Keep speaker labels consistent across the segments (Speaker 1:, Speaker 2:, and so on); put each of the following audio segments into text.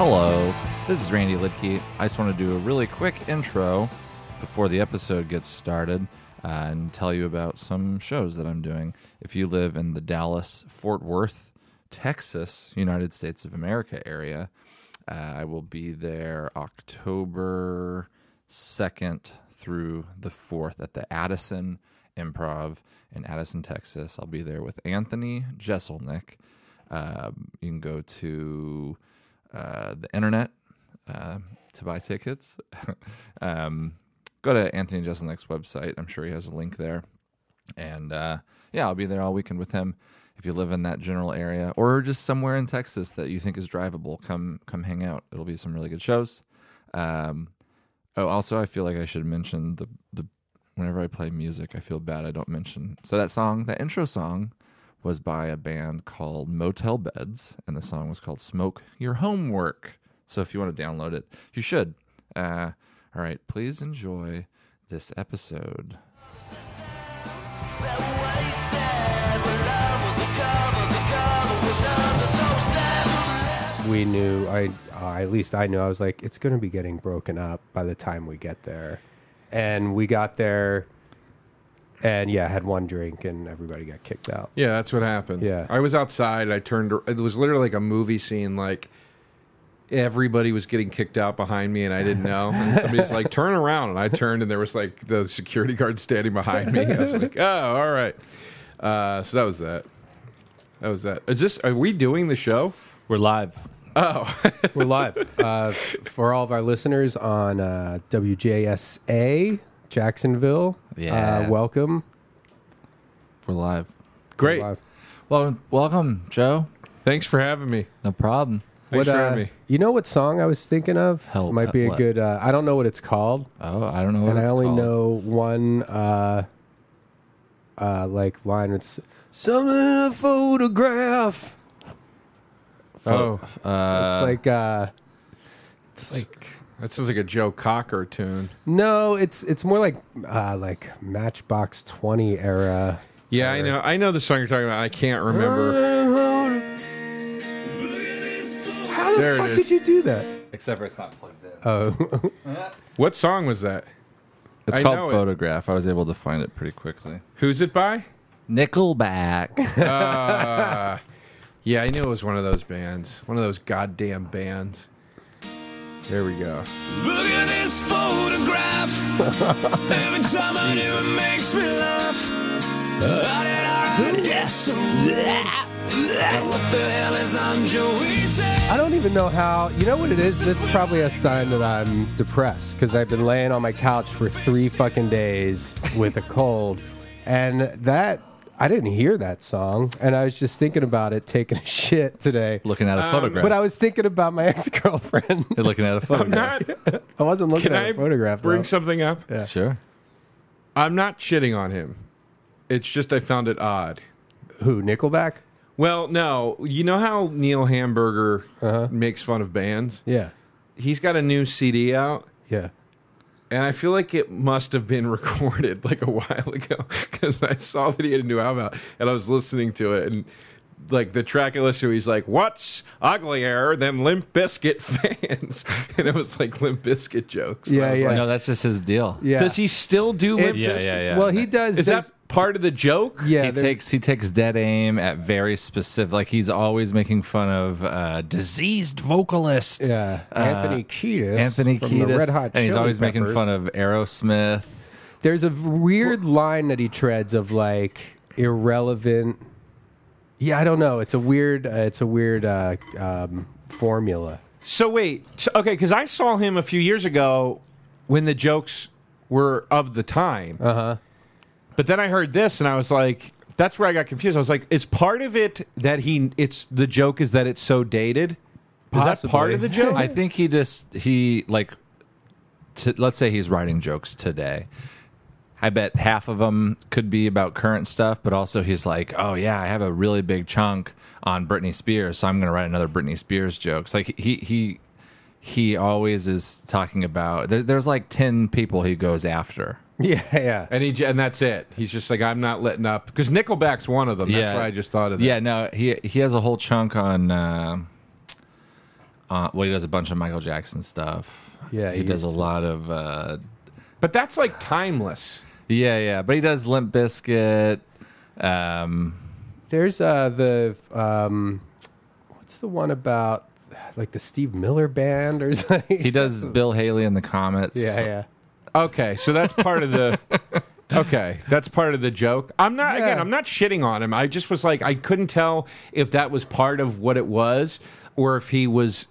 Speaker 1: Hello, this is Randy Lidke. I just want to do a really quick intro before the episode gets started uh, and tell you about some shows that I'm doing. If you live in the Dallas, Fort Worth, Texas, United States of America area, uh, I will be there October 2nd through the 4th at the Addison Improv in Addison, Texas. I'll be there with Anthony Jesselnick. Um, you can go to uh, the internet uh, to buy tickets. um, go to Anthony Jeselnik's website. I'm sure he has a link there. And uh, yeah, I'll be there all weekend with him. If you live in that general area or just somewhere in Texas that you think is drivable, come come hang out. It'll be some really good shows. Um, oh, also, I feel like I should mention the the whenever I play music, I feel bad I don't mention. So that song, that intro song, was by a band called Motel Beds, and the song was called "Smoke Your Homework." So if you want to download it, you should. Uh, all right, please enjoy this episode.
Speaker 2: we knew I uh, at least I knew I was like it's going to be getting broken up by the time we get there. And we got there and yeah, had one drink and everybody got kicked out.
Speaker 3: Yeah, that's what happened.
Speaker 2: Yeah.
Speaker 3: I was outside. I turned. It was literally like a movie scene. Like everybody was getting kicked out behind me, and I didn't know. And somebody's like, "Turn around!" And I turned, and there was like the security guard standing behind me. I was like, "Oh, all right." Uh, so that was that. That was that. Is this? Are we doing the show?
Speaker 4: We're live.
Speaker 2: We're live. Uh, for all of our listeners on uh, WJSA Jacksonville.
Speaker 1: Yeah.
Speaker 2: Uh, welcome.
Speaker 1: We're live.
Speaker 3: Great.
Speaker 2: Live.
Speaker 1: Well, welcome, Joe.
Speaker 3: Thanks for having me.
Speaker 1: No problem.
Speaker 3: Thanks for
Speaker 2: uh,
Speaker 3: having me.
Speaker 2: You know what song I was thinking of?
Speaker 1: Help,
Speaker 2: Might be a
Speaker 1: what?
Speaker 2: good uh, I don't know what it's called,
Speaker 1: Oh, I don't know what
Speaker 2: and I
Speaker 1: it's
Speaker 2: only
Speaker 1: called.
Speaker 2: know one uh uh like line it's something in a photograph. uh,
Speaker 3: Oh,
Speaker 2: It's like uh it's like
Speaker 3: that sounds like a Joe Cocker tune.
Speaker 2: no, it's it's more like uh like Matchbox 20 era.
Speaker 3: Yeah, I know. I know the song you're talking about. I can't remember.
Speaker 2: How the
Speaker 3: There it
Speaker 2: fuck
Speaker 3: is.
Speaker 2: did you do that?
Speaker 1: Except for it's not plugged in.
Speaker 2: Oh,
Speaker 3: What song was that?
Speaker 1: It's
Speaker 3: I know
Speaker 1: called
Speaker 3: it.
Speaker 1: Photograph. I was able to find it pretty quickly.
Speaker 3: Who's it by?
Speaker 1: Nickelback.
Speaker 3: Yeah, I knew it was one of those bands. One of those goddamn bands. There we go.
Speaker 5: Look at this photograph. Every time I do, it makes me laugh. How did our eyes get so black? What the hell is on Joey's head?
Speaker 2: I don't even know how. You know what it is? It's probably a sign that I'm depressed because I've been laying on my couch for three fucking days with a cold, and that I didn't hear that song, and I was just thinking about it taking a shit today.
Speaker 1: looking at a photograph.
Speaker 2: But I was thinking about my ex girlfriend.
Speaker 1: You're looking at a
Speaker 3: I'm
Speaker 1: photograph.
Speaker 3: not.
Speaker 2: I wasn't looking
Speaker 3: Can
Speaker 2: at
Speaker 3: I
Speaker 2: a photograph.
Speaker 3: bring
Speaker 2: though.
Speaker 3: something up?
Speaker 1: Sure.
Speaker 3: I'm not shitting on him. It's just I found it odd.
Speaker 2: Who? Nickelback?
Speaker 3: Well, no. You know how Neil Hamburger makes fun of bands?
Speaker 2: Yeah,
Speaker 3: He's got a new CD out,
Speaker 2: yeah.
Speaker 3: and I feel like it must have been recorded like a while ago because I saw that he had a new album out, and I was listening to it, and like the track I listened to, he's like, "What's uglier than Limp Biscuit fans?" and it was like Limp Biscuit jokes. And I
Speaker 2: Yeah,
Speaker 3: was
Speaker 2: yeah.
Speaker 3: like,
Speaker 1: No, that's just his deal.
Speaker 2: Yeah.
Speaker 3: Does he still do Limp
Speaker 2: It's-
Speaker 4: Yeah,
Speaker 3: Bizkit?
Speaker 4: yeah, yeah.
Speaker 2: Well, he does.
Speaker 3: Is
Speaker 2: there's-
Speaker 3: that part of the joke?
Speaker 2: Yeah,
Speaker 1: he
Speaker 2: there's-
Speaker 1: takes he takes dead aim at very specific. Like he's always making fun of uh, diseased vocalist.
Speaker 2: Yeah,
Speaker 1: Uh,
Speaker 2: Anthony Kiedis.
Speaker 1: Anthony
Speaker 2: from
Speaker 1: Kiedis,
Speaker 2: the Red Hot,
Speaker 1: and he's
Speaker 2: Chili
Speaker 1: always making
Speaker 2: Peppers.
Speaker 1: fun of Aerosmith.
Speaker 2: There's a v- weird line that he treads of like irrelevant. Yeah, I don't know. It's a weird. Uh, it's a weird uh, um, formula.
Speaker 3: So wait, so, okay, because I saw him a few years ago when the jokes were of the time. Uh huh. But then I heard this, and I was like, that's where I got confused. I was like, is part of it that he? It's the joke is that it's so dated. Is that part
Speaker 2: Possibly.
Speaker 3: of the joke?
Speaker 1: I think he just he like, t- let's say he's writing jokes today. I bet half of them could be about current stuff, but also he's like, oh yeah, I have a really big chunk on Britney Spears, so I'm going to write another Britney Spears jokes. Like he he he always is talking about. There, there's like ten people he goes after.
Speaker 2: Yeah, yeah.
Speaker 3: and he j- and that's it. He's just like, I'm not letting up because Nickelback's one of them. That's why I just thought of that.
Speaker 1: Yeah, no, he he has a whole chunk on uh, Uh, well, he does a bunch of Michael Jackson stuff.
Speaker 2: Yeah,
Speaker 1: he,
Speaker 2: he
Speaker 1: does a
Speaker 2: used to.
Speaker 1: lot of. Uh,
Speaker 3: But that's like timeless.
Speaker 1: yeah, yeah, but he does Limp Biscuit. Um,
Speaker 2: There's uh, the um, what's the one about like the Steve Miller band or something?
Speaker 1: he does Bill Haley and the Comets.
Speaker 2: Yeah, yeah.
Speaker 3: Okay, so that's part of the. Okay, that's part of the joke. I'm not again.
Speaker 2: Yeah.
Speaker 3: I'm not shitting on him. I just was like, I couldn't tell if that was part of what it was, or if he was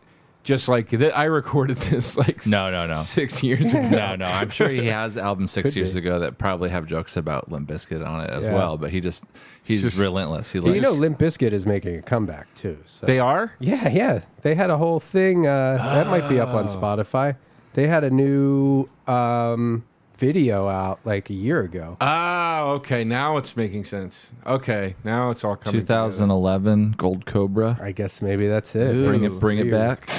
Speaker 3: just like th- I recorded this like
Speaker 1: No, no, no.
Speaker 3: six years ago.
Speaker 1: No, no, I'm sure he has albums six years ago that probably have jokes about Limp Biscuit on it as
Speaker 2: Yeah.
Speaker 1: well. But he just he's
Speaker 3: Just-
Speaker 1: relentless. He
Speaker 2: Well,
Speaker 1: likes,
Speaker 2: you know, Limp Bizkit is making a comeback too. So
Speaker 3: They are.
Speaker 2: yeah, yeah. They had a whole thing uh, that might be up on Spotify. They had a new um, video out like a year ago.
Speaker 3: Oh, okay. Now it's making sense. Okay, now it's all coming. together.
Speaker 1: 2011 Gold Cobra.
Speaker 2: I guess maybe that's it.
Speaker 1: Bring it,
Speaker 2: was
Speaker 1: bring it
Speaker 2: weird.
Speaker 1: back.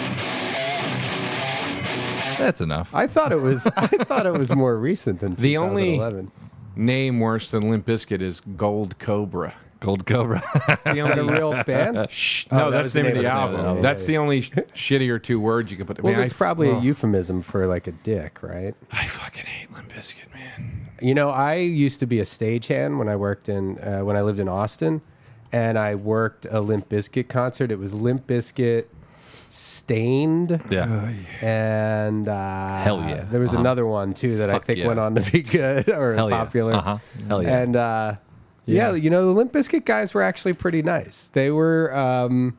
Speaker 1: That's enough.
Speaker 2: I thought it was. I thought it was more recent than
Speaker 3: The only-
Speaker 2: 2011.
Speaker 3: name worse than Limp Bizkit is Gold Cobra.
Speaker 1: Gold Cobra.
Speaker 3: The
Speaker 2: the
Speaker 3: only,
Speaker 2: real band.
Speaker 3: Shh,
Speaker 2: Oh,
Speaker 3: no,
Speaker 2: that
Speaker 3: that's
Speaker 2: was
Speaker 3: the name of the
Speaker 2: that's
Speaker 3: album.
Speaker 2: album.
Speaker 3: That's
Speaker 2: Yeah,
Speaker 3: the only sh- shittier two words you could put. I
Speaker 2: Well,
Speaker 3: mean,
Speaker 2: it's
Speaker 3: I-
Speaker 2: probably
Speaker 3: oh.
Speaker 2: a euphemism for like a dick, right?
Speaker 3: I fucking hate Limp Bizkit, man.
Speaker 2: You know, I used to be a stagehand when I worked in uh, when I lived in Austin, and I worked a Limp Bizkit concert. It was Limp Bizkit, Stained,
Speaker 1: yeah.
Speaker 2: and uh,
Speaker 1: Hell yeah. Uh-huh.
Speaker 2: There was another one too that I
Speaker 1: Fuck
Speaker 2: think
Speaker 1: yeah.
Speaker 2: went on to be good or
Speaker 1: Hell yeah.
Speaker 2: popular.
Speaker 1: Uh-huh. Hell yeah.
Speaker 2: And uh, yeah. you know, the Limp Bizkit guys were actually pretty nice. They were. Um,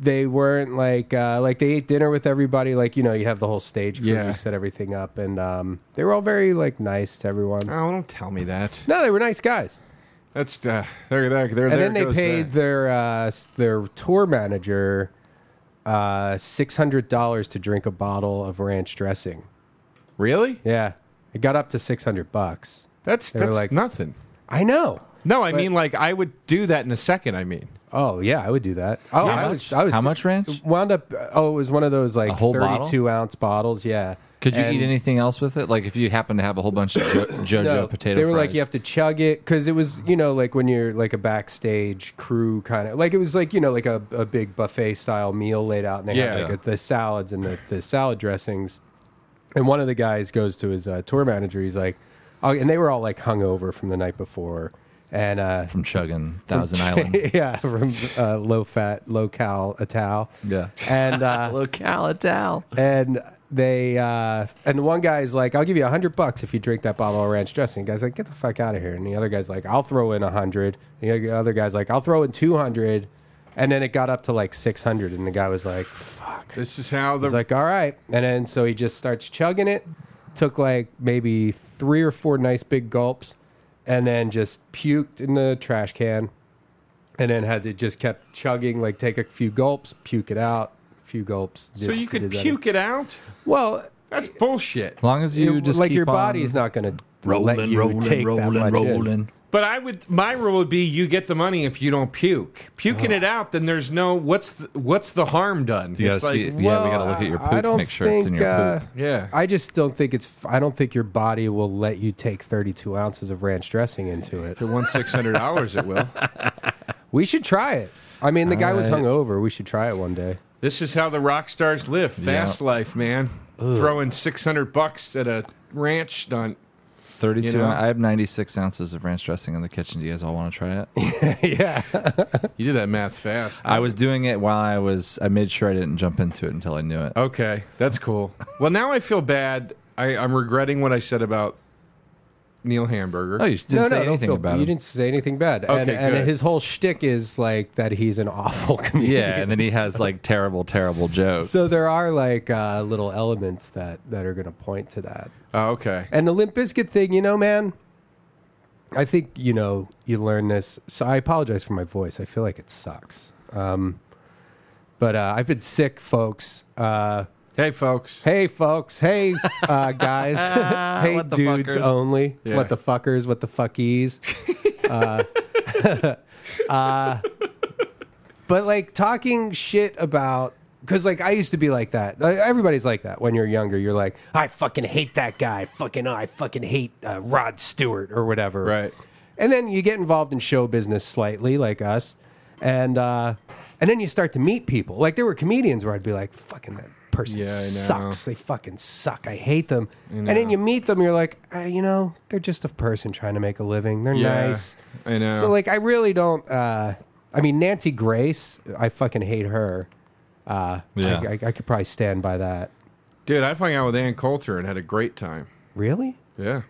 Speaker 2: they weren't like uh, like they ate dinner with everybody. Like you know, you have the whole stage crew
Speaker 3: Yeah.
Speaker 2: who set everything up, and um, they were all very like nice to everyone.
Speaker 3: Oh, don't tell me that.
Speaker 2: No, they were nice guys.
Speaker 3: That's uh, there, there, there.
Speaker 2: And then they paid their uh, s- their tour manager uh, six hundred dollars to drink a bottle of ranch dressing.
Speaker 3: really.
Speaker 2: Yeah, it got up to six hundred bucks.
Speaker 3: That's
Speaker 2: were
Speaker 3: that's
Speaker 2: like-
Speaker 3: nothing.
Speaker 2: I know.
Speaker 3: No, I mean like I would do that in a second. I mean,
Speaker 2: Oh yeah, I would do that. Oh,
Speaker 1: How
Speaker 2: I
Speaker 1: much?
Speaker 2: was. I was
Speaker 1: How much ranch?
Speaker 2: Wound up. Oh, it was one of those like
Speaker 1: whole bottle?
Speaker 2: thirty-two ounce bottles. Yeah.
Speaker 1: Could you
Speaker 2: And-
Speaker 1: eat anything else with it? Like if you happen to have a whole bunch of jo- JoJo
Speaker 2: No,
Speaker 1: potato
Speaker 2: they were
Speaker 1: fries.
Speaker 2: like you have to chug it because it was you know like when you're like a backstage crew kind of like it was like you know like a, a big buffet style meal laid out and they had
Speaker 3: Yeah.
Speaker 2: like the salads and the, the salad dressings and one of the guys goes to his uh, tour manager he's like oh, and they were all like hungover from the night before and uh
Speaker 1: from chugging Thousand Island.
Speaker 2: yeah from uh, low fat low cal atow
Speaker 1: Yeah.
Speaker 2: and uh
Speaker 1: Locale Tal.
Speaker 2: and they uh and one guy's like i'll give you a hundred bucks if you drink that bottle of ranch dressing the guy's like get the fuck out of here and the other guy's like i'll throw in a hundred the other- other guy's like i'll throw in 200 and then it got up to like 600 and the guy was like fuck
Speaker 3: this is how the
Speaker 2: he's like all right and then so he just starts chugging it took like maybe three or four nice big gulps and then just puked in the trash can and then had to just kept chugging like take a few gulps puke it out few gulps
Speaker 3: so you could puke it out.
Speaker 2: well,
Speaker 3: That's bullshit.
Speaker 1: As long as you
Speaker 2: it-
Speaker 1: just
Speaker 2: like
Speaker 1: keep
Speaker 2: your
Speaker 1: on
Speaker 2: body's not going to let
Speaker 1: rolling,
Speaker 2: you
Speaker 1: rolling,
Speaker 2: take that
Speaker 1: rolling,
Speaker 2: much in.
Speaker 1: rolling.
Speaker 3: But I would. My rule would be you get the money if you don't puke.
Speaker 2: Oh.
Speaker 3: Puking it out, then there's no what's the, what's the harm done?
Speaker 1: You gotta
Speaker 3: It's like,
Speaker 1: see. yeah, we
Speaker 2: well,
Speaker 1: gotta look at your
Speaker 2: Uh, I
Speaker 1: poop.
Speaker 2: don't
Speaker 1: Make sure it's in
Speaker 2: think,
Speaker 1: your
Speaker 2: uh,
Speaker 1: poop.
Speaker 3: Yeah.
Speaker 2: I just don't think it's. f- I don't think your body will let you take 32 ounces of ranch dressing into it.
Speaker 3: If it won six hundred dollars, it will.
Speaker 2: We should try it. I mean, the guy was hungover. We should try it one day.
Speaker 3: This is how the rock stars live. Fast life, man. Throwing six hundred bucks at a ranch stunt.
Speaker 1: Thirty-two.
Speaker 3: know?
Speaker 1: I have ninety-six ounces of ranch dressing in the kitchen. Do you guys all want to try it?
Speaker 2: yeah.
Speaker 3: You did that math fast.
Speaker 1: I was doing it while I was. I made sure I didn't jump into it until I knew it.
Speaker 3: Okay, that's cool. Well, now I feel bad. I, I'm regretting what I said about Neil Hamburger.
Speaker 1: Oh, you didn't
Speaker 2: no,
Speaker 1: say
Speaker 2: no, don't
Speaker 1: anything
Speaker 2: feel,
Speaker 1: about
Speaker 2: you
Speaker 1: it.
Speaker 2: didn't say anything bad. and,
Speaker 3: Okay,
Speaker 2: and
Speaker 3: good.
Speaker 2: his whole shtick is like that he's an awful comedian.
Speaker 1: yeah, and then he has like terrible, terrible jokes.
Speaker 2: So there are like uh, little elements that that are going to point to that.
Speaker 3: Oh, okay.
Speaker 2: And the Limp Bizkit thing, you know, man, I think, you know, you learn this. So I apologize for my voice. I feel like it sucks. Um, but uh, I've been sick, folks. Uh,
Speaker 3: Hey, folks.
Speaker 2: hey, folks. Hey, uh, guys. hey,
Speaker 1: Ah, What the
Speaker 2: dudes
Speaker 1: fuckers.
Speaker 2: only.
Speaker 3: Yeah.
Speaker 2: What the fuckers? What the fuckies? uh, uh, but like talking shit about. Because like I used to be like that. Like, everybody's like that when you're younger. You're like, I fucking hate that guy. Fucking, oh, I fucking hate uh, Rod Stewart or whatever.
Speaker 3: Right.
Speaker 2: And then you get involved in show business slightly, like us, and uh, And then you start to meet people. Like there were comedians where I'd be like, fucking that person
Speaker 3: Yeah, I know.
Speaker 2: sucks. They fucking suck. I hate them. And then you meet them, you're like, ah, you know, they're just a person trying to make a living. They're
Speaker 3: Yeah,
Speaker 2: nice.
Speaker 3: I know.
Speaker 2: So like I really don't uh I mean Nancy Grace, I fucking hate her. Uh
Speaker 1: Yeah.
Speaker 2: I, I, I could probably stand by that.
Speaker 3: Dude, I hung out with Ann Coulter and had a great time.
Speaker 2: Really?
Speaker 3: Yeah.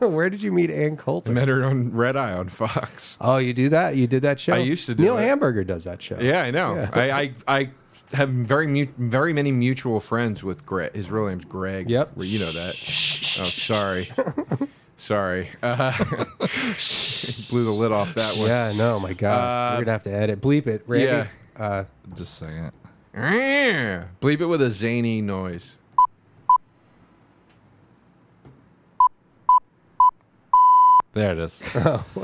Speaker 2: Where did you meet Ann Coulter?
Speaker 3: Met her on Red Eye on Fox.
Speaker 2: Oh, you do that? You did that show?
Speaker 3: I used to do
Speaker 2: Neil
Speaker 3: it.
Speaker 2: Hamburger does that show.
Speaker 3: Yeah, I know. I, I I have very mu- very many mutual friends with Greg. His real name's Greg.
Speaker 2: Yep.
Speaker 3: Well, you know that. oh, sorry. sorry. Uh, blew the lid off that one.
Speaker 2: Yeah, no, my God.
Speaker 3: Uh,
Speaker 2: We're going to have to edit. Bleep it, Randy.
Speaker 3: yeah.
Speaker 2: Uh,
Speaker 1: Just saying it.
Speaker 3: Bleep it with a zany noise.
Speaker 1: There it is. I don't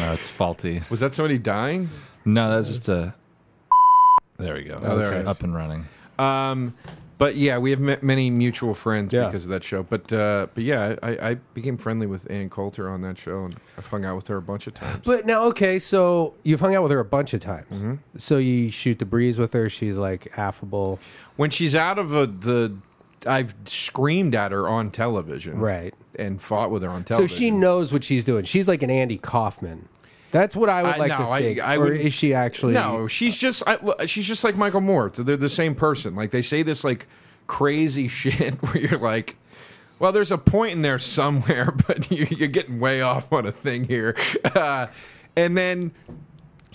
Speaker 1: know. It's faulty.
Speaker 3: Was that somebody dying?
Speaker 1: No, that's just a. There we go.
Speaker 3: Oh,
Speaker 1: It's
Speaker 3: there it is.
Speaker 1: up and running.
Speaker 3: Um, but yeah, we have m- many mutual friends
Speaker 2: Yeah.
Speaker 3: because of that show. But uh, but yeah, I, I became friendly with Ann Coulter on that show, and I've hung out with her a bunch of times.
Speaker 2: but now, okay, so you've hung out with her a bunch of times.
Speaker 3: Mm-hmm.
Speaker 2: So you shoot the breeze with her. She's like affable.
Speaker 3: when she's out of a, the, I've screamed at her on television,
Speaker 2: Right.
Speaker 3: and fought with her on
Speaker 2: So
Speaker 3: television.
Speaker 2: she knows what she's doing. She's like an Andy Kaufman. That's what I would
Speaker 3: I-
Speaker 2: like
Speaker 3: no,
Speaker 2: to
Speaker 3: I-
Speaker 2: think.
Speaker 3: I
Speaker 2: or
Speaker 3: would-
Speaker 2: is she actually?
Speaker 3: No, she's just I, look, she's just like Michael Moore. So They're the same person. Like they say this like crazy shit where you're like, well, there's a point in there somewhere, but you, you're getting way off on a thing here. Uh, and then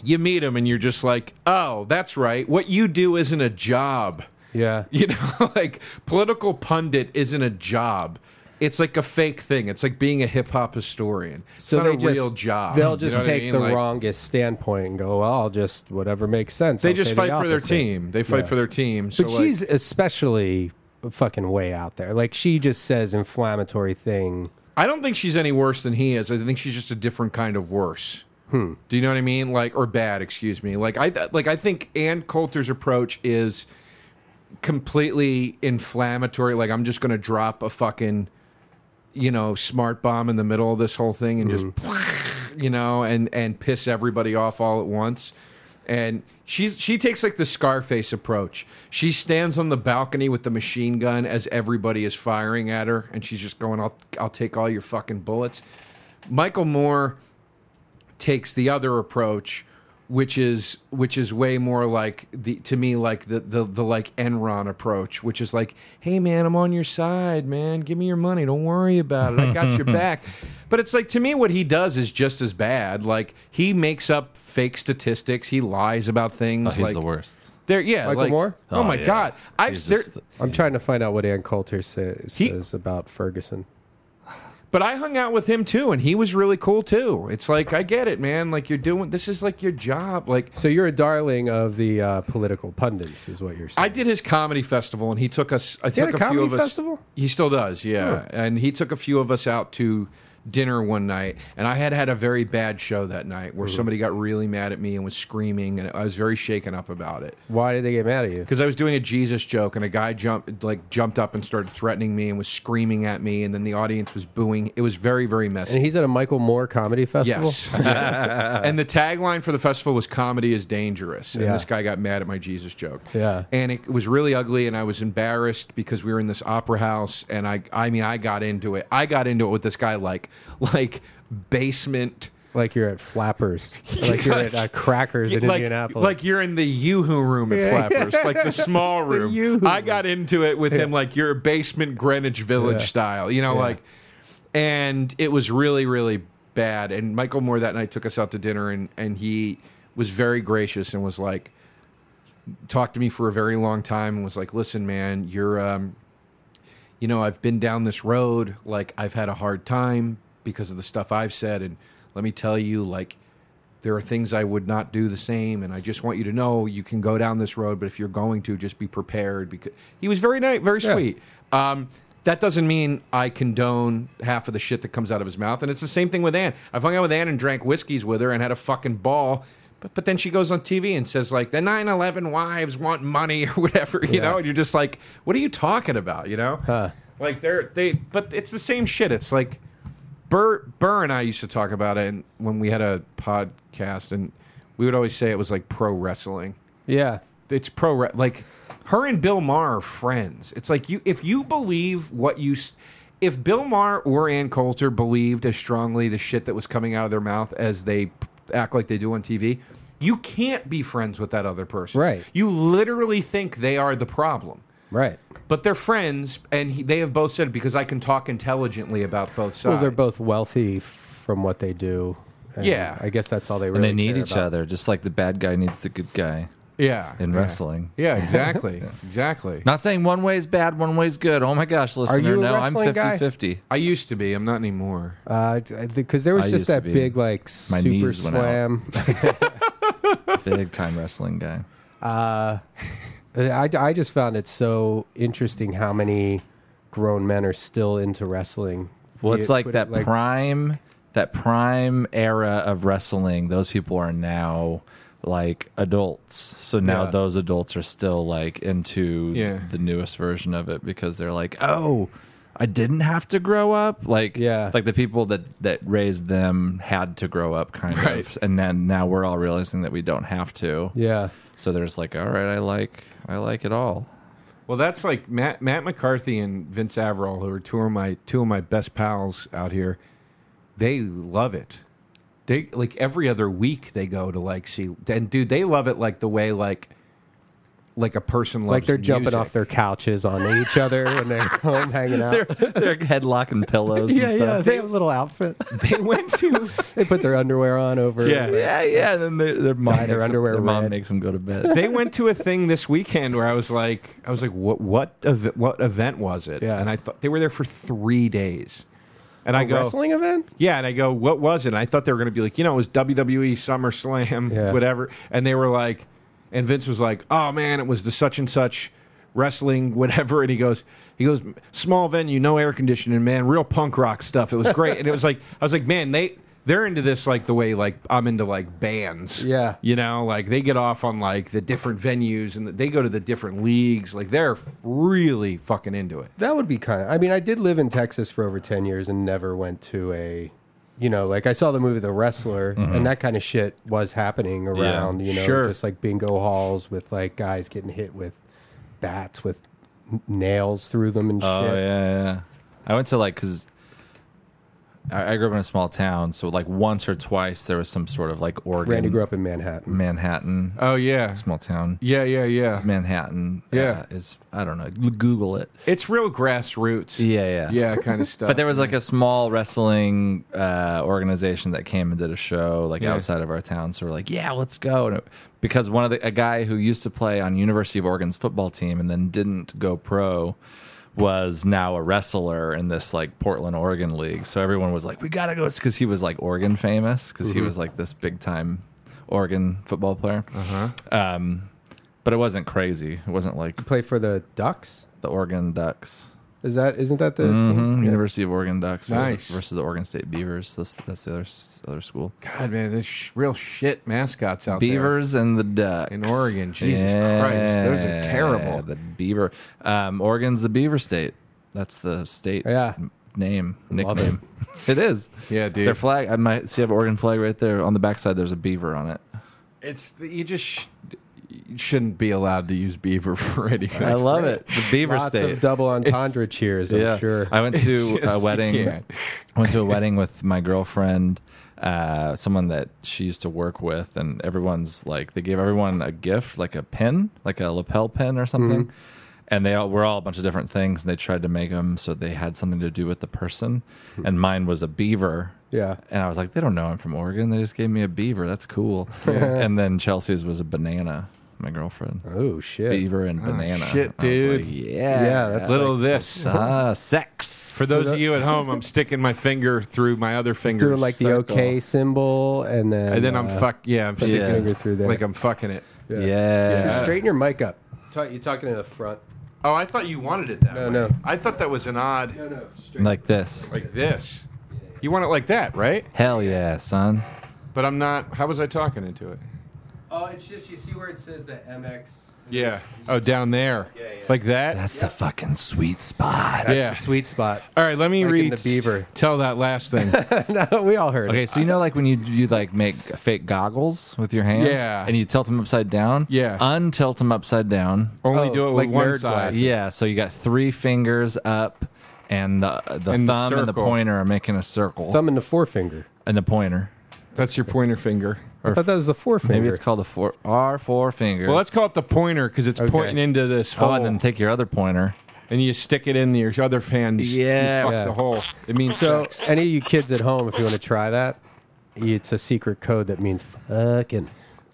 Speaker 3: you meet him, and you're just like, oh, that's right. What you do isn't a job.
Speaker 2: Yeah.
Speaker 3: You know, like political pundit isn't a job. It's like a fake thing. It's like being a hip hop historian. It's
Speaker 2: So
Speaker 3: not
Speaker 2: they
Speaker 3: a
Speaker 2: just,
Speaker 3: real job.
Speaker 2: They'll
Speaker 3: You
Speaker 2: just
Speaker 3: know what I
Speaker 2: take
Speaker 3: mean?
Speaker 2: the
Speaker 3: Like-
Speaker 2: wrongest standpoint and go, "Well, I'll just whatever makes sense."
Speaker 3: They
Speaker 2: I'll
Speaker 3: just
Speaker 2: say the
Speaker 3: fight for their
Speaker 2: opposite."
Speaker 3: team. They fight
Speaker 2: Yeah.
Speaker 3: for their team. So
Speaker 2: But
Speaker 3: like,
Speaker 2: she's especially fucking way out there. Like she just says inflammatory thing.
Speaker 3: I don't think she's any worse than he is. I think she's just a different kind of worse.
Speaker 2: Hmm.
Speaker 3: Do you know what I mean? Like or bad, excuse me. Like I th- like I think Ann Coulter's approach is completely inflammatory. Like I'm just going to drop a fucking you know smart bomb in the middle of this whole thing and
Speaker 2: Mm-hmm.
Speaker 3: just you know and and piss everybody off all at once. And she's she takes like the Scarface approach. She stands on the balcony with the machine gun as everybody is firing at her, and she's just going, "I'll I'll take all your fucking bullets." Michael Moore takes the other approach, which is which is way more like the to me like the the, the like Enron approach, which is like, hey man, I'm on your side, man. Give me your money. Don't worry about it. I got your back. But it's like to me, what he does is just as bad. Like he makes up fake statistics. He lies about things.
Speaker 1: Oh, he's
Speaker 3: like,
Speaker 1: the worst.
Speaker 3: There, yeah,
Speaker 2: Michael
Speaker 3: like-
Speaker 2: Moore?
Speaker 3: Oh, my
Speaker 1: yeah.
Speaker 3: god, I've
Speaker 1: He's
Speaker 3: there,
Speaker 1: just the-
Speaker 2: I'm trying to find out what Ann Coulter say,
Speaker 3: He-
Speaker 2: says about Ferguson.
Speaker 3: But I hung out with him too, and he was really cool too. It's like I get it, man. Like you're doing this is like your job. Like
Speaker 2: So you're a darling of the uh, political pundits, is what you're saying.
Speaker 3: I did his comedy festival, and he took us. I
Speaker 2: had
Speaker 3: took
Speaker 2: a
Speaker 3: a, few
Speaker 2: comedy
Speaker 3: of us.
Speaker 2: festival?
Speaker 3: He still does,
Speaker 2: Huh.
Speaker 3: yeah. And he took a few of us out to dinner one night, and I had had a very bad show that night
Speaker 2: Mm-hmm.
Speaker 3: where somebody got really mad at me and was screaming, and I was very shaken up about it
Speaker 2: Why did they get mad at you?
Speaker 3: because I was doing a Jesus joke, and a guy jumped like jumped up and started threatening me and was screaming at me, and then the audience was booing. It was very very messy.
Speaker 2: And he's at a Michael Moore comedy festival.
Speaker 3: Yes. Yeah. and the tagline for the festival was comedy is dangerous. And
Speaker 2: Yeah.
Speaker 3: this guy got mad at my Jesus joke.
Speaker 2: Yeah.
Speaker 3: And it was really ugly and I was embarrassed because we were in this opera house and I I mean I got into it. I got into it with this guy like like basement
Speaker 2: Like you're at Flappers, like you're at uh, Crackers in
Speaker 3: like,
Speaker 2: Indianapolis.
Speaker 3: like you're in the Yoo-Hoo room at Flappers, like the small room.
Speaker 2: Yoo-Hoo
Speaker 3: I got into it with him like your basement Greenwich Village
Speaker 2: Yeah.
Speaker 3: style, you know,
Speaker 2: Yeah.
Speaker 3: like, and it was really, really bad. And Michael Moore that night took us out to dinner, and and he was very gracious and was like, talked to me for a very long time and was like, "Listen, man, you're, um, you know, I've been down this road. Like, I've had a hard time because of the stuff I've said, and let me tell you, like." there are things I would not do the same, and I just want you to know you can go down this road, but if you're going to, just be prepared. Because he was very nice, very
Speaker 2: Yeah.
Speaker 3: sweet. Um, that doesn't mean I condone half of the shit that comes out of his mouth, and it's the same thing with Ann. I've hung out with Ann and drank whiskeys with her and had a fucking ball. But, but then she goes on TV and says like the 9/11 wives want money or whatever you know and you're just like what are you talking about you know like they're they but it's the same shit it's like Burr, Burr and I used to talk about it and when we had a podcast, and we would always say it was like pro wrestling.
Speaker 2: Yeah.
Speaker 3: it's pro re- like her and Bill Maher are friends. It's like you if you believe what you s- if Bill Maher or Ann Coulter believed as strongly the shit that was coming out of their mouth as they p- act like they do on TV, you can't be friends with that other person.
Speaker 2: Right.
Speaker 3: You literally think they are the problem.
Speaker 2: Right.
Speaker 3: But they're friends, and he, they have both said because I can talk intelligently about both sides.
Speaker 2: Well, they're both wealthy from what they do. and
Speaker 3: Yeah.
Speaker 2: I guess that's all they
Speaker 1: And
Speaker 2: really
Speaker 1: they need
Speaker 2: care
Speaker 1: each
Speaker 2: about.
Speaker 1: other, just like the bad guy needs the good guy
Speaker 3: yeah
Speaker 1: in
Speaker 3: yeah.
Speaker 1: wrestling.
Speaker 3: Yeah, exactly, exactly.
Speaker 1: Not saying one way is bad, one way is good. Oh my gosh, listener,
Speaker 2: you a
Speaker 1: no, I'm
Speaker 2: wrestling
Speaker 1: 50
Speaker 2: guy?
Speaker 1: 50.
Speaker 3: I used to be. I'm not anymore.
Speaker 2: Uh, because there was
Speaker 1: I used
Speaker 2: just
Speaker 1: to
Speaker 2: that
Speaker 1: be.
Speaker 2: big like
Speaker 1: My
Speaker 2: super
Speaker 1: knees went out.
Speaker 2: slam.
Speaker 1: Big time wrestling guy.
Speaker 2: I, I just found it so interesting how many grown men are still into wrestling.
Speaker 1: Well, it's
Speaker 2: Be it-
Speaker 1: like
Speaker 2: put it
Speaker 1: that prime that prime era of wrestling. Those people are now like adults. So now
Speaker 2: Yeah.
Speaker 1: those adults are still like into
Speaker 3: Yeah.
Speaker 1: the newest version of it because they're like, "Oh, I didn't have to grow up." Like
Speaker 2: Yeah.
Speaker 1: like the people that that raised them had to grow up kind
Speaker 3: Right.
Speaker 1: of. And then now we're all realizing that we don't have to.
Speaker 2: yeah,
Speaker 1: So there's like, "All right, I like I like it all."
Speaker 3: Well, that's like Matt Matt McCarthy and Vince Averill, who are two of my two of my best pals out here. They love it. They like every other week they go to like see and dude they love it like the way like like a person loves
Speaker 2: like they're jumping
Speaker 3: music.
Speaker 2: off their couches on each other and they're home hanging out.
Speaker 1: They're headlocking pillows and
Speaker 2: yeah,
Speaker 1: stuff.
Speaker 2: yeah, they have little outfits.
Speaker 3: They went to
Speaker 2: they put their underwear on over.
Speaker 3: Yeah.
Speaker 1: Yeah, yeah. And then their, their mom,
Speaker 2: their
Speaker 1: makes
Speaker 2: underwear
Speaker 1: them, their mom
Speaker 2: red.
Speaker 1: makes them go to bed.
Speaker 3: they went to a thing this weekend where I was like I was like what what ev- what event was it
Speaker 2: Yeah. Oh,
Speaker 3: and I thought they were there for three days and I go
Speaker 2: wrestling event.
Speaker 3: Yeah, and I go, what was it? And I thought they were going to be like, you know, it was WWE SummerSlam,
Speaker 2: Yeah.
Speaker 3: whatever. And they were like, and Vince was like, oh man, it was the such and such wrestling, whatever. And he goes, he goes, small venue, no air conditioning, man, real punk rock stuff. It was great. and it was like, I was like, man, they they're into this like the way like I'm into like bands.
Speaker 2: Yeah.
Speaker 3: you know, like they get off on like the different venues and they go to the different leagues. Like they're really fucking into it.
Speaker 2: That would be kind of. I mean, I did live in Texas for over ten years and never went to a. You know, like I saw the movie The Wrestler, and that kind of shit was happening around. you know,
Speaker 3: sure.
Speaker 2: just like bingo halls with like guys getting hit with bats with n- nails through them and shit.
Speaker 1: Oh yeah, yeah. I went to like because I, I grew up in a small town, so like once or twice there was some sort of like Oregon,
Speaker 2: Randy grew up in Manhattan.
Speaker 1: Manhattan,
Speaker 3: Oh yeah,
Speaker 1: small town,
Speaker 3: yeah, yeah, yeah.
Speaker 1: Manhattan.
Speaker 3: Yeah.
Speaker 1: uh, is I don't know. Google it.
Speaker 3: It's real grassroots.
Speaker 1: Yeah, yeah,
Speaker 3: yeah, kind of stuff.
Speaker 1: But there was like a small wrestling uh, organization that came and did a show like
Speaker 3: Yeah.
Speaker 1: outside of our town. So we're like, yeah, let's go. And it, because one of the a guy who used to play on University of Oregon's football team and then didn't go pro was now a wrestler in this like Portland, Oregon league. So everyone was like, we gotta go because he was like Oregon famous because he was like this big time Oregon football player. Uh-huh. Um, but it wasn't crazy. It wasn't like
Speaker 2: Play for the Ducks.
Speaker 1: the Oregon Ducks.
Speaker 2: Is that isn't that the
Speaker 1: Mhm,
Speaker 2: team? Yeah.
Speaker 1: University of Oregon Ducks versus,
Speaker 3: Nice.
Speaker 1: versus the Oregon State Beavers. That's, that's the other s- other school.
Speaker 3: God, man, there's sh- real shit mascots out
Speaker 1: Beavers and the Ducks
Speaker 3: In Oregon. Jesus Christ, those are terrible.
Speaker 1: The Beaver, um, Oregon's the Beaver State. That's the state.
Speaker 2: Yeah.
Speaker 1: n- Name
Speaker 2: Love
Speaker 1: nickname. it is.
Speaker 3: Yeah, dude.
Speaker 1: Their flag. I might see I have an Oregon flag right there on the backside. There's a beaver on it.
Speaker 3: there. It's the, you just sh- you shouldn't be allowed to use beaver for anything.
Speaker 1: I love it. The Beaver
Speaker 2: Lots
Speaker 1: State.
Speaker 2: of double entendre cheers. I'm sure.
Speaker 1: I went to
Speaker 3: It's just-
Speaker 1: a
Speaker 3: you
Speaker 1: wedding.
Speaker 3: can't.
Speaker 1: I went to a wedding with my girlfriend, uh, someone that she used to work with, and everyone's like they gave everyone a gift, like a pin, like a lapel pin or something.
Speaker 3: Mm-hmm.
Speaker 1: And they all were all a bunch of different things, and they tried to make them so they had something to do with the person.
Speaker 3: Hmm.
Speaker 1: And mine was a beaver.
Speaker 2: Yeah.
Speaker 1: And I was like, they don't know I'm from Oregon. They just gave me a beaver. That's cool. And then Chelsea's was a banana. My girlfriend,
Speaker 2: oh shit.
Speaker 1: beaver and banana.
Speaker 3: shit,
Speaker 1: I was
Speaker 3: dude.
Speaker 1: like, yeah,
Speaker 2: Yeah, that's
Speaker 3: Little this.
Speaker 1: Ah, sex.
Speaker 3: for those of you at home, I'm sticking my finger through my other finger,
Speaker 2: doing like the
Speaker 3: circle.
Speaker 2: OK symbol, and then
Speaker 3: and then I'm
Speaker 2: uh,
Speaker 3: fuck. Yeah, I'm sticking
Speaker 1: Yeah.
Speaker 2: finger through there.
Speaker 3: like I'm fucking it.
Speaker 1: Yeah.
Speaker 3: Yeah.
Speaker 2: Straighten your mic up. you're talking in the front.
Speaker 3: Oh, I thought you wanted it that
Speaker 2: No,
Speaker 3: way.
Speaker 2: no.
Speaker 3: I thought that was an odd
Speaker 2: no. Straight.
Speaker 1: Like this.
Speaker 3: like this. You want it like that, right?
Speaker 1: Hell yeah, son.
Speaker 3: But I'm not. How was I talking into it?
Speaker 2: Oh, it's just you see where it says the MX
Speaker 3: Yeah. Oh, down there. Like that.
Speaker 1: That's the fucking sweet spot.
Speaker 3: yeah.
Speaker 2: Sweet spot.
Speaker 3: All right. Let me
Speaker 2: Like in
Speaker 3: read.
Speaker 2: the beaver.
Speaker 3: Tell that last thing.
Speaker 2: no, we all heard. it.
Speaker 1: Okay, so you know, like when you you like make fake goggles with your hands,
Speaker 3: Yeah.
Speaker 1: and you tilt them upside down,
Speaker 3: Yeah.
Speaker 1: untilt them upside down,
Speaker 3: Only
Speaker 2: Oh,
Speaker 3: do it with
Speaker 2: like
Speaker 3: one
Speaker 2: nerd
Speaker 3: side.
Speaker 2: glasses.
Speaker 1: yeah. So you got three fingers up, and the the
Speaker 3: And the
Speaker 1: thumb and the
Speaker 3: circle.
Speaker 1: pointer are making a circle,
Speaker 2: Thumb and the forefinger.
Speaker 1: and the pointer.
Speaker 3: That's your pointer finger.
Speaker 2: I thought that was the forefinger.
Speaker 1: Maybe it's called the four R four fingers.
Speaker 3: Well, let's call it the pointer because it's pointing into this hole,
Speaker 1: oh, and then take your other pointer.
Speaker 3: and you stick it in your other hand. you s-
Speaker 2: Yeah.
Speaker 3: you fuck
Speaker 2: Yeah.
Speaker 3: the hole. It means
Speaker 2: so,
Speaker 3: sex.
Speaker 2: any of you kids at home, if you want to try that, it's a secret code that means fucking.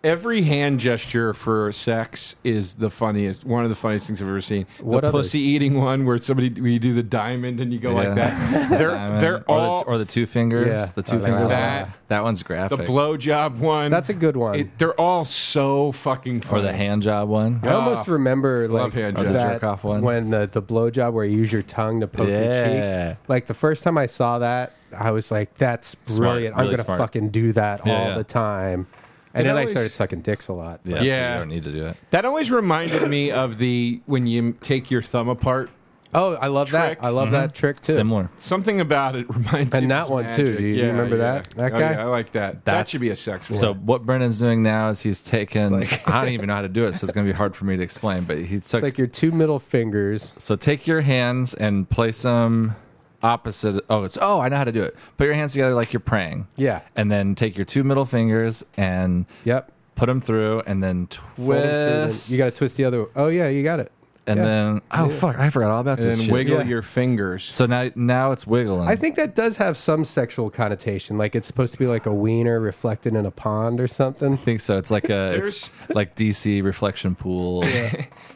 Speaker 3: Every hand gesture for sex is the funniest, one of the funniest things I've ever seen.
Speaker 2: What
Speaker 3: the
Speaker 2: others?
Speaker 3: pussy eating one, where somebody where you do the diamond and you go
Speaker 1: Yeah.
Speaker 3: like that. They're
Speaker 1: Diamond.
Speaker 3: they're
Speaker 1: or,
Speaker 3: all
Speaker 1: the, or the two fingers.
Speaker 2: Yeah.
Speaker 1: The two
Speaker 2: Like
Speaker 1: fingers.
Speaker 3: that.
Speaker 1: one. that one's
Speaker 3: the
Speaker 1: graphic.
Speaker 3: blowjob one.
Speaker 2: That's a good one.
Speaker 3: It, they're all so fucking
Speaker 1: or
Speaker 3: funny.
Speaker 1: the hand job one.
Speaker 2: I almost
Speaker 3: Ah,
Speaker 2: remember like
Speaker 3: love hand
Speaker 1: Or the
Speaker 2: that
Speaker 1: jerk off one.
Speaker 2: when the the blowjob where you use your tongue to poke your
Speaker 1: Yeah.
Speaker 2: cheek. Like the first time I saw that, I was like, "That's brilliant! I'm
Speaker 1: really
Speaker 2: gonna
Speaker 1: smart.
Speaker 2: fucking do that
Speaker 1: Yeah,
Speaker 2: all
Speaker 1: yeah.
Speaker 2: the time." And
Speaker 3: It
Speaker 2: then
Speaker 3: always-
Speaker 2: I started sucking dicks a lot.
Speaker 1: Yeah,
Speaker 3: Yeah.
Speaker 1: So you don't need to do it.
Speaker 3: That always reminded me of the when you take your thumb apart.
Speaker 2: Oh, I love
Speaker 3: Trick.
Speaker 2: that! I love that trick too.
Speaker 1: Mm-hmm. Similar.
Speaker 3: Something about it reminds me.
Speaker 2: And
Speaker 3: of
Speaker 2: that
Speaker 3: his
Speaker 2: one, too.
Speaker 3: magic.
Speaker 2: Do you
Speaker 3: Yeah,
Speaker 2: remember
Speaker 3: yeah.
Speaker 2: that- that
Speaker 3: Oh,
Speaker 2: guy?
Speaker 3: yeah, I like that. that
Speaker 1: That's-
Speaker 3: should be a sex one.
Speaker 1: So what Brennan's doing now is he's taken. I don't even know how to do it, so it's going to be hard for me to explain. But he took.
Speaker 2: It's like your two middle fingers.
Speaker 1: so take your hands and place them opposite. Oh, it's oh, I know how to do it. Put your hands together like you're praying.
Speaker 2: Yeah.
Speaker 1: And then take your two middle fingers and
Speaker 2: Yep.
Speaker 1: put them through, and then
Speaker 2: Fold 'em through, then
Speaker 1: twist.
Speaker 2: You got to twist the other. Oh yeah, you got it.
Speaker 1: and
Speaker 2: yeah.
Speaker 1: then oh fuck, I forgot all about
Speaker 3: and
Speaker 1: this.
Speaker 3: then
Speaker 1: shit.
Speaker 3: wiggle
Speaker 2: Yeah.
Speaker 3: your fingers.
Speaker 1: So now now it's wiggling.
Speaker 2: I think that does have some sexual connotation. Like it's supposed to be like a wiener reflected in a pond or something.
Speaker 1: think so. It's like a it's like DC reflection pool.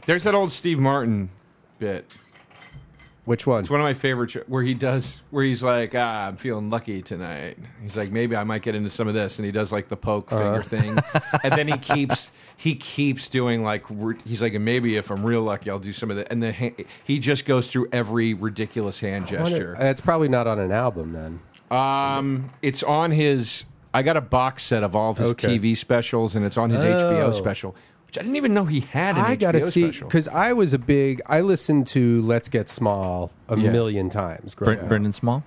Speaker 3: There's that old Steve Martin bit.
Speaker 2: Which one?
Speaker 3: It's one of my favorite tr- where he does where he's like, ah, I'm feeling lucky tonight. He's like, maybe I might get into some of this, and he does like the poke
Speaker 2: Uh-huh.
Speaker 3: finger thing, and then he keeps he keeps doing like re- he's like, maybe if I'm real lucky, I'll do some of that, and then ha- he just goes through every ridiculous hand gesture.
Speaker 2: That's probably not on an album then.
Speaker 3: Um, it's on his. I got a box set of all of his
Speaker 2: Okay.
Speaker 3: TV specials, and it's on his HBO
Speaker 2: Oh.
Speaker 3: special, which I didn't even know he had. An
Speaker 2: I
Speaker 3: HBO
Speaker 2: gotta see
Speaker 3: special.
Speaker 2: because I was a big. I listened to Let's Get Small a
Speaker 3: Yeah.
Speaker 2: million times. Growing
Speaker 1: Bren-
Speaker 2: up.
Speaker 1: Brendan Small.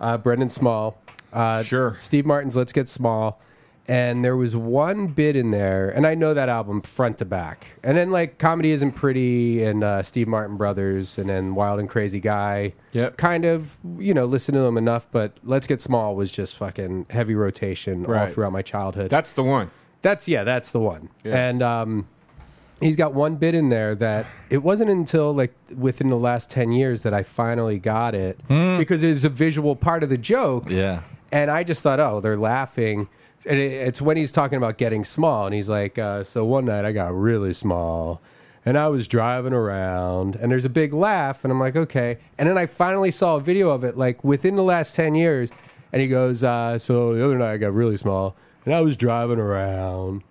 Speaker 2: uh, Brendan Small, uh,
Speaker 3: Sure.
Speaker 2: Steve Martin's Let's Get Small, and there was one bit in there, and I know that album front to back, and then like Comedy Isn't Pretty and uh, Steve Martin Brothers, and then Wild and Crazy Guy.
Speaker 3: Yep.
Speaker 2: kind of you know listen to them enough, but Let's Get Small was just fucking heavy rotation all
Speaker 3: Right.
Speaker 2: throughout my childhood.
Speaker 3: That's the one.
Speaker 2: That's yeah, that's the one.
Speaker 3: Yeah.
Speaker 2: And um, he's got one bit in there that it wasn't until like within the last ten years that I finally got it because it is a visual part of the joke.
Speaker 1: Yeah.
Speaker 2: And I just thought, oh, they're laughing. And it, it's when he's talking about getting small, and he's like, uh, so one night I got really small. And I was driving around, and there's a big laugh, and I'm like, okay. And then I finally saw a video of it, like within the last 10 years. And he goes, uh, so the other night I got really small, and I was driving around.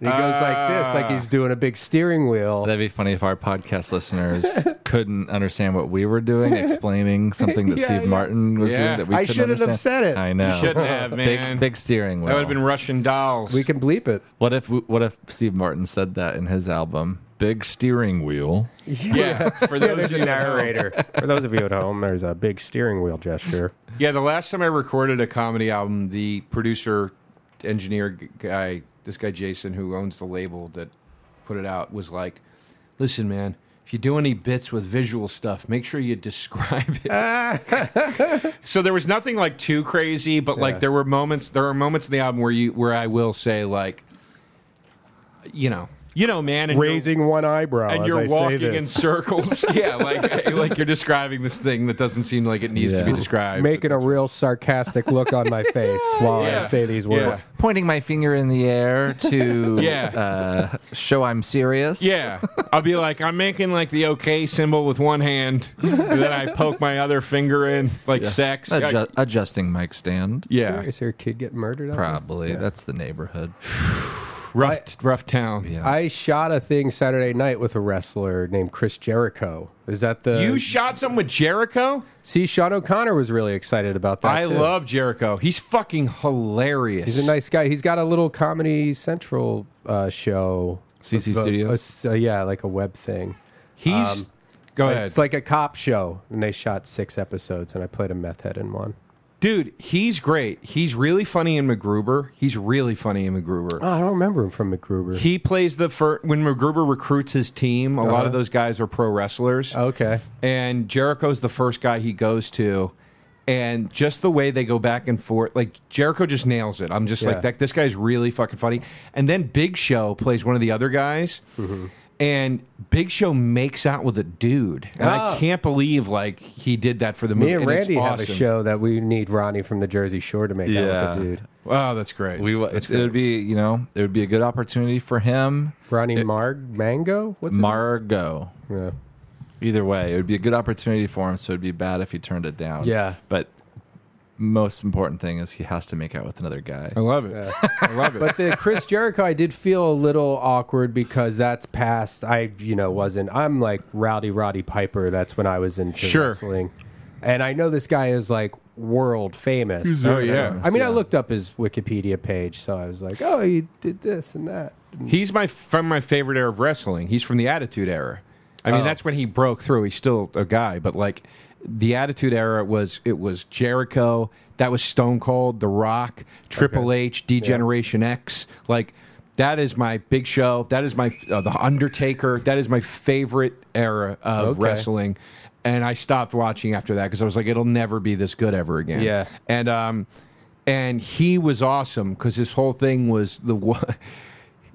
Speaker 2: And he goes like this, like he's doing a big steering wheel.
Speaker 1: That'd be funny if our podcast listeners couldn't understand what we were doing, explaining something that
Speaker 2: Yeah,
Speaker 1: Steve
Speaker 2: yeah.
Speaker 1: Martin was
Speaker 3: Yeah.
Speaker 1: doing that we
Speaker 2: I
Speaker 1: couldn't
Speaker 2: shouldn't have
Speaker 1: understand.
Speaker 2: said it.
Speaker 1: I know.
Speaker 3: Shouldn't have, man.
Speaker 1: Big, big steering wheel.
Speaker 3: that would have been Russian dolls.
Speaker 2: We can bleep it.
Speaker 1: what if what if Steve Martin said that in his album? Big steering wheel.
Speaker 3: yeah, for those
Speaker 2: There's
Speaker 3: of
Speaker 2: a
Speaker 3: you that know.
Speaker 2: narrator. For those of you at home, there's a big steering wheel gesture.
Speaker 3: Yeah, the last time I recorded a comedy album, the producer, engineer g- guy, this guy Jason, who owns the label that put it out, was like, "Listen, man, if you do any bits with visual stuff, make sure you describe it." so there was nothing like too crazy, but like there were moments. There are moments in the album where you where I will say like, you know, you know, man, and you're-
Speaker 2: raising one eyebrow
Speaker 3: and
Speaker 2: as
Speaker 3: you're
Speaker 2: I say
Speaker 3: walking
Speaker 2: this.
Speaker 3: in circles. yeah, like like you're describing this thing that doesn't seem like it needs to be
Speaker 1: Yeah.
Speaker 3: described.
Speaker 2: making a real sarcastic look on my face while
Speaker 3: Yeah.
Speaker 2: I say these
Speaker 3: Yeah.
Speaker 2: words.
Speaker 1: Pointing my finger in the air to
Speaker 3: Yeah.
Speaker 1: uh, show I'm serious.
Speaker 3: Yeah, I'll be like, I'm making like the okay symbol with one hand, and then I poke my other finger in, like sex.
Speaker 1: Adju- adjusting mic stand.
Speaker 3: yeah,
Speaker 2: Is there a kid getting murdered? out there?
Speaker 1: Probably. That's the neighborhood.
Speaker 3: rough, rough town. Yeah.
Speaker 2: I shot a thing Saturday night with a wrestler named Chris Jericho. Is that the
Speaker 3: You shot some with Jericho.
Speaker 2: see? Sean O'Connor was really excited about that.
Speaker 3: I
Speaker 2: too.
Speaker 3: love Jericho. He's fucking hilarious.
Speaker 2: He's a nice guy. He's got a little Comedy Central uh, show
Speaker 1: CC
Speaker 2: a-
Speaker 1: Studios.
Speaker 2: a- a- yeah, like a web thing.
Speaker 4: He's go ahead.
Speaker 2: It's um, like a cop show, and they shot six episodes, and I played a meth head in one.
Speaker 3: Dude, he's great. He's really funny in MacGruber. He's really funny in MacGruber.
Speaker 2: Oh, I don't remember him from MacGruber.
Speaker 3: He plays the fir- when MacGruber recruits his team. A
Speaker 2: Uh-huh.
Speaker 3: lot of those guys are pro wrestlers.
Speaker 2: okay,
Speaker 3: and Jericho's the first guy he goes to, and just the way they go back and forth, like Jericho just nails it. I'm just
Speaker 2: Yeah.
Speaker 3: like that. This guy's really fucking funny. And then Big Show plays one of the other guys,
Speaker 2: Mm-hmm.
Speaker 3: and Big Show makes out with a dude, and I can't believe like he did that for the movie.
Speaker 2: Oh. me and
Speaker 3: and it's
Speaker 2: Randy have a
Speaker 3: awesome.
Speaker 2: show that we need Ronnie from the Jersey Shore to make out
Speaker 1: Yeah.
Speaker 2: with a dude.
Speaker 4: oh, that's great.
Speaker 1: We wa- it's, it would be you know it would be a good opportunity for him.
Speaker 2: Ronnie Marg Mango. What's
Speaker 1: Margot.
Speaker 2: his name?
Speaker 1: Either way, it would be a good opportunity for him. So it'd be bad if he turned it down.
Speaker 2: Yeah.
Speaker 1: but most important thing is he has to make out with another guy.
Speaker 3: I love it. I love it.
Speaker 2: But the Chris Jericho, I did feel a little awkward because that's past. I you know wasn't. I'm like Rowdy Roddy Piper. That's when I was into
Speaker 3: Sure.
Speaker 2: wrestling, and I know this guy is like world famous.
Speaker 3: oh yeah,
Speaker 2: I mean, I looked up his Wikipedia page, so I was like, oh, he did this and that.
Speaker 3: He's my from my favorite era of wrestling. He's from the Attitude Era. I
Speaker 2: Oh.
Speaker 3: mean, that's when he broke through. He's still a guy, but like the Attitude Era was it was Jericho, that was Stone Cold, The Rock, Triple H, D Generation X. Like that is my Big Show. That is my uh, the Undertaker. That is my favorite era of
Speaker 2: Okay.
Speaker 3: wrestling. And I stopped watching after that because I was like, it'll never be this good ever again
Speaker 2: Yeah.
Speaker 3: and um, and he was awesome because his whole thing was the wa-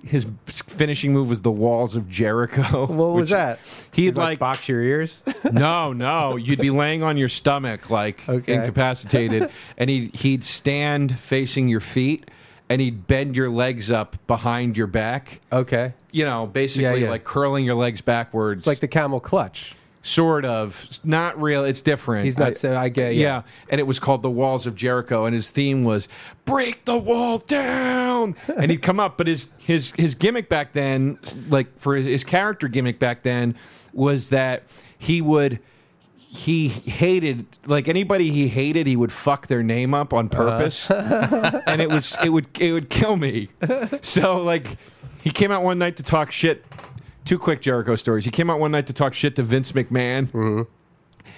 Speaker 3: his finishing move was the walls of Jericho.
Speaker 2: What was
Speaker 3: which
Speaker 2: that?
Speaker 3: He'd like,
Speaker 2: box your ears.
Speaker 3: no, no, you'd be laying on your stomach like
Speaker 2: Okay.
Speaker 3: incapacitated, and he'd he'd stand facing your feet, and he'd bend your legs up behind your back.
Speaker 2: okay,
Speaker 3: You know, basically
Speaker 2: Yeah, yeah.
Speaker 3: like curling your legs backwards,
Speaker 2: it's like the camel clutch.
Speaker 3: sort of not real. It's different.
Speaker 2: He's not saying I get.
Speaker 3: Yeah. and it was called the Walls of Jericho, and his theme was "Break the wall down." And he'd come up, but his his his gimmick back then, like for his, his character gimmick back then, was that he would he hated like anybody he hated, he would fuck their name up on purpose,
Speaker 2: Uh-huh.
Speaker 3: and it was it would it would kill me. So like, he came out one night to talk shit. Two quick Jericho stories. He came out one night to talk shit to Vince McMahon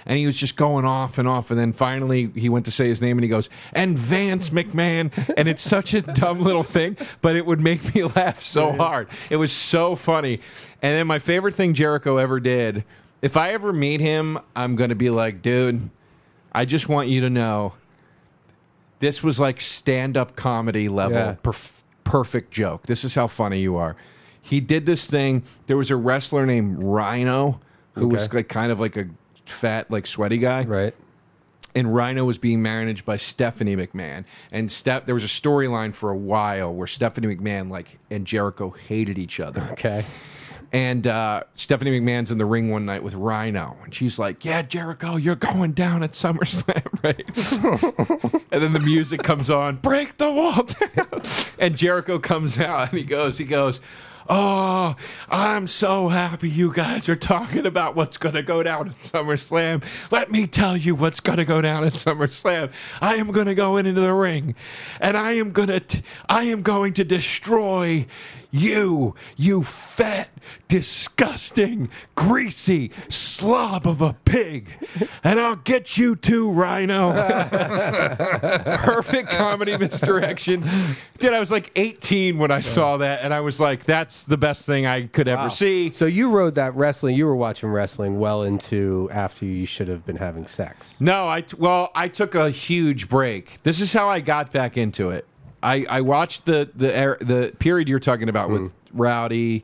Speaker 3: and he was just going off and off and then finally he went to say his name and he goes and vance mcmahon and it's such a dumb little thing but it would make me laugh so hard it was so funny and then my favorite thing jericho ever did if i ever meet him i'm gonna be like dude i just want you to know this was like stand-up comedy level
Speaker 2: Yeah.
Speaker 3: perf- perfect joke this is how funny you are he did this thing there was a wrestler named rhino who was
Speaker 2: Okay.
Speaker 3: like kind of like a fat like sweaty guy
Speaker 2: Right.
Speaker 3: and Rhino was being managed by Stephanie McMahon. And Steph, there was a storyline for a while where Stephanie McMahon like and Jericho hated each other.
Speaker 2: Okay.
Speaker 3: And uh, Stephanie McMahon's in the ring one night with Rhino, and she's like, "Yeah, Jericho, you're going down at SummerSlam, right?" and then the music comes on, "Break the wall down," and Jericho comes out, and he goes, "He goes." Oh, I'm so happy you guys are talking about what's going to go down at SummerSlam. Let me tell you what's going to go down at SummerSlam. I am going to go into the ring and I am going to t- I am going to destroy you, you fat, disgusting, greasy slob of a pig. And I'll get you too, Rhino. Perfect comedy misdirection. Dude, I was like 18 when I saw that, and I was like, that's the best thing I could ever see.
Speaker 2: So you rode that wrestling. You were watching wrestling well into after you should have been having sex.
Speaker 3: No, I t- well, I took a huge break. This is how I got back into it. I, I watched the the er- the period you're talking about with
Speaker 1: Mm-hmm.
Speaker 3: Rowdy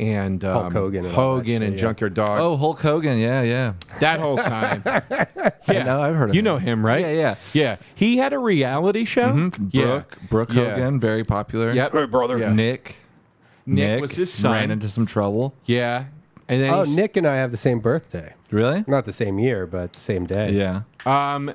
Speaker 3: and um,
Speaker 2: Hulk Hogan and all that
Speaker 3: Hogan
Speaker 2: shit,
Speaker 3: and
Speaker 2: yeah.
Speaker 3: Junkyard Dog.
Speaker 1: Oh, Hulk Hogan. Yeah, yeah.
Speaker 3: that whole time. yeah,
Speaker 1: know, I've heard of
Speaker 3: You
Speaker 1: him.
Speaker 3: know him, right?
Speaker 1: Yeah, yeah.
Speaker 3: yeah. He had a reality show. Yeah.
Speaker 1: Brooke, Brooke
Speaker 3: Yeah.
Speaker 1: Hogan, very popular.
Speaker 3: Yep. Hey, brother. Yeah.
Speaker 1: Nick.
Speaker 3: Nick was his son.
Speaker 1: Ran into some trouble.
Speaker 3: Yeah, and then
Speaker 2: Oh,
Speaker 3: he's-
Speaker 2: Nick and I have the same birthday.
Speaker 1: Really?
Speaker 2: Not the same year, but the same day.
Speaker 1: Yeah.
Speaker 3: Um,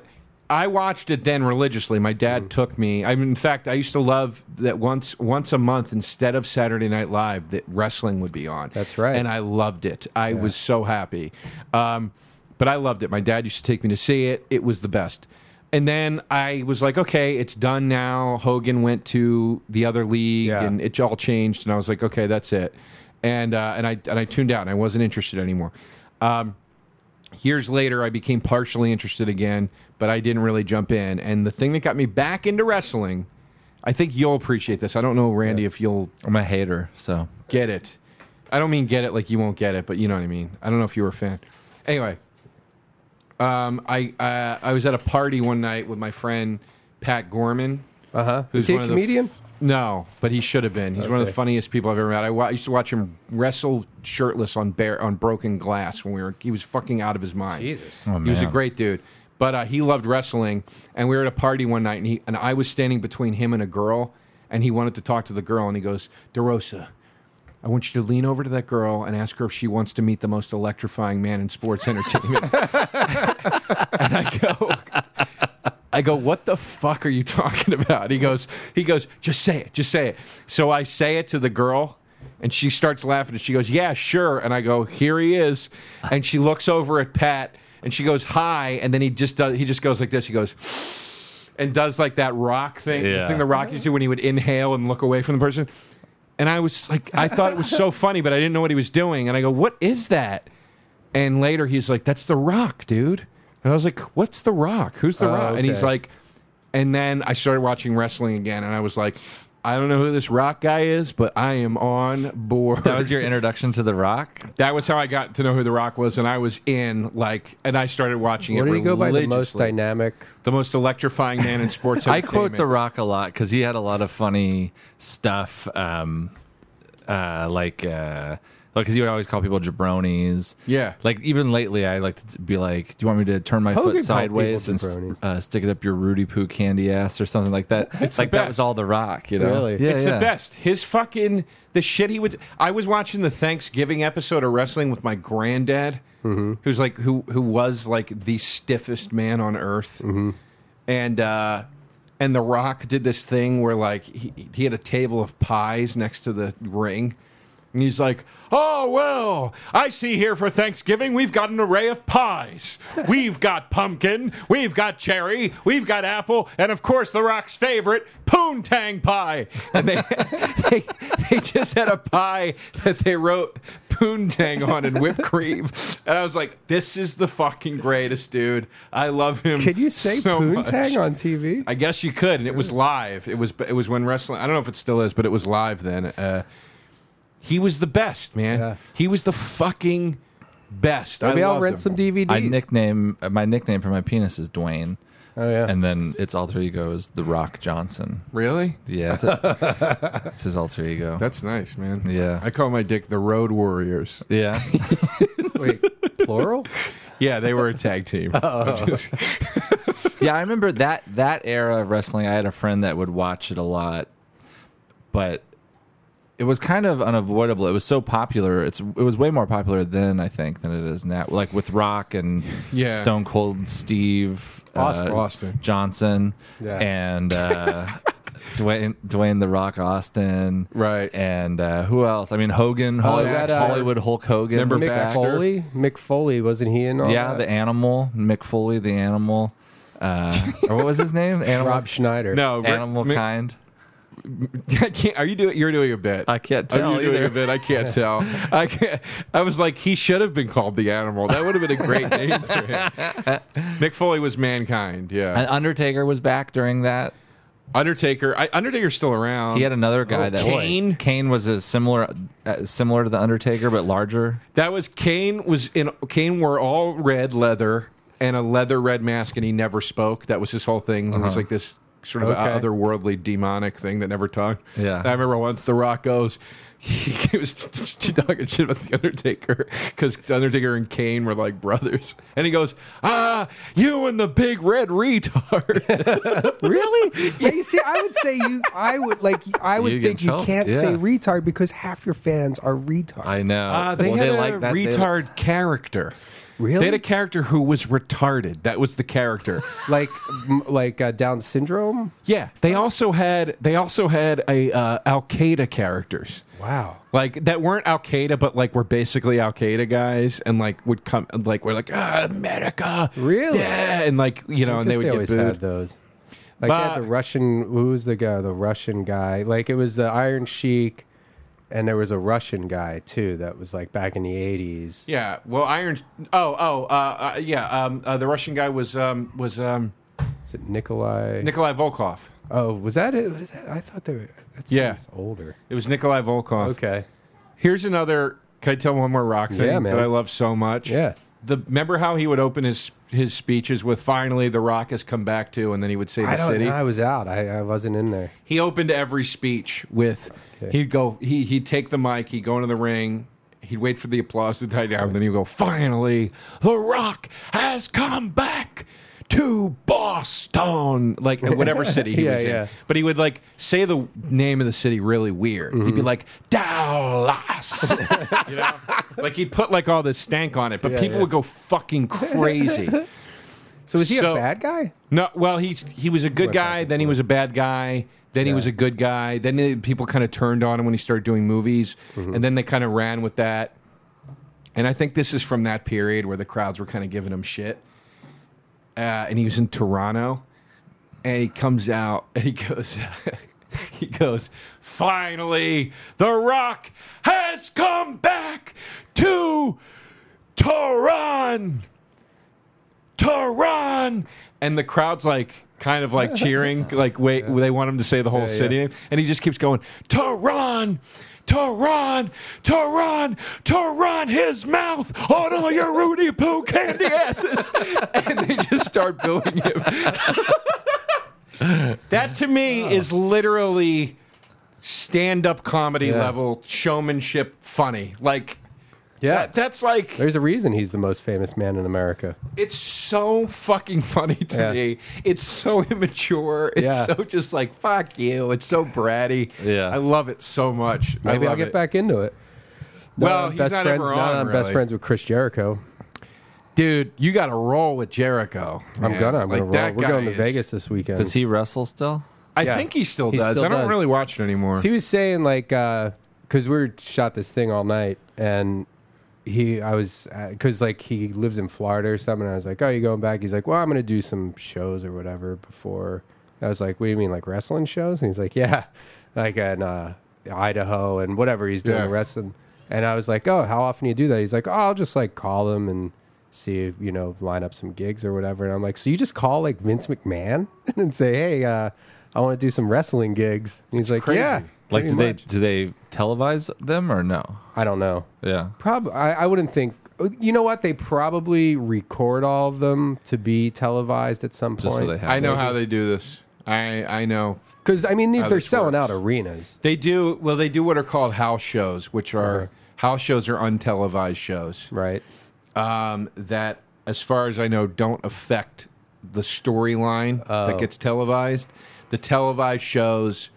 Speaker 3: I watched it then religiously. My
Speaker 2: Mm.
Speaker 3: dad took me. I mean, in fact, I used to love that once once a month instead of Saturday Night Live, that wrestling would be on.
Speaker 2: That's right.
Speaker 3: and I loved it. I was so happy. Um, but I loved it. My dad used to take me to see it. It was the best. And then I was like, okay, it's done now. Hogan went to the other league,
Speaker 2: Yeah.
Speaker 3: and it all changed. And I was like, okay, that's it. And uh, and I and I tuned out, and I wasn't interested anymore. Um, years later, I became partially interested again, but I didn't really jump in. And the thing that got me back into wrestling, I think you'll appreciate this. I don't know, Randy, if you'll
Speaker 1: I'm a hater, so
Speaker 3: get it. I don't mean get it like you won't get it, but you know what I mean. I don't know if you were a fan. Anyway, um, I uh, I was at a party one night with my friend Pat Gorman.
Speaker 2: Uh huh.
Speaker 3: Who's
Speaker 2: Is he
Speaker 3: one
Speaker 2: a
Speaker 3: of the-
Speaker 2: comedian?
Speaker 3: No, but he should have been. He's one of the
Speaker 2: Okay.
Speaker 3: funniest people I've ever met. I, wa- I used to watch him wrestle shirtless on bare on broken glass when we were. He was fucking out of his mind.
Speaker 1: Oh,
Speaker 3: he was a
Speaker 1: man.
Speaker 3: great dude. But uh, he loved wrestling, and we were at a party one night, and he and I was standing between him and a girl, and he wanted to talk to the girl, and he goes, "Derosa, I want you to lean over to that girl and ask her if she wants to meet the most electrifying man in sports entertainment." and I go, I go, what the fuck are you talking about? He goes, he goes, just say it, just say it. So I say it to the girl, and she starts laughing, and she goes, yeah, sure. And I go, here he is, and she looks over at Pat, and she goes, hi, and then he just does, he just goes like this. He goes. And does like that rock thing, the
Speaker 1: Yeah.
Speaker 3: thing the Rockies do when he would inhale and look away from the person. And I was like, I thought it was so funny, but I didn't know what he was doing. And I go, what is that? And later he's like, that's The Rock, dude. And I was like, what's The Rock? Who's The
Speaker 2: Oh,
Speaker 3: Rock? And he's
Speaker 2: okay.
Speaker 3: like, and then I started watching wrestling again. And I was like, I don't know who this Rock guy is, but I am on board.
Speaker 1: that was your introduction to The Rock.
Speaker 3: That was how I got to know who The Rock was. And I was in, like, and I started watching
Speaker 2: What
Speaker 3: it
Speaker 2: did he go by? The most
Speaker 3: religiously.
Speaker 2: dynamic.
Speaker 3: The most electrifying man in sports
Speaker 1: I quote
Speaker 3: entertainment.
Speaker 1: The Rock a lot because he had a lot of funny stuff, um, uh, like uh, because he would always call people jabronis.
Speaker 3: Yeah.
Speaker 1: like even lately, I like to be like, "Do you want me to turn my
Speaker 2: Hogan
Speaker 1: foot
Speaker 2: called
Speaker 1: sideways
Speaker 2: people
Speaker 1: and s-
Speaker 2: jabronis.
Speaker 1: uh, stick it up your Rudy Poo candy ass or something like that?" It's like
Speaker 3: the
Speaker 1: that
Speaker 3: best.
Speaker 1: was all The Rock, you know?
Speaker 2: Really?
Speaker 1: Yeah,
Speaker 3: it's
Speaker 1: yeah.
Speaker 3: the best. His fucking the shit he would. I was watching the Thanksgiving episode of wrestling with my granddad,
Speaker 1: Mm-hmm.
Speaker 3: who's like who who was like the stiffest man on earth,
Speaker 1: Mm-hmm.
Speaker 3: and uh, and The Rock did this thing where like he, he had a table of pies next to the ring. And he's like, oh, well, I see here for Thanksgiving we've got an array of pies. We've got pumpkin, we've got cherry, we've got apple, and of course The Rock's favorite, poontang pie. And they, they, they just had a pie that they wrote poontang on and whipped cream. And I was like, this is the fucking greatest, dude. I love him.
Speaker 2: Can you say
Speaker 3: so much.
Speaker 2: poontang on TV?
Speaker 3: I guess you could, and it was live. It was it was when wrestling. I don't know if it still is, but it was live then. Uh, he was the best, man.
Speaker 2: Yeah.
Speaker 3: He was the fucking best.
Speaker 2: Maybe
Speaker 3: I
Speaker 2: I'll
Speaker 3: loved
Speaker 2: rent
Speaker 3: him.
Speaker 2: some DVDs.
Speaker 1: I nickname uh, my nickname for my penis is Dwayne,
Speaker 2: oh yeah.
Speaker 1: and then its alter ego is The Rock Johnson.
Speaker 3: Really?
Speaker 1: Yeah, it's, a, it's his alter ego.
Speaker 3: That's nice, man.
Speaker 1: Yeah.
Speaker 3: I call my dick the Road Warriors.
Speaker 1: yeah,
Speaker 2: Wait, plural?
Speaker 3: Yeah, they were a tag team.
Speaker 2: Oh,
Speaker 1: yeah. I remember that that era of wrestling. I had a friend that would watch it a lot, but it was kind of unavoidable. It was so popular. It's it was way more popular then I think than it is now. Like with Rock and
Speaker 3: Yeah.
Speaker 1: Stone Cold Steve uh,
Speaker 3: Austin. Austin.
Speaker 1: Johnson
Speaker 2: Yeah.
Speaker 1: and uh, Dwayne Dwayne the Rock Austin
Speaker 3: Right. Oh,
Speaker 1: and uh, who else? I mean Hogan Hollywood,
Speaker 2: that, uh,
Speaker 1: Hollywood Hulk Hogan
Speaker 3: Remember
Speaker 1: was
Speaker 2: Mick
Speaker 1: back.
Speaker 2: Foley? Mick Foley wasn't he in all
Speaker 1: Yeah,
Speaker 2: that?
Speaker 1: the animal, Mick Foley, the animal. Uh, or what was his name? Animal,
Speaker 2: Rob Schneider.
Speaker 3: no, Rick-
Speaker 1: animal
Speaker 3: Mi-
Speaker 1: kind.
Speaker 3: I can't. Are you doing? You're doing a bit.
Speaker 1: I can't
Speaker 3: Are
Speaker 1: tell
Speaker 3: you doing
Speaker 1: either.
Speaker 3: a bit? I can't tell. I can't, I was like, he should have been called the animal. That would have been a great name for him. Mick Foley was mankind. Yeah.
Speaker 1: And Undertaker was back during that.
Speaker 3: Undertaker. I, Undertaker's still around.
Speaker 1: He had another guy
Speaker 3: Oh,
Speaker 1: that
Speaker 3: Kane?
Speaker 1: Kane was a similar, uh, similar to the Undertaker, but larger.
Speaker 3: That was Kane was in Kane wore all red leather and a leather red mask and he never spoke. That was his whole thing. It
Speaker 1: Uh-huh.
Speaker 3: was like this sort of
Speaker 2: Okay.
Speaker 3: otherworldly demonic thing that never talked.
Speaker 1: Yeah.
Speaker 3: I remember once The Rock goes he was talking shit about the Undertaker because the Undertaker and Kane were like brothers, and he goes, "Ah, you and the big red retard."
Speaker 2: Really? Yeah, you see, I would say you. I would like. I would
Speaker 1: You get
Speaker 2: think you
Speaker 1: choked,
Speaker 2: can't
Speaker 1: yeah.
Speaker 2: say retard because half your fans are retards.
Speaker 1: I know.
Speaker 3: Uh, they
Speaker 1: Well,
Speaker 3: had a
Speaker 1: like that. They-
Speaker 3: retard character.
Speaker 2: Really?
Speaker 3: They had a character who was retarded. That was the character.
Speaker 2: like m- like uh, Down syndrome.
Speaker 3: yeah. They also had they also had a uh, Al Qaeda characters.
Speaker 2: Wow.
Speaker 3: Like that weren't Al Qaeda, but like were basically Al Qaeda guys, and like would come, like we're like ah, America,
Speaker 2: Really?
Speaker 3: yeah, and like you know, and
Speaker 2: Guess
Speaker 3: they would get
Speaker 2: always
Speaker 3: booed.
Speaker 2: had those. Like they had
Speaker 3: But-
Speaker 2: the Russian. Who was the guy? The Russian guy. Like it was the Iron Sheik, and there was a Russian guy too that was like back in the eighties.
Speaker 3: Yeah. Well, Iron. Oh, oh, uh, uh, yeah. Um, uh, the Russian guy was um, was um,
Speaker 2: Is it Nikolai?
Speaker 3: Nikolai Volkov.
Speaker 2: oh, was that it? Was that, I thought they were. That
Speaker 3: Yeah.
Speaker 2: seems older.
Speaker 3: It was Nikolai Volkov.
Speaker 2: Okay.
Speaker 3: Here's another. Can I tell one more rock thing
Speaker 2: Yeah, man.
Speaker 3: that I love so much?
Speaker 2: Yeah.
Speaker 3: The remember how he would open his his speeches with "Finally, the rock has come back to," and then he would say
Speaker 2: I
Speaker 3: the
Speaker 2: don't.
Speaker 3: city.
Speaker 2: know, I was out. I, I wasn't in there.
Speaker 3: He opened every speech with he'd go he he'd take the mic, he'd go into the ring, he'd wait for the applause to die down, then he'd go, Finally, the rock has come back to Boston like whatever city he
Speaker 2: Yeah,
Speaker 3: was in.
Speaker 2: yeah.
Speaker 3: But he would like say the name of the city really weird. He'd
Speaker 2: Mm-hmm.
Speaker 3: be like, Dallas You know? Like he'd put like all this stank on it, but
Speaker 2: Yeah,
Speaker 3: people
Speaker 2: yeah.
Speaker 3: would go fucking crazy.
Speaker 2: So was he
Speaker 3: So-
Speaker 2: a bad guy?
Speaker 3: No, well, he's he was a good guy, then he was a bad guy, then he was a good guy, then the people kind of turned on him when he started doing movies, and then they kind of ran with that. And I think this is from that period where the crowds were kind of giving him shit. Uh, and he was in Toronto, and he comes out and he goes, he goes, finally, The Rock has come back to Tehran. Tehran, and the crowd's like kind of like cheering, like wait, they want him to say the whole city name, and he just keeps going Tehran, Tehran, Tehran, Tehran, his mouth on all your Rudy Poo candy asses, and they just start booing him. that to
Speaker 2: Oh.
Speaker 3: me is literally stand-up comedy
Speaker 2: Yeah.
Speaker 3: level showmanship funny, like.
Speaker 2: Yeah.
Speaker 3: that- that's like
Speaker 2: There's a reason he's the most famous man in America.
Speaker 3: it's so fucking funny to
Speaker 2: Yeah.
Speaker 3: me. It's so immature. It's
Speaker 2: Yeah.
Speaker 3: so just like fuck you. It's so bratty.
Speaker 1: Yeah.
Speaker 3: I love it so much. I
Speaker 2: Maybe I'll
Speaker 3: love
Speaker 2: get
Speaker 3: it.
Speaker 2: back into it.
Speaker 3: Well,
Speaker 2: I'm
Speaker 3: he's
Speaker 2: best
Speaker 3: not
Speaker 2: friends.
Speaker 3: ever
Speaker 2: now
Speaker 3: on.
Speaker 2: I'm
Speaker 3: really.
Speaker 2: best friends with Chris Jericho.
Speaker 3: dude. You got to roll with Jericho.
Speaker 2: I'm
Speaker 3: man.
Speaker 2: gonna. I'm
Speaker 3: Like,
Speaker 2: gonna roll.
Speaker 3: that
Speaker 2: We're
Speaker 3: guy
Speaker 2: going to
Speaker 3: is-
Speaker 2: Vegas this weekend.
Speaker 1: Does he wrestle still?
Speaker 3: I
Speaker 2: Yeah.
Speaker 3: think he still
Speaker 2: He
Speaker 3: does.
Speaker 2: still
Speaker 3: I don't
Speaker 2: does.
Speaker 3: really watch it anymore.
Speaker 2: He was saying like because we shot this thing all night, and he I was because like he lives in Florida or something. And I was like, "Oh, you going back?" He's like, "Well, I'm gonna do some shows or whatever before." I was like, "What do you mean, like wrestling shows?" And he's like, "Yeah, like in uh, Idaho and whatever he's doing
Speaker 3: Yeah.
Speaker 2: wrestling." And I was like, "Oh, how often do you do that?" He's like, "Oh, I'll just like call them and." See if you know, line up some gigs or whatever. And I'm like, so you just call like Vince McMahon and say, hey, uh, I want to do some wrestling gigs. And he's like,
Speaker 3: crazy.
Speaker 2: yeah,
Speaker 1: Like, do
Speaker 2: pretty
Speaker 1: they
Speaker 2: much.
Speaker 1: do they televise them or no?
Speaker 2: I don't know.
Speaker 1: Yeah.
Speaker 2: Probably, I, I wouldn't think. You know what? They probably record all of them to be televised at some
Speaker 1: Just so they
Speaker 2: point.
Speaker 1: have.
Speaker 3: I know how they do this. I I know
Speaker 2: Because I mean, they-
Speaker 3: How
Speaker 2: they're
Speaker 3: this
Speaker 2: selling out
Speaker 3: works.
Speaker 2: arenas.
Speaker 3: they do. Well, they do what are called house shows, which are house shows are untelevised shows.
Speaker 2: Right.
Speaker 3: um, that, as far as I know, don't affect the storyline
Speaker 2: Oh.
Speaker 3: that gets televised. The televised shows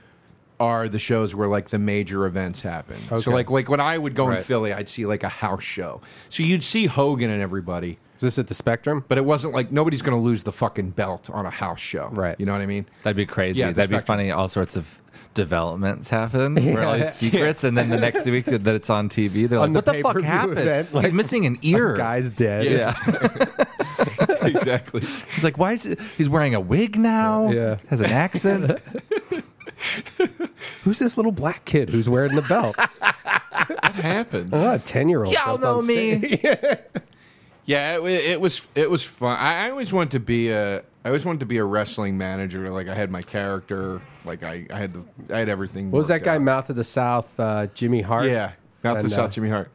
Speaker 3: are the shows where like the major events happen. So
Speaker 2: Okay.
Speaker 3: like like when I would go in
Speaker 2: Right.
Speaker 3: Philly, I'd see like a house show. So you'd see Hogan and everybody,
Speaker 2: Is this at the Spectrum?
Speaker 3: but it wasn't like nobody's going to lose the fucking belt on a house show,
Speaker 2: Right.
Speaker 3: You know what I mean?
Speaker 1: That'd be crazy.
Speaker 3: Yeah, the
Speaker 1: That'd be
Speaker 3: spectrum.
Speaker 1: funny. All sorts of developments happen where all these secrets, and then the next week that it's on TV, they're like,
Speaker 2: On the
Speaker 1: "What the fuck
Speaker 2: pay-per-view
Speaker 1: happened?
Speaker 2: event,
Speaker 1: He's
Speaker 2: like,
Speaker 1: missing an ear."
Speaker 2: Guy's dead.
Speaker 1: yeah.
Speaker 3: exactly.
Speaker 1: He's like, "Why is it? He's wearing a wig now?
Speaker 2: Yeah.
Speaker 1: Has an accent."
Speaker 2: Who's this little black kid who's wearing the belt?
Speaker 3: What happened?
Speaker 2: oh, a ten year old.
Speaker 1: Y'all know me.
Speaker 3: Yeah, it, wa- it was it was fun. I, I always wanted to be a I always wanted to be a wrestling manager. Like I had my character, like I, I had the I had everything.
Speaker 2: What was that
Speaker 3: worked
Speaker 2: guy?
Speaker 3: out.
Speaker 2: Mouth of the South, uh, Jimmy Hart.
Speaker 3: Yeah, mouth
Speaker 2: And,
Speaker 3: the
Speaker 2: uh,
Speaker 3: South Jimmy Hart.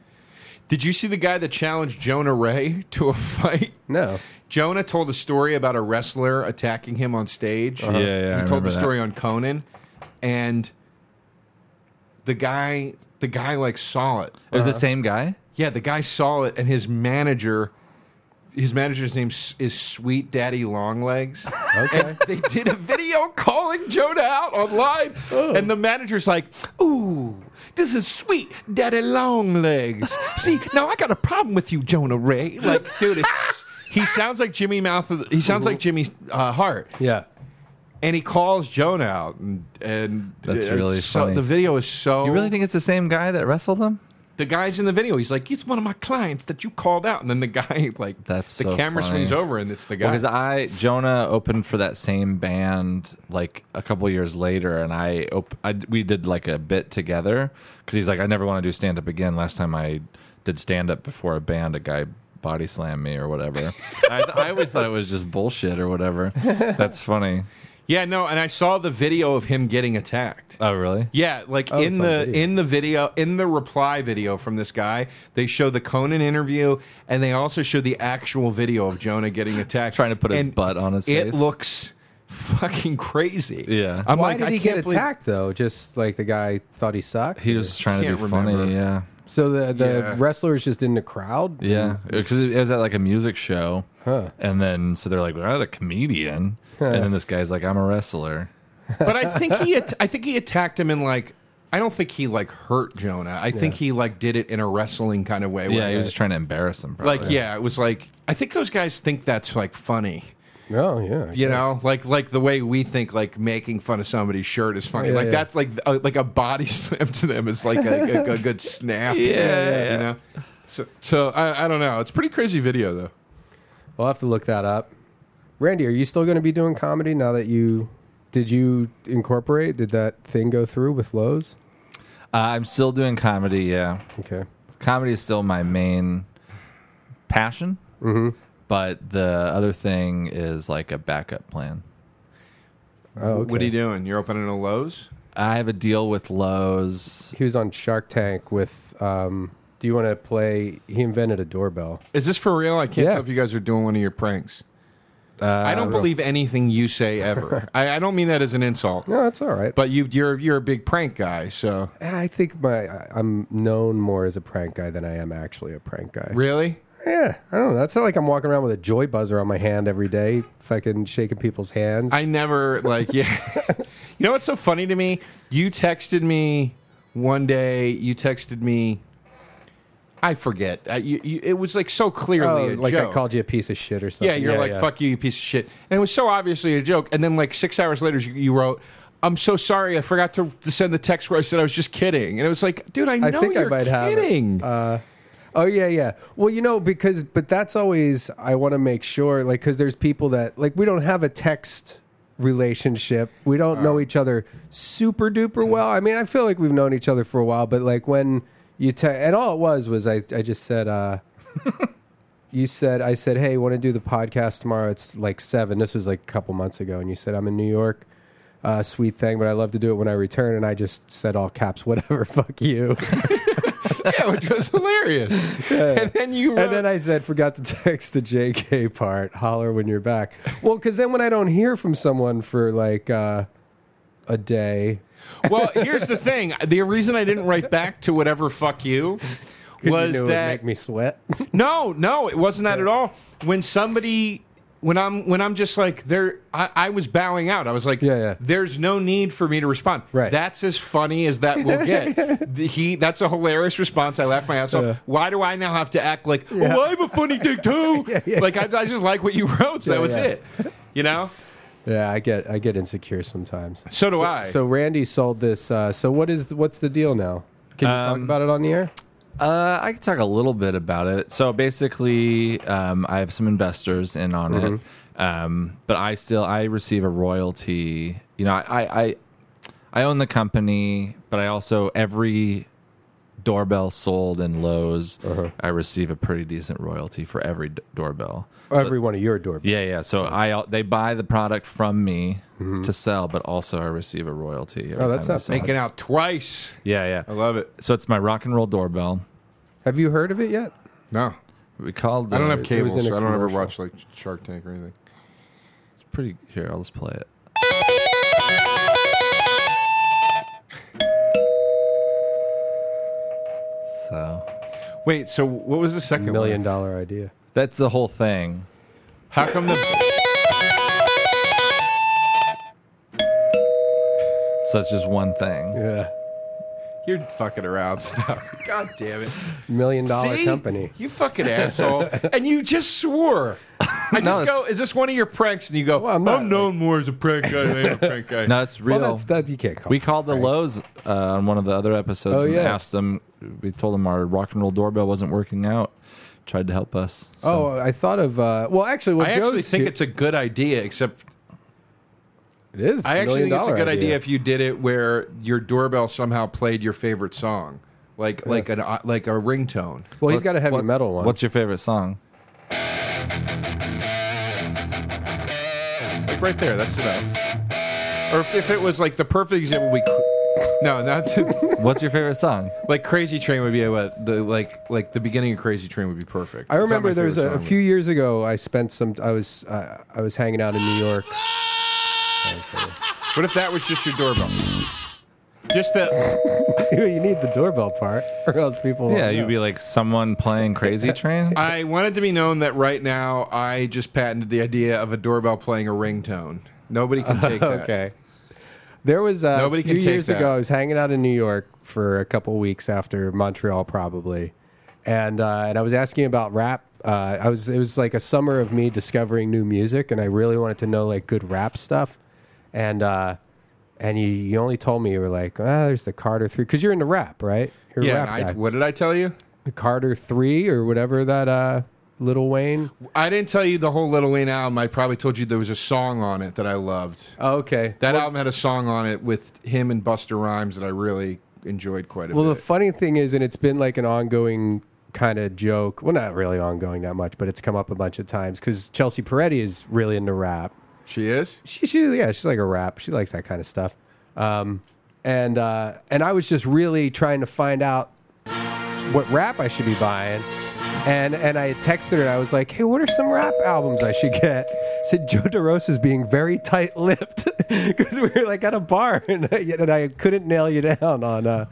Speaker 3: Did you see the guy that challenged Jonah Ray to a fight?
Speaker 2: No.
Speaker 3: Jonah told a story about a wrestler attacking him on stage.
Speaker 2: Uh-huh.
Speaker 1: Yeah, yeah, I
Speaker 3: He told
Speaker 1: remember
Speaker 3: the
Speaker 1: that.
Speaker 3: story on Conan, and the guy the guy like saw it.
Speaker 1: It was the same guy.
Speaker 3: Yeah, the guy saw it, and his manager, his manager's name s- is Sweet Daddy Longlegs.
Speaker 2: Okay.
Speaker 3: They
Speaker 1: Oh.
Speaker 3: did a video calling Jonah out online, and the manager's like, "Ooh, This is sweet, Daddy Longlegs. See, now I got a problem with you, Jonah Ray. Like, dude, it's, he sounds like Jimmy Mouth. Of the, he sounds like Jimmy uh, Hart,
Speaker 2: Yeah.
Speaker 3: and he calls Jonah out, and, and
Speaker 1: That's
Speaker 3: it's
Speaker 1: really
Speaker 3: so,
Speaker 1: funny.
Speaker 3: The video is so.
Speaker 1: You really think it's the same guy that wrestled him?
Speaker 3: the guy's in the video? He's like, he's one of my clients that you called out, and then the guy like
Speaker 1: That's
Speaker 3: the
Speaker 1: so
Speaker 3: camera
Speaker 1: funny.
Speaker 3: swings over, and it's the guy.
Speaker 1: Because I Jonah opened for that same band like a couple years later, and I, op- I we did like a bit together because he's like, I never want to do stand up again. Last time I did stand up before a band, a guy body slammed me or whatever. I, I always thought it was just bullshit or whatever. That's funny.
Speaker 3: yeah, no, and I saw the video of him getting attacked.
Speaker 1: Oh really?
Speaker 3: Yeah, like
Speaker 1: Oh,
Speaker 3: in
Speaker 2: it's on
Speaker 3: the
Speaker 2: video.
Speaker 3: in the video in the reply video from this guy, they show the Conan interview and they also show the actual video of Jonah getting attacked,
Speaker 1: Trying to put his
Speaker 3: And
Speaker 1: butt on his
Speaker 3: It
Speaker 1: face.
Speaker 3: looks fucking crazy.
Speaker 1: Yeah.
Speaker 3: I'm
Speaker 2: Why
Speaker 3: like,
Speaker 2: did
Speaker 3: I
Speaker 2: he
Speaker 3: can't
Speaker 2: get
Speaker 3: believe-
Speaker 2: attacked though? Just like the guy thought he sucked.
Speaker 1: He was just trying to
Speaker 3: Can't
Speaker 1: be funny.
Speaker 3: remember.
Speaker 1: Yeah.
Speaker 2: so the the
Speaker 3: Yeah.
Speaker 2: wrestler is just in the crowd.
Speaker 1: Yeah, because it was at like a music show, and then so they're like, "We're not a comedian," and then this guy's like, "I'm a wrestler."
Speaker 3: But I think he, at- I think he attacked him in like. I don't think he like hurt Jonah. I think he like did it in a wrestling kind of way. where,
Speaker 1: Yeah, he was just trying to embarrass him. Probably.
Speaker 3: like yeah, it was like I think those guys think that's like funny.
Speaker 2: Oh yeah.
Speaker 3: You know, like like the way we think like making fun of somebody's shirt is funny.
Speaker 2: Yeah,
Speaker 3: like
Speaker 2: yeah.
Speaker 3: that's like a, like a body slam to them is like a, a, a good snap. Yeah, you know. So so I, I don't know. It's a pretty crazy video though.
Speaker 2: We'll have to look that up. Randy, are you still going to be doing comedy now that you did you incorporate? Did that thing go through with Lowe's?
Speaker 1: Uh, I'm still doing comedy. Yeah,
Speaker 2: Okay.
Speaker 1: comedy is still my main passion. Mm-hmm. But the other thing is like a backup plan.
Speaker 2: Oh, okay.
Speaker 3: What are you doing? You're opening a Lowe's.
Speaker 1: I have a deal with Lowe's.
Speaker 2: He was on Shark Tank with. Um, do you want to play? He invented a doorbell.
Speaker 3: Is this for real? I can't
Speaker 2: Yeah.
Speaker 3: tell if you guys are doing one of your pranks. Uh, I don't believe anything you say ever. I, I don't mean that as an insult,
Speaker 2: No, that's all right.
Speaker 3: but you you're you're a big prank guy. So
Speaker 2: I think my I- I'm known more as a prank guy than I am actually a prank guy.
Speaker 3: really,
Speaker 2: Yeah, I don't know. That's not like I'm walking around with a joy buzzer on my hand every day, fucking shaking people's hands.
Speaker 3: I never like yeah. you know what's so funny to me? You texted me one day. You texted me. I forget. I, you, you, it was like so
Speaker 2: oh,
Speaker 3: clearly a
Speaker 2: like
Speaker 3: joke.
Speaker 2: I called you a piece of shit or something.
Speaker 3: yeah, you're like
Speaker 2: yeah.
Speaker 3: fuck you, you piece of shit. And it was so obviously a joke. And then like six hours later, you, you wrote. I'm so sorry. I forgot to, to send the text where I said I was just kidding, and it was like, dude, I know
Speaker 2: I think I
Speaker 3: you're
Speaker 2: might have it.
Speaker 3: kidding.
Speaker 2: Oh yeah, yeah. Well, you know, because but that's always I want to make sure, like, because there's people that like we don't have a text relationship. We don't know each other super duper well. I mean, I feel like we've known each other for a while, but like when you te- and all it was was I I just said uh. You said I said, "Hey, want to do the podcast tomorrow? It's like seven. This was like a couple months ago." And you said, "I'm in New York, uh, sweet thing, but I love to do it when I return." And I just said all caps, "Whatever, fuck you."
Speaker 3: yeah, which was hilarious. And then you wrote,
Speaker 2: And then I said, forgot to text the JK part. Holler when you're back. Well, because then when I don't hear from someone for like uh, a day,
Speaker 3: Well, here's the thing. The reason I didn't write back to whatever fuck you
Speaker 2: 'cause
Speaker 3: was
Speaker 2: you knew it would
Speaker 3: that
Speaker 2: make me sweat.
Speaker 3: no, no, it wasn't that at all. When somebody when I'm when I'm just like there I, I was bowing out. I was like
Speaker 2: Yeah, yeah.
Speaker 3: there's no need for me to respond.
Speaker 2: Right.
Speaker 3: That's as funny as that will get. The- he that's a hilarious response. I laughed my ass off. Why do I now have to act like oh I have a funny dick too? Like I, I just like what you wrote, so that
Speaker 2: Yeah,
Speaker 3: was
Speaker 2: yeah.
Speaker 3: it. You know?
Speaker 2: yeah, I get I get insecure sometimes.
Speaker 3: So do I.
Speaker 2: So Randy sold this. Uh, so what is what's the deal now? Can you
Speaker 3: Um,
Speaker 2: talk about it on the air?
Speaker 1: Uh, I can talk a little bit about it. So basically, um, I have some investors in on it, um, but I still I receive a royalty. You know, I, I I I own the company, but I also every doorbell sold in Lowe's, I receive a pretty decent royalty for every d- doorbell.
Speaker 2: Every one of your doorbells.
Speaker 1: Yeah, yeah. So I they buy the product from me to sell, but also I receive a royalty. every
Speaker 2: Oh, that's
Speaker 1: time I
Speaker 2: not
Speaker 1: sell it.
Speaker 3: Making out twice.
Speaker 1: Yeah, yeah.
Speaker 3: I love it.
Speaker 1: So it's my rock and roll doorbell.
Speaker 2: Have you heard of it yet?
Speaker 3: No.
Speaker 1: We called.
Speaker 3: I don't
Speaker 1: the-
Speaker 3: have cable,
Speaker 2: was in a
Speaker 3: so I don't ever
Speaker 2: commercial.
Speaker 3: watch like Shark Tank or anything.
Speaker 1: pretty here i'll just play it so
Speaker 3: Wait, so what was the second
Speaker 2: Million
Speaker 3: one?
Speaker 2: dollar idea.
Speaker 1: that's the whole thing
Speaker 3: How come the
Speaker 1: so it's just one thing
Speaker 2: Yeah.
Speaker 3: You're fucking around. Stop. God damn it.
Speaker 2: Million dollar
Speaker 3: See?
Speaker 2: company.
Speaker 3: You fucking asshole. and you just swore. I just
Speaker 1: it's-
Speaker 3: go, is this one of your pranks? And you go,
Speaker 2: Well, I'm
Speaker 3: I'm,
Speaker 2: not,
Speaker 3: known more as a prank guy than I am a prank guy.
Speaker 1: No, it's real.
Speaker 2: Well, Oh, that's that you can't call.
Speaker 1: we
Speaker 2: it.
Speaker 1: called the Lowe's uh, on one of the other episodes
Speaker 2: Oh,
Speaker 1: and
Speaker 2: yeah.
Speaker 1: asked them. We told them our rock and roll doorbell wasn't working out. Tried to help us. So-
Speaker 2: Oh, I thought of. Uh, well, actually, well,
Speaker 3: I
Speaker 2: Joe's
Speaker 3: actually think
Speaker 2: here-
Speaker 3: it's a good idea, except
Speaker 2: it is.
Speaker 3: I actually think it's a
Speaker 2: million
Speaker 3: good
Speaker 2: dollar
Speaker 3: idea. if you did it where your doorbell somehow played your favorite song, like like an uh, like a ringtone.
Speaker 2: Well, he's got a heavy
Speaker 1: What-
Speaker 2: metal one.
Speaker 1: What's your favorite song?
Speaker 3: Like right there, that's enough. Or if, if it was like the perfect example, we no, not
Speaker 1: What's your favorite song?
Speaker 3: like Crazy Train would be what the like like the beginning of Crazy Train would be perfect.
Speaker 2: I
Speaker 3: It's not my
Speaker 2: remember there was
Speaker 3: favorite
Speaker 2: a, a
Speaker 3: song,
Speaker 2: few years ago. I spent some. I was uh, I was hanging out in New York.
Speaker 3: but- What if that was just your doorbell? Just the
Speaker 2: you need the doorbell part, or else people. won't
Speaker 1: Yeah,
Speaker 2: know.
Speaker 1: you'd be like someone playing Crazy Train.
Speaker 3: I wanted to be known that right now I just patented the idea of a doorbell playing a ringtone. Nobody can take that.
Speaker 2: okay. There was uh,
Speaker 3: Nobody
Speaker 2: a few
Speaker 3: can take
Speaker 2: years
Speaker 3: that.
Speaker 2: ago. I was hanging out in New York for a couple weeks after Montreal, probably, and uh, and I was asking about rap. Uh, I was it was like a summer of me discovering new music, and I really wanted to know like good rap stuff, and uh, and you, you only told me you were like, ah, there's the Carter Three, because you're into rap, right? You're a
Speaker 3: Yeah,
Speaker 2: rap
Speaker 3: and I,
Speaker 2: guy.
Speaker 3: what did I tell you?
Speaker 2: the Carter Three or whatever that uh, Little Wayne.
Speaker 3: I didn't tell you the whole Little Wayne album. I probably told you there was a song on it that I loved.
Speaker 2: Oh, okay,
Speaker 3: That album had a song on it with him and Buster Rhymes that I really enjoyed quite a
Speaker 2: Well, the
Speaker 3: bit.
Speaker 2: funny thing is, and it's been like an ongoing kind of joke. Well, not really ongoing that much, but it's come up a bunch of times because Chelsea Peretti is really into rap.
Speaker 3: she is.
Speaker 2: She, she, yeah, she's like a rap. She likes that kind of stuff. Um, and uh, and I was just really trying to find out what rap I should be buying. And and I had texted her. I was like, "Hey, what are some rap albums I should get?" said Joe DeRosa's being very tight-lipped because we were like at a bar and I, and I couldn't nail you down on. Uh,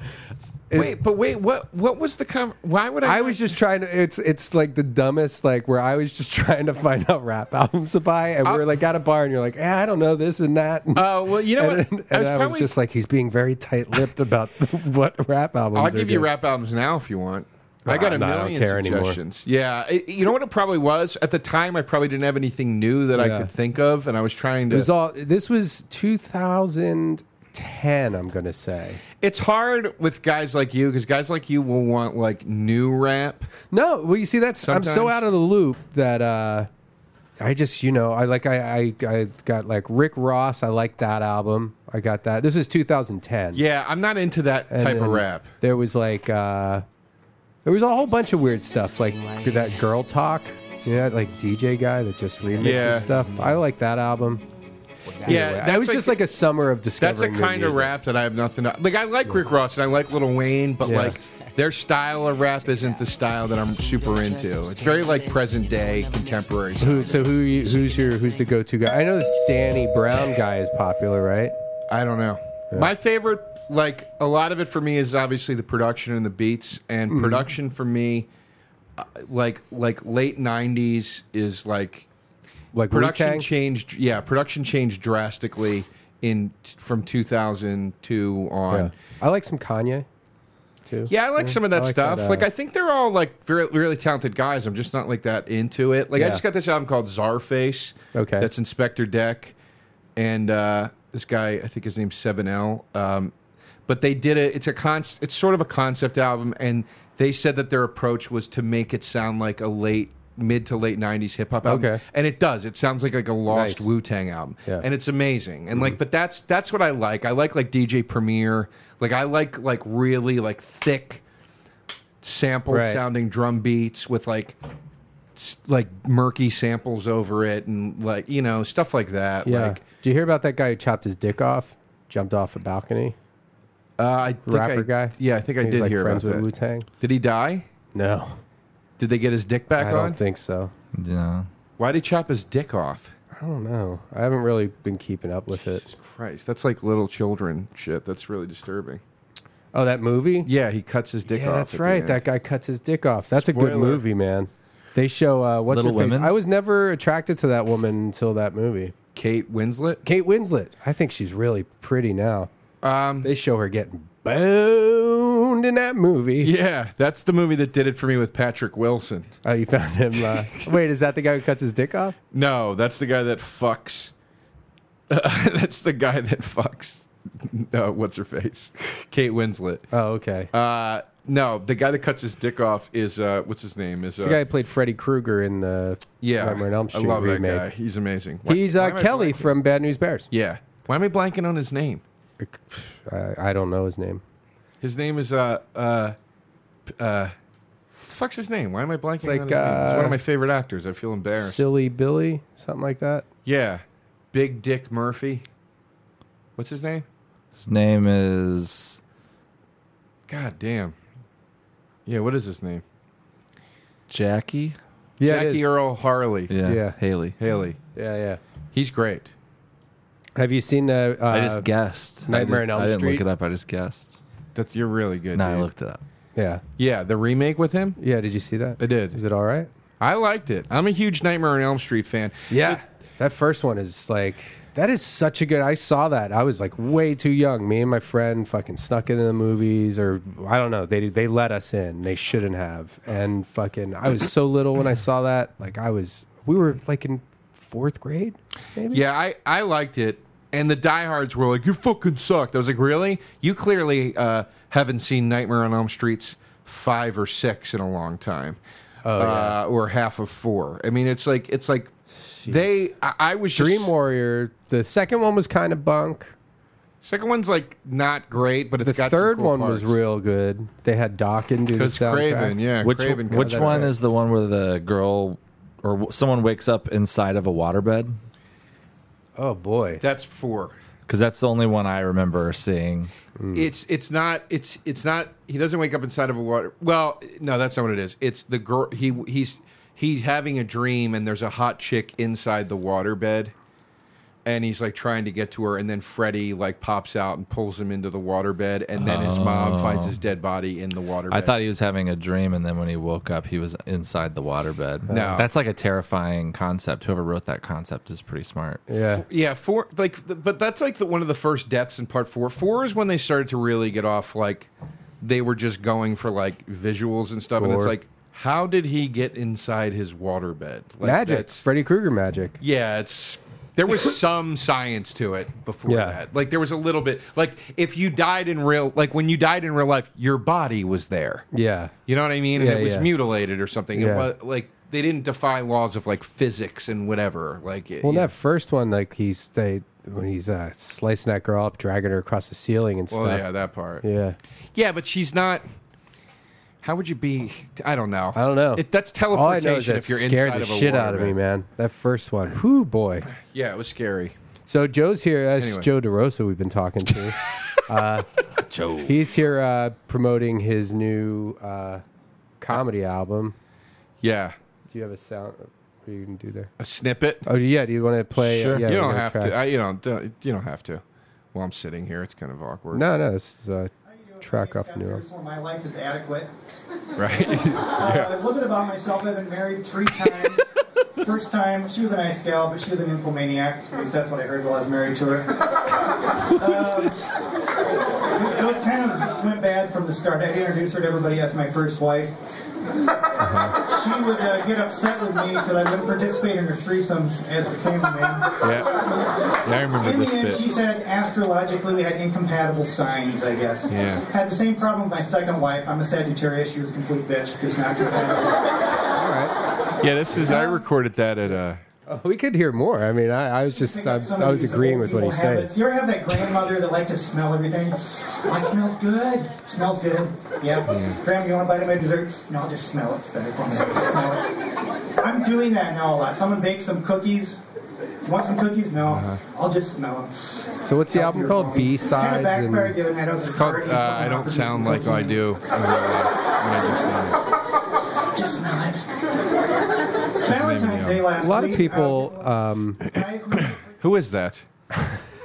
Speaker 3: Wait, but wait, what? What was the com- Why would I?
Speaker 2: I was just trying to. It's it's like the dumbest. Like where I was just trying to find out rap albums to buy, and we we're like at a bar, and you're like, eh, I don't know this and that.
Speaker 3: Uh, Oh well, you know
Speaker 2: and,
Speaker 3: what?
Speaker 2: and I was just like, he's being very tight-lipped about what rap albums.
Speaker 3: I'll
Speaker 2: are
Speaker 3: give you
Speaker 2: good.
Speaker 3: rap albums now if you want.
Speaker 2: Nah,
Speaker 3: I got a
Speaker 2: nah, I don't
Speaker 3: million
Speaker 2: care anymore.
Speaker 3: suggestions. Yeah, I- you know what it probably was at the time. I probably didn't have anything new that I
Speaker 2: Yeah.
Speaker 3: could think of, and I was trying
Speaker 2: It
Speaker 3: to.
Speaker 2: was all. This was 2010. I'm gonna say
Speaker 3: it's hard with guys like you because guys like you will want like new rap.
Speaker 2: no. Well, you see, that's I'm so
Speaker 3: Sometimes.
Speaker 2: out of the loop that. uh I just, you know, I like I, I I got like Rick Ross. I like that album. I got that. This is 2010.
Speaker 3: Yeah, I'm not into that
Speaker 2: And
Speaker 3: type of
Speaker 2: then
Speaker 3: rap.
Speaker 2: There was like uh there was a whole bunch of weird stuff, like that girl talk. You know, that, like DJ guy that just remixes
Speaker 3: Yeah.
Speaker 2: stuff. I like that album.
Speaker 3: Yeah,
Speaker 2: Anyway,
Speaker 3: that's
Speaker 2: that was just like a summer of discovering.
Speaker 3: that's a
Speaker 2: new
Speaker 3: kind of
Speaker 2: music.
Speaker 3: rap that I have nothing. To, like I like Rick Ross and I like Little Wayne, but
Speaker 2: Yeah.
Speaker 3: like their style of rap isn't the style that I'm super into. It's very like present day contemporary.
Speaker 2: Who, so who you, who's your who's the go-to guy? I know this Danny Brown guy is popular, right?
Speaker 3: I don't know. My favorite, like a lot of it for me, is obviously the production and the beats. And
Speaker 2: Mm-hmm.
Speaker 3: production for me, uh, like like late '90s is like
Speaker 2: Like
Speaker 3: production
Speaker 2: Wu-Tang?
Speaker 3: changed. Yeah, production changed drastically in t- from 2002 on.
Speaker 2: Yeah. I like some Kanye too.
Speaker 3: Yeah, I like some of
Speaker 2: I
Speaker 3: that
Speaker 2: like
Speaker 3: stuff.
Speaker 2: that, uh,
Speaker 3: like I think they're all like very really talented guys. I'm just not like that into it. Like I
Speaker 2: Yeah.
Speaker 3: just got this album called Czarface.
Speaker 2: Okay.
Speaker 3: That's Inspector Deck. And uh, this guy, I think his name's Seven L. Um, but they did it. It's a con. It's sort of a concept album, and they said that their approach was to make it sound like a late, mid to late '90s hip hop album.
Speaker 2: Okay.
Speaker 3: And it does. It sounds like like a lost
Speaker 2: Nice.
Speaker 3: Wu Tang album,
Speaker 2: Yeah. Mm-hmm.
Speaker 3: and it's amazing. And like, but that's that's what I like. I like like DJ Premier. Like I like like really like thick sampled
Speaker 2: Right.
Speaker 3: sounding drum beats with like s- like murky samples over it and like you know stuff like that
Speaker 2: Yeah.
Speaker 3: like
Speaker 2: Do you hear about that guy who chopped his dick off, jumped off a balcony?
Speaker 3: uh, I think
Speaker 2: Rapper
Speaker 3: I-
Speaker 2: guy?
Speaker 3: yeah I think I
Speaker 2: He's
Speaker 3: did
Speaker 2: like
Speaker 3: hear about
Speaker 2: friends
Speaker 3: that
Speaker 2: with Wu-Tang.
Speaker 3: did he die
Speaker 2: No,
Speaker 3: did they get his dick back
Speaker 2: I
Speaker 3: on
Speaker 2: don't think so.
Speaker 1: Yeah.
Speaker 3: why did he chop his dick off
Speaker 2: I don't know. I haven't really been keeping up with it.
Speaker 3: Christ that's like little children shit that's really disturbing
Speaker 2: Oh, that movie?
Speaker 3: yeah he cuts his dick
Speaker 2: Yeah,
Speaker 3: off
Speaker 2: that's
Speaker 3: at the
Speaker 2: right.
Speaker 3: end.
Speaker 2: That guy cuts his dick off. That's a good
Speaker 3: Spoiler.
Speaker 2: movie, man. They show uh, what's
Speaker 1: Little
Speaker 2: her face.
Speaker 1: Women?
Speaker 2: I was never attracted to that woman until that movie.
Speaker 3: Kate Winslet
Speaker 2: Kate Winslet. I think she's really pretty now.
Speaker 3: um
Speaker 2: They show her getting boned in that movie.
Speaker 3: Yeah, that's the movie that did it for me with Patrick Wilson.
Speaker 2: Oh, you found him. Uh, wait, is that the guy who cuts his dick off?
Speaker 3: No, that's the guy that fucks. that's the guy that fucks. Uh, what's her face? Kate Winslet.
Speaker 2: Oh, okay.
Speaker 3: Uh, no, the guy that cuts his dick off is uh, what's his name? Is
Speaker 2: It's
Speaker 3: uh,
Speaker 2: the guy who played Freddy Krueger in the
Speaker 3: yeah?
Speaker 2: Nightmare on Elm
Speaker 3: I
Speaker 2: Street
Speaker 3: love
Speaker 2: remake.
Speaker 3: that guy. He's amazing. Why-
Speaker 2: He's
Speaker 3: why
Speaker 2: uh,
Speaker 3: am I
Speaker 2: Kelly
Speaker 3: blanking?
Speaker 2: from Bad News Bears.
Speaker 3: Yeah. Why am I blanking on his name?
Speaker 2: I, I don't know his name.
Speaker 3: His name is uh uh uh. The fuck's his name? Why am I blanking
Speaker 2: like,
Speaker 3: on his name?
Speaker 2: uh,
Speaker 3: He's one of my favorite actors. I feel embarrassed.
Speaker 2: Silly Billy, something like that.
Speaker 3: yeah, Big Dick Murphy. What's his name?
Speaker 1: His name is
Speaker 3: God damn. Yeah, what is his name?
Speaker 1: Jackie.
Speaker 2: Yeah, it
Speaker 3: Jackie
Speaker 2: is.
Speaker 3: Earl Harley.
Speaker 1: Yeah,
Speaker 2: Yeah.
Speaker 1: Haley.
Speaker 3: Haley.
Speaker 2: yeah, yeah.
Speaker 3: He's great.
Speaker 2: Have you seen the? Uh,
Speaker 1: I just guessed.
Speaker 2: Nightmare
Speaker 1: I
Speaker 2: on
Speaker 1: just,
Speaker 2: Elm
Speaker 1: I didn't
Speaker 2: Street?
Speaker 1: look it up. I just guessed.
Speaker 3: That's you're really good.
Speaker 1: No, I
Speaker 3: dude.
Speaker 1: looked it up.
Speaker 2: yeah,
Speaker 3: Yeah, the remake with him?
Speaker 2: yeah. Did you see that?
Speaker 3: I did.
Speaker 2: Is it all right?
Speaker 3: I liked it. I'm a huge Nightmare on Elm Street fan.
Speaker 2: Yeah, that first one is like that is such a good. I saw that. I was like way too young. Me and my friend fucking snuck into the movies, or I don't know. They they let us in. They shouldn't have. And fucking, I was so little when I saw that. Like I was, we were like in fourth grade. Maybe.
Speaker 3: Yeah, I, I liked it. And the diehards were like, You fucking sucked. I was like, Really? You clearly uh, haven't seen Nightmare on Elm Street's five or six in a long time.
Speaker 2: Oh, yeah.
Speaker 3: uh, or half of four. I mean it's like it's like they I, I was just-
Speaker 2: Dream Warrior. The second one was kind of bunk.
Speaker 3: Second one's like not great, but it's
Speaker 2: The
Speaker 3: got some
Speaker 2: third
Speaker 3: cool
Speaker 2: one
Speaker 3: parts.
Speaker 2: was real good. They had Dawkins do the
Speaker 3: because
Speaker 2: soundtrack.
Speaker 3: Craven, yeah,
Speaker 1: Which
Speaker 3: Craven.
Speaker 1: which
Speaker 2: that's
Speaker 1: one
Speaker 2: right.
Speaker 1: is the one where the girl or w- someone wakes up inside of a waterbed?
Speaker 2: Oh boy.
Speaker 3: That's four.
Speaker 1: Because that's the only one I remember seeing.
Speaker 3: It's it's not it's it's not. He doesn't wake up inside of a water. Well, no, that's not what it is. It's the girl. He he's he's having a dream, and there's a hot chick inside the waterbed, and he's like trying to get to her, and then Freddy like pops out and pulls him into the waterbed, and then his mom finds his dead body in the waterbed.
Speaker 1: Oh. I thought he was having a dream, and then when he woke up, he was inside the waterbed.
Speaker 3: No.
Speaker 1: that's like a terrifying concept. Whoever wrote that concept is pretty smart.
Speaker 2: Yeah.
Speaker 3: Yeah, four like, the, but that's like the, one of the first deaths in part four. Four is when they started to really get off. Like, they were just going for like visuals and stuff, and it's
Speaker 2: Gore.
Speaker 3: like, how did he get inside his waterbed? Like,
Speaker 2: Magic.
Speaker 3: that's-
Speaker 2: Freddy Krueger magic.
Speaker 3: yeah, it's there was some science to it before
Speaker 2: Yeah.
Speaker 3: that. Like, there was a little bit. Like, if you died in real, like when you died in real life, your body was there.
Speaker 2: Yeah.
Speaker 3: You know what I mean? And
Speaker 2: Yeah,
Speaker 3: it was
Speaker 2: yeah.
Speaker 3: mutilated or something. It
Speaker 2: Yeah.
Speaker 3: was like they didn't defy laws of like physics and whatever. Like, it,
Speaker 2: Well, that first one, like he's they when he's uh, slicing that girl up, dragging her across the ceiling and
Speaker 3: well, Oh, yeah,
Speaker 2: stuff.
Speaker 3: that part.
Speaker 2: yeah.
Speaker 3: Yeah, but she's not. How would you be? I don't know.
Speaker 2: I don't know.
Speaker 3: It, that's
Speaker 2: All I
Speaker 3: teleportation.
Speaker 2: know is that
Speaker 3: if you're
Speaker 2: scared
Speaker 3: inside
Speaker 2: the
Speaker 3: of a
Speaker 2: shit
Speaker 3: water
Speaker 2: out of me,
Speaker 3: bed.
Speaker 2: man. That first one, whoo boy.
Speaker 3: Yeah, it was scary.
Speaker 2: So Joe's here. That's
Speaker 3: Anyway.
Speaker 2: Joe DeRosa we've been talking to. Joe. He's here uh, promoting his new uh, comedy album.
Speaker 3: Yeah,
Speaker 2: Do you have a sound? What are you gonna do there?
Speaker 3: a snippet.
Speaker 2: Oh yeah. Do you want to play?
Speaker 1: Sure.
Speaker 2: Yeah,
Speaker 3: you
Speaker 2: we
Speaker 3: don't
Speaker 2: got a
Speaker 3: have
Speaker 2: track.
Speaker 3: to. I, you don't. don't- You don't have to. Well, I'm sitting here. It's kind of awkward,
Speaker 2: no, no. This is a track off the new album.
Speaker 6: My life is adequate.
Speaker 3: right?
Speaker 6: Uh, A little bit about myself. I've been married three times. First time, she was a nice gal, but she was an infomaniac. At least that's what I heard while I was married to her. Um, It was kind of went bad from the start. I introduced her to everybody as my first wife.
Speaker 2: Uh-huh.
Speaker 6: She would uh, get upset with me because I wouldn't participate in her threesomes as the cameraman.
Speaker 3: yeah. yeah, I remember
Speaker 6: In
Speaker 3: this
Speaker 6: the end, she
Speaker 3: bit.
Speaker 6: said astrologically we had incompatible signs, I guess.
Speaker 3: Yeah.
Speaker 6: Had the same problem with my second wife. I'm a Sagittarius. She was a complete bitch. Just not compatible.
Speaker 3: Yeah, this is. I recorded that at a.
Speaker 2: Oh, We could hear more. I mean, I, I was just I, I was agreeing with what he said.
Speaker 6: Habits. You ever have that grandmother that liked to smell everything? Oh, it smells good. Smells good. Yeah. Grandma, you want a bite of my dessert? No, just smell it. It's better for me. Just smell it. I'm doing that now a lot. Someone bakes some cookies. You want some cookies? No. I'll just smell them.
Speaker 2: Uh-huh. So what's the album called? B sides and
Speaker 6: It's
Speaker 3: Called, uh, I don't sound like I do. in real life when I do stand-up.
Speaker 6: Just smell it. Valentine's Day last
Speaker 2: a lot of
Speaker 6: week,
Speaker 2: people.
Speaker 6: uh,
Speaker 2: Um,
Speaker 6: guys-
Speaker 3: Who is that?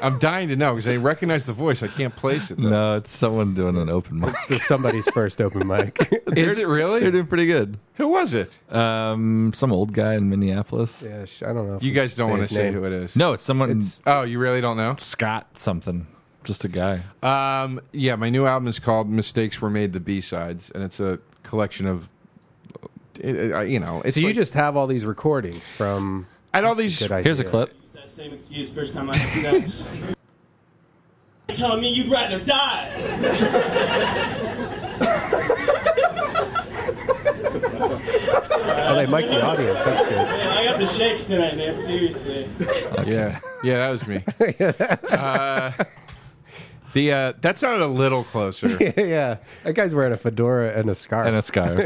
Speaker 3: I'm dying to know because I recognize the voice. I can't place it. Though.
Speaker 1: No, it's someone doing an open mic.
Speaker 2: this is somebody's first open mic.
Speaker 3: Is it
Speaker 1: They're
Speaker 3: really?
Speaker 1: doing pretty good.
Speaker 3: Who was it?
Speaker 1: Um, some old guy in Minneapolis.
Speaker 2: yeah, sh- I don't know. if
Speaker 3: You
Speaker 2: we
Speaker 3: guys
Speaker 2: should
Speaker 3: don't want to
Speaker 2: his
Speaker 3: say
Speaker 2: name.
Speaker 3: who it is.
Speaker 1: No, it's someone
Speaker 2: It's-
Speaker 3: Oh, you really don't know?
Speaker 1: Scott something. Just a guy.
Speaker 3: Um, yeah, my new album is called "Mistakes Were Made: The B Sides," and it's a collection of, it, it, I- you know, it's
Speaker 2: So you
Speaker 3: like-
Speaker 2: just have all these recordings from.
Speaker 3: I had all these.
Speaker 2: Good idea.
Speaker 1: Here's a clip.
Speaker 7: That same excuse first time I had sex. You're telling me you'd rather die.
Speaker 2: Oh, they mic the audience. That's good.
Speaker 7: Man, I got the shakes tonight, man. Seriously.
Speaker 3: Yeah, yeah, that was me. uh, the uh, that sounded a little closer.
Speaker 2: yeah, that guy's wearing a fedora and a scarf.
Speaker 1: And a scarf.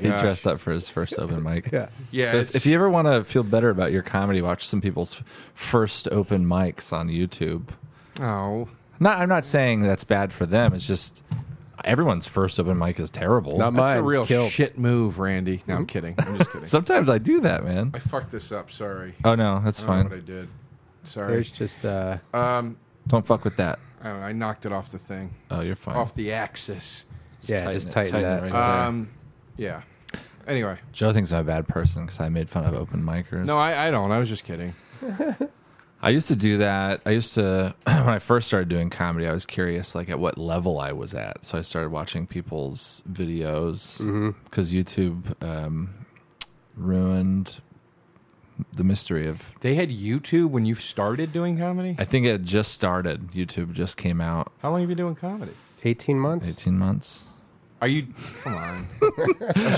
Speaker 1: he
Speaker 3: gosh.
Speaker 1: dressed up for his first open mic.
Speaker 2: Oh yeah.
Speaker 3: Yeah,
Speaker 1: Because
Speaker 3: it's-
Speaker 1: If you ever want to feel better about your comedy, watch some people's first open mics on YouTube.
Speaker 3: oh,
Speaker 1: Not, I'm not saying that's bad for them. It's just everyone's first open mic is terrible.
Speaker 2: Not
Speaker 3: that's a
Speaker 2: Mine
Speaker 3: real
Speaker 2: killed.
Speaker 3: shit move, Randy. No, I'm kidding. I'm just kidding.
Speaker 1: Sometimes I do that, man.
Speaker 3: I fucked this up. Sorry.
Speaker 1: Oh no, that's
Speaker 3: I don't know what I
Speaker 1: fine.
Speaker 3: did. Sorry.
Speaker 2: There's just uh,
Speaker 1: Don't fuck with that.
Speaker 3: I, don't know, I knocked it off the thing,
Speaker 1: Oh, you're fine.
Speaker 3: off the axis.
Speaker 2: yeah,
Speaker 1: tighten
Speaker 2: just
Speaker 1: it-
Speaker 2: tighten,
Speaker 1: tighten it
Speaker 2: that.
Speaker 1: right there.
Speaker 3: Um, yeah. Anyway,
Speaker 1: Joe thinks I'm a bad person because I made fun of open micers.
Speaker 3: no, I, I don't. I was just kidding.
Speaker 1: I used to do that. I used to when I first started doing comedy, I was curious like at what level I was at. So I started watching people's videos because YouTube um, ruined the mystery of.
Speaker 3: They had YouTube when you started doing comedy.
Speaker 1: I think it had just started. YouTube just came out
Speaker 3: How long have you been doing comedy?
Speaker 2: Eighteen months.
Speaker 1: eighteen months.
Speaker 3: Are you? Come on.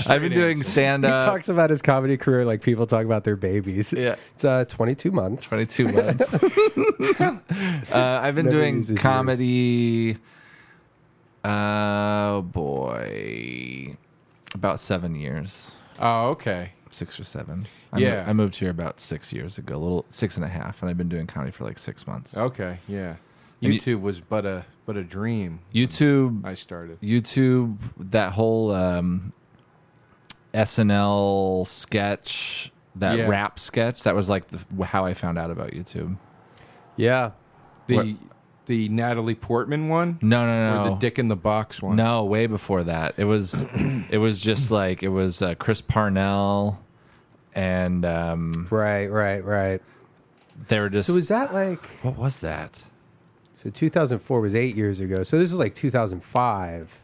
Speaker 1: I've been doing stand
Speaker 2: He
Speaker 1: up
Speaker 2: talks about his comedy career like people talk about their babies.
Speaker 1: Uh, Yeah.
Speaker 2: It's uh, 22 months.
Speaker 1: twenty two months. uh, I've been
Speaker 2: Never
Speaker 1: doing
Speaker 2: uses yours.
Speaker 1: comedy. Oh boy, about seven years.
Speaker 3: Oh, okay.
Speaker 1: six or seven. I
Speaker 3: Yeah.
Speaker 1: mo- I moved here about six years ago, a little six and a half, and I've been doing comedy for like six months.
Speaker 3: Okay. Yeah.
Speaker 1: And you-
Speaker 3: YouTube was but a but a dream.
Speaker 1: YouTube,
Speaker 3: I started.
Speaker 1: YouTube, that whole um, SNL sketch, that
Speaker 3: Yeah.
Speaker 1: rap sketch, that was like the, how I found out about YouTube.
Speaker 2: Yeah.
Speaker 3: The
Speaker 1: What-
Speaker 3: the Natalie Portman one.
Speaker 1: No, no,
Speaker 3: Or
Speaker 1: no,
Speaker 3: the Dick in the Box one.
Speaker 1: no, way before that. It was, it was just like it was uh, Chris Parnell, and um,
Speaker 2: Right, right, right.
Speaker 1: they were just.
Speaker 2: So was that like
Speaker 1: what was that?
Speaker 2: so 2004 was 8 years ago. So this was like 2005.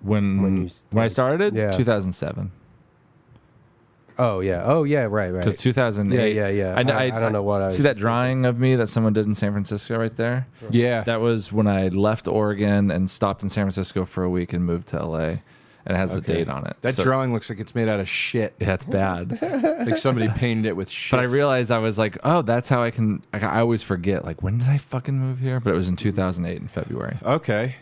Speaker 1: When when,
Speaker 2: you s-
Speaker 1: when I started,
Speaker 2: Yeah.
Speaker 1: two thousand seven.
Speaker 2: Oh yeah. Oh yeah, right, right.
Speaker 1: because 2008
Speaker 2: Yeah, yeah, yeah.
Speaker 1: I, kn-
Speaker 2: I- I don't know what I was
Speaker 1: see that drawing of me that someone did in san francisco right there
Speaker 3: Yeah.
Speaker 1: that was when i left oregon and stopped in san francisco for a week and moved to la and it has the date on it
Speaker 3: That
Speaker 1: So-
Speaker 3: drawing looks like it's made out of shit.
Speaker 1: yeah, it's bad
Speaker 3: like somebody painted it with shit.
Speaker 1: but i realized i was like oh that's how i can like, i always forget like when did i fucking move here but it was in 2008 in february
Speaker 3: okay.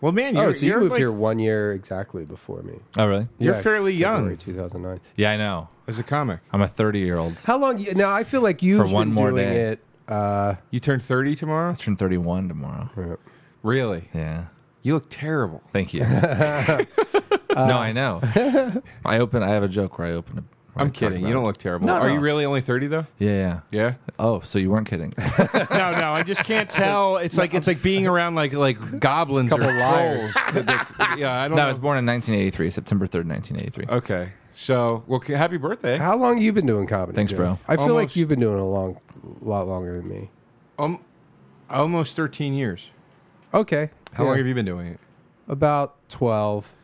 Speaker 3: Well, man, you're,
Speaker 2: Oh, so you
Speaker 3: you're
Speaker 2: moved
Speaker 3: like-
Speaker 2: here 1 year exactly before me.
Speaker 1: oh really
Speaker 3: You're
Speaker 2: Yeah,
Speaker 3: fairly
Speaker 2: February
Speaker 3: young
Speaker 2: 2009.
Speaker 1: yeah i know
Speaker 3: as a comic.
Speaker 1: i'm a 30 year old
Speaker 2: How long you, now I feel like you've
Speaker 1: For one
Speaker 2: been
Speaker 1: more
Speaker 2: doing
Speaker 1: day.
Speaker 2: it uh
Speaker 3: You turn 30 tomorrow?
Speaker 1: i turn 31 tomorrow
Speaker 3: Really?
Speaker 1: yeah
Speaker 3: You look terrible.
Speaker 1: thank you no i know i open i have a joke where i open a where I
Speaker 3: I'm
Speaker 1: talk
Speaker 3: kidding.
Speaker 1: about
Speaker 3: You don't
Speaker 1: it.
Speaker 3: look terrible.
Speaker 1: No,
Speaker 3: Are
Speaker 1: no.
Speaker 3: you really only 30 though?
Speaker 1: yeah yeah
Speaker 3: Yeah.
Speaker 1: Oh, so you weren't kidding.
Speaker 3: no, no. I just can't tell. It's like it's like being around like like goblins or trolls. yeah, I don't
Speaker 1: no, I
Speaker 3: know.
Speaker 1: was born in 1983, September 3rd, 1983.
Speaker 3: okay. So, well, c- happy birthday.
Speaker 2: how long you been doing comedy?
Speaker 1: Thanks,
Speaker 2: Joe?
Speaker 1: bro.
Speaker 2: I feel
Speaker 3: Almost-
Speaker 2: like you've been doing it a long lot longer than me.
Speaker 3: Um, almost 13 years.
Speaker 2: Okay.
Speaker 3: How long have you been doing it?
Speaker 2: About 12.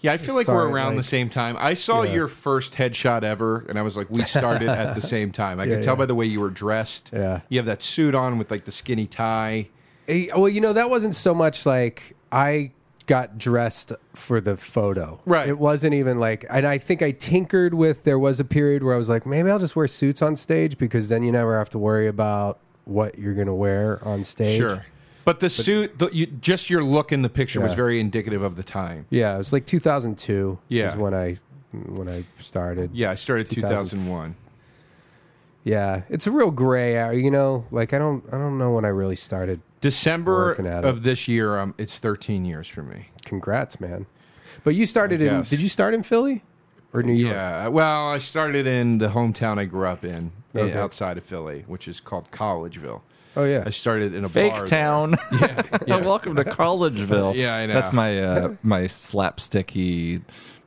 Speaker 3: Yeah, I feel like
Speaker 2: Sorry,
Speaker 3: we're around the
Speaker 2: like-
Speaker 3: same time. I saw
Speaker 2: Yeah.
Speaker 3: your first headshot ever, and I was like, we started at the same time. I
Speaker 2: Yeah,
Speaker 3: could tell
Speaker 2: yeah.
Speaker 3: by the way you were dressed.
Speaker 2: Yeah.
Speaker 3: You have that suit on with like the skinny tie.
Speaker 2: Eh, Well, you know, that wasn't so much like I got dressed for the photo.
Speaker 3: Right.
Speaker 2: It wasn't even like, and I think I tinkered with, there was a period where I was like, maybe I'll just wear suits on stage because then you never have to worry about what you're going to wear on stage.
Speaker 3: Sure. But the suit, the, you, just your look in the picture was
Speaker 2: Yeah.
Speaker 3: very indicative of the time.
Speaker 2: Yeah. It was like 2002
Speaker 3: Yeah.
Speaker 2: is when I, when I started.
Speaker 3: Yeah, I started
Speaker 2: 2000.
Speaker 3: 2001.
Speaker 2: Yeah. It's a real gray area, you know, like I don't, I don't know when I really started.
Speaker 3: December
Speaker 2: Working at it.
Speaker 3: of this year, um, it's 13 years for me.
Speaker 2: Congrats, man. But you started
Speaker 3: I
Speaker 2: in,
Speaker 3: guess.
Speaker 2: did you start in Philly or New York?
Speaker 3: Yeah. Well, I started in the hometown I grew up in, i-
Speaker 2: Okay.
Speaker 3: outside of Philly, which is called Collegeville.
Speaker 2: Oh yeah.
Speaker 3: I started in a bar
Speaker 1: Fake
Speaker 3: there.
Speaker 1: town.
Speaker 3: Yeah, yeah.
Speaker 1: Welcome to Collegeville.
Speaker 3: Yeah, I know.
Speaker 1: That's my uh, my slapsticky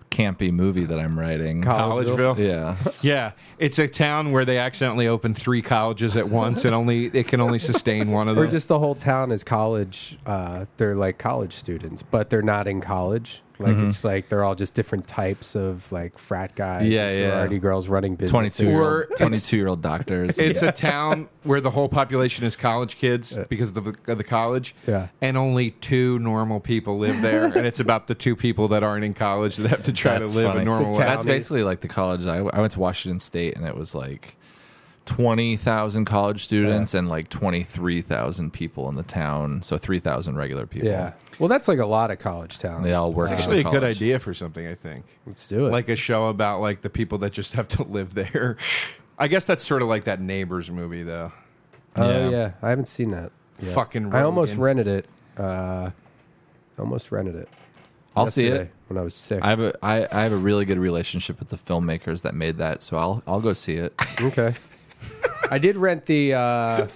Speaker 1: campy movie that I'm writing.
Speaker 3: Collegeville.
Speaker 1: Yeah.
Speaker 3: Yeah, it's a town where they accidentally open three colleges at once, and only it can only sustain one of them.
Speaker 2: Or just the whole town is college. Uh, they're like college students, but they're not in college. Like
Speaker 1: Mm-hmm.
Speaker 2: it's like they're all just different types of like frat guys,
Speaker 1: Yeah,
Speaker 2: and
Speaker 1: yeah.
Speaker 2: sorority girls running businesses.
Speaker 1: 22
Speaker 3: Or
Speaker 1: year old,
Speaker 3: it's-
Speaker 1: 22 year old doctors.
Speaker 3: it's a town where the whole population is college kids because of the, of the college,
Speaker 2: Yeah.
Speaker 3: and only two normal people live there, and it's about the two people that aren't in college that have to try
Speaker 1: That's
Speaker 3: to live
Speaker 1: funny.
Speaker 3: a normal
Speaker 2: The
Speaker 3: life.
Speaker 2: town-
Speaker 1: That's basically like the college I, I went to Washington State, and it was like twenty thousand college students and like twenty three thousand people in the town, so three thousand regular people.
Speaker 2: Yeah. Well, that's like a lot of college towns.
Speaker 1: they all work.
Speaker 3: It's
Speaker 1: out of
Speaker 3: actually a good
Speaker 1: college.
Speaker 3: idea for something, I think.
Speaker 2: Let's do it.
Speaker 3: Like a show about like the people that just have to live there. I guess that's sort of like that neighbors movie though.
Speaker 2: oh
Speaker 1: Yeah.
Speaker 2: yeah. I haven't seen that. yet.
Speaker 3: Fucking
Speaker 2: I almost
Speaker 3: Rogan.
Speaker 2: rented it. Uh, almost rented it.
Speaker 1: I'll see
Speaker 2: yesterday
Speaker 1: it.
Speaker 2: when I was sick.
Speaker 1: I have a I, I have a really good relationship with the filmmakers that made that, so I'll I'll go see it.
Speaker 2: Okay. I did rent the. Uh,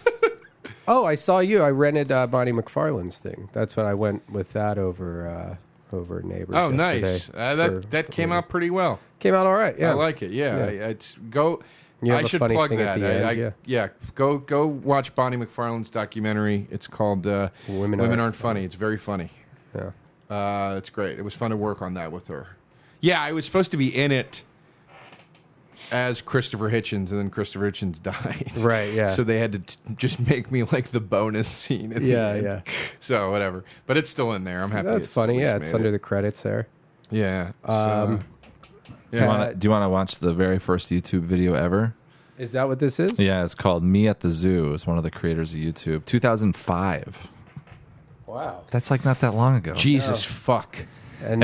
Speaker 2: oh, I saw you. I rented uh, Bonnie McFarlane's thing. That's what I went with that over uh, over neighbors.
Speaker 3: Oh,
Speaker 2: yesterday
Speaker 3: nice. Uh,
Speaker 2: for-
Speaker 3: that that came out pretty well.
Speaker 2: came out all right. Yeah,
Speaker 3: I like it. Yeah, I, it's go.
Speaker 2: You have
Speaker 3: I
Speaker 2: a
Speaker 3: should
Speaker 2: funny
Speaker 3: plug
Speaker 2: thing
Speaker 3: that.
Speaker 2: at the
Speaker 3: I,
Speaker 2: end,
Speaker 3: I,
Speaker 2: yeah.
Speaker 3: yeah. go go watch Bonnie McFarlane's documentary. It's called uh,
Speaker 2: Women
Speaker 3: Aren't,
Speaker 2: Aren't
Speaker 3: Funny. It's very funny.
Speaker 2: Yeah.
Speaker 3: uh, it's great. It was fun to work on that with her. Yeah, I was supposed to be in it as Christopher Hitchens, and then Christopher Hitchens died.
Speaker 2: Right, yeah.
Speaker 3: So they had to t- just make me like the bonus scene. At
Speaker 2: Yeah,
Speaker 3: The end.
Speaker 2: yeah.
Speaker 3: So whatever, but it's still in there. I'm happy.
Speaker 2: That's
Speaker 3: it's at
Speaker 2: funny.
Speaker 3: least
Speaker 2: Yeah, it's
Speaker 3: made
Speaker 2: under
Speaker 3: it.
Speaker 2: the credits there.
Speaker 3: yeah. Um,
Speaker 1: Do
Speaker 3: yeah.
Speaker 1: you wanna- Do you want to watch the very first YouTube video ever?
Speaker 2: Is that what this is?
Speaker 1: Yeah, it's called "Me at the Zoo." It's one of the creators of YouTube, 2005.
Speaker 2: Wow.
Speaker 1: That's like not that long ago.
Speaker 3: Jesus fuck.
Speaker 2: And,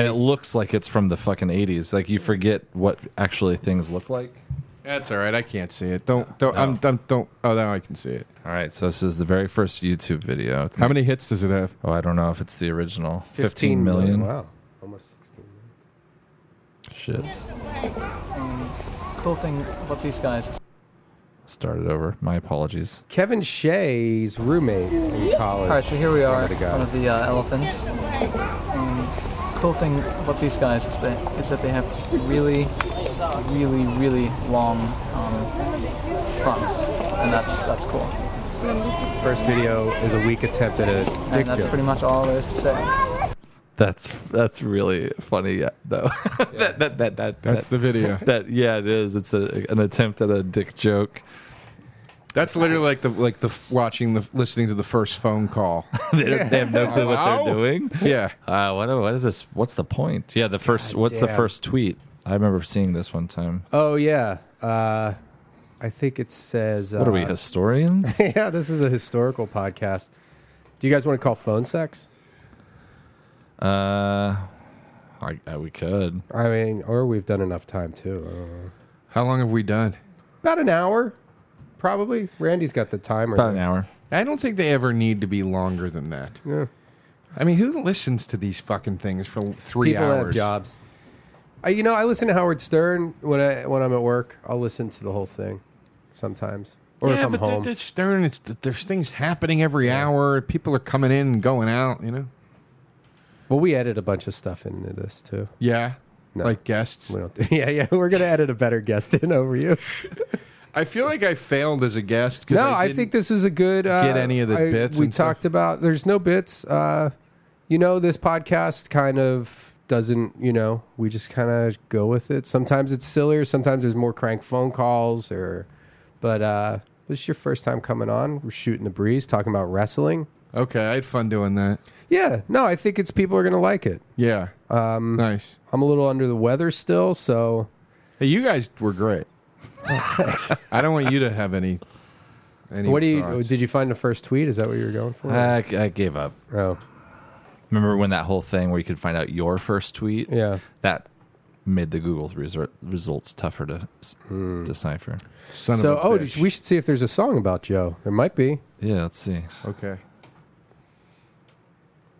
Speaker 1: And it looks like it's from the fucking 80s. Like you forget what actually things look like.
Speaker 3: That's all right. I can't see it. Don't don't I'm, I'm don't. Oh, now I can see it.
Speaker 1: All right, so this is the very first YouTube video. It's
Speaker 3: How many hits does it have?
Speaker 1: Oh, I don't know if it's the original.
Speaker 2: 15
Speaker 1: 15 million.
Speaker 2: Wow. Almost 16 million.
Speaker 1: Shit.
Speaker 8: cool thing about these guys
Speaker 1: Started over. My apologies.
Speaker 2: Kevin Shea's roommate in college.
Speaker 8: all right so here we
Speaker 2: was One
Speaker 8: are
Speaker 2: of the
Speaker 8: in front
Speaker 2: guys.
Speaker 8: of the uh, elephants and cool thing about these guys is that, is that they have really really really long um, fronts and that's that's cool
Speaker 2: First video is a weak attempt at a dick
Speaker 8: and that's
Speaker 2: joke.
Speaker 8: pretty much all there is to say
Speaker 1: That's that's really funny yeah, though. that, that, that, that,
Speaker 3: That's the video.
Speaker 1: that yeah, it is. It's a, an attempt at a dick joke.
Speaker 3: That's literally like the like the f- watching the listening to the first phone call.
Speaker 1: they, don't- they have no clue what
Speaker 3: Hello?
Speaker 1: they're doing.
Speaker 3: Yeah.
Speaker 1: Uh, what what is this? What's the point? Yeah, the first. what's the
Speaker 2: damn.
Speaker 1: first tweet? I remember seeing this one time.
Speaker 2: Oh yeah. Uh, I think it says.
Speaker 1: What are
Speaker 2: uh,
Speaker 1: we historians?
Speaker 2: yeah, this is a historical podcast. Do you guys want to call phone sex?
Speaker 1: uh, I, I, we could.
Speaker 2: I mean, or we've done enough time too. I don't know.
Speaker 3: How long have we done?
Speaker 2: About an hour, probably. Randy's got the timer.
Speaker 1: About an hour.
Speaker 3: I don't think they ever need to be longer than that.
Speaker 2: Yeah.
Speaker 3: I mean, who listens to these fucking things for three
Speaker 2: People
Speaker 3: hours?
Speaker 2: have jobs. I, you know, I listen to Howard Stern when I when I'm at work. I'll listen to the whole thing sometimes, or
Speaker 3: yeah,
Speaker 2: if I'm
Speaker 3: but
Speaker 2: home.
Speaker 3: They're, they're stern. It's there's things happening every hour. People are coming in and going out. You know.
Speaker 2: Well, we edit a bunch of stuff into this too.
Speaker 3: Yeah.
Speaker 2: No.
Speaker 3: Like guests.
Speaker 2: We don't. Do, yeah, yeah. We're gonna edit a better guest in over you.
Speaker 3: I feel like I failed as a guest. 'cause
Speaker 2: No, I,
Speaker 3: didn't-
Speaker 2: think this is a good. Uh,
Speaker 3: get any of the
Speaker 2: I-
Speaker 3: bits
Speaker 2: we
Speaker 3: and stuff.
Speaker 2: talked about? There's no bits. Uh, you know, this podcast kind of doesn't. You know, we just kind of go with it. Sometimes it's sillier. Sometimes there's more crank phone calls or. But uh, this is your first time coming on. We're shooting the breeze, talking about wrestling.
Speaker 3: Okay, I had fun doing that.
Speaker 2: Yeah, no, I think it's people are gonna like it.
Speaker 3: Yeah. Um, nice.
Speaker 2: I'm a little under the weather still, so
Speaker 3: Hey, you guys were great. I don't want you to have any. any
Speaker 2: what do you
Speaker 3: thoughts. Uh,
Speaker 2: did you find the first tweet? Is that what you were going for?
Speaker 1: I, I gave up.
Speaker 2: oh,
Speaker 1: Remember when that whole thing where you could find out your first tweet?
Speaker 2: yeah.
Speaker 1: That made the Google resor- results tougher to s decipher.
Speaker 3: Son
Speaker 2: So,
Speaker 3: of a
Speaker 2: oh,
Speaker 3: bitch.
Speaker 2: we should see if there's a song about Joe. There might be.
Speaker 1: Yeah, let's see.
Speaker 3: Okay.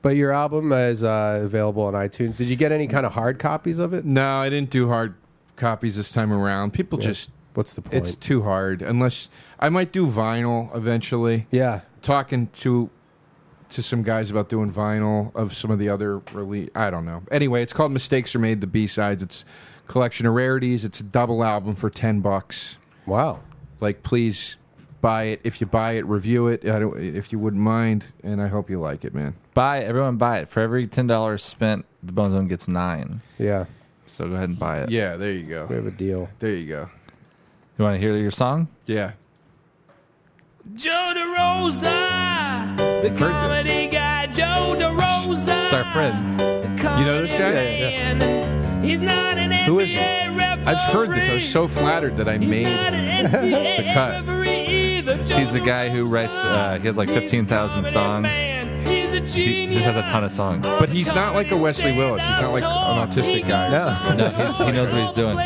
Speaker 2: But your album is uh, available on iTunes. Did you get any kind of hard copies of it?
Speaker 3: No, I didn't do hard copies this time around. People just.
Speaker 2: What's the point?
Speaker 3: It's too hard. Unless I might do vinyl eventually.
Speaker 2: yeah,
Speaker 3: Talking to to some guys about doing vinyl of some of the other release. I don't know. Anyway, it's called Mistakes Are Made. The B sides. It's a collection of rarities. It's a double album for ten bucks.
Speaker 2: Wow.
Speaker 3: Like, please buy it. If you buy it, review it. I don't, if you wouldn't mind, and I hope you like it, man.
Speaker 1: Buy it. everyone buy it. For every ten dollars spent, the Bone Zone gets nine.
Speaker 2: Yeah.
Speaker 1: So go ahead and buy it.
Speaker 3: Yeah, there you
Speaker 2: We
Speaker 3: go.
Speaker 2: have a deal.
Speaker 3: There you go.
Speaker 1: You want to hear your song?
Speaker 3: Yeah.
Speaker 5: Joe DeRosa, the
Speaker 3: this.
Speaker 5: comedy guy. Joe DeRosa,
Speaker 1: It's our friend.
Speaker 5: You know this guy? He's not an
Speaker 3: Who is
Speaker 5: NBA referee.
Speaker 3: I've heard this. I was so flattered that I
Speaker 5: He's
Speaker 3: made.
Speaker 5: not an NCAA
Speaker 3: the cut.
Speaker 5: referee either. Joe
Speaker 1: He's the guy who writes. Uh, he has like
Speaker 5: He's a
Speaker 1: fifteen thousand
Speaker 5: comedy
Speaker 1: songs.
Speaker 5: man. He's a
Speaker 1: He
Speaker 5: genius.
Speaker 1: just has a ton of songs.
Speaker 3: But he's not like a Wesley Willis. He's not like an autistic guy.
Speaker 2: No.
Speaker 1: No, he's, he knows what he's doing.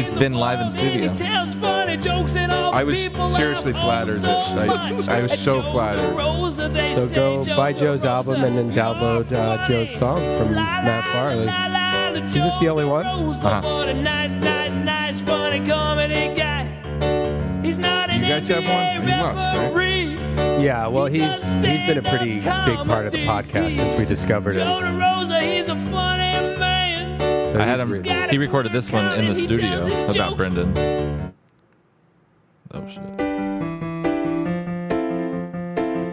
Speaker 1: He's been live in studio.
Speaker 3: I was seriously flattered. That I, I was so flattered.
Speaker 2: So go buy Joe's album and then download uh, Joe's song from Matt Farley. Is this the only one?
Speaker 1: Uh-huh.
Speaker 3: You guys have one? You must, right?
Speaker 2: Yeah. Well, he's he's been a pretty big part of the podcast since we discovered him. So
Speaker 1: I had
Speaker 2: he's
Speaker 1: him.
Speaker 2: really-
Speaker 1: He recorded this one in the studio about Brendan. Oh shit!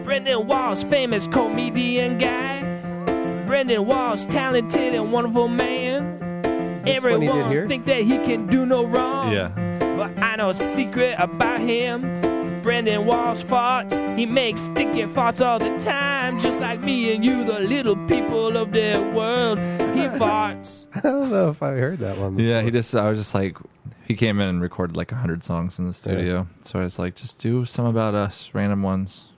Speaker 5: Brendan Walsh, famous comedian guy. Brendan Walsh, talented and wonderful man.
Speaker 2: This one he did here?
Speaker 5: think that he can do no wrong.
Speaker 1: Yeah.
Speaker 5: But I know a secret about him. Brendan Walsh farts. He makes sticky farts all the time, just like me and you, the little people of the world. He farts.
Speaker 2: I don't know if I heard that one.
Speaker 1: Yeah. He just. I was just like. He came in and recorded like hundred songs in the studio. So I was like, just do some about us, random ones.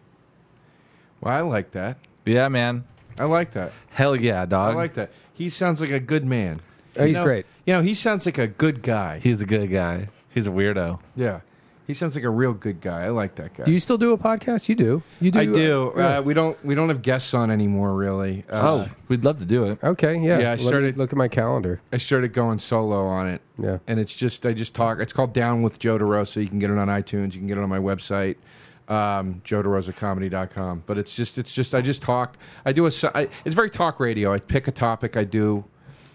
Speaker 3: Well, I like that.
Speaker 1: Yeah, man.
Speaker 3: I like that.
Speaker 1: Hell yeah,
Speaker 3: I
Speaker 1: dog.
Speaker 3: like that. He sounds like a good man.
Speaker 2: Oh, he's
Speaker 3: You know-
Speaker 2: great.
Speaker 3: You know, he sounds like a good guy.
Speaker 1: He's a good guy. He's a weirdo.
Speaker 3: Yeah. He sounds like a real good guy. I like that guy.
Speaker 2: Do you still do a podcast? You do. You do.
Speaker 3: I do.
Speaker 2: yeah.
Speaker 3: Uh, we don't we don't have guests on anymore really. Uh,
Speaker 1: Oh, we'd love to do it.
Speaker 2: okay. Yeah.
Speaker 3: Yeah, I
Speaker 2: Let me
Speaker 3: started-
Speaker 2: Look at my calendar.
Speaker 3: I started going solo on it.
Speaker 2: Yeah.
Speaker 3: And it's just I just talk it's called Down with Joe DeRosa. You can get it on iTunes, you can get it on my website. Um, joederosacomedy.com but it's just it's just I just talk I do a so- I, it's very talk radio I pick a topic I do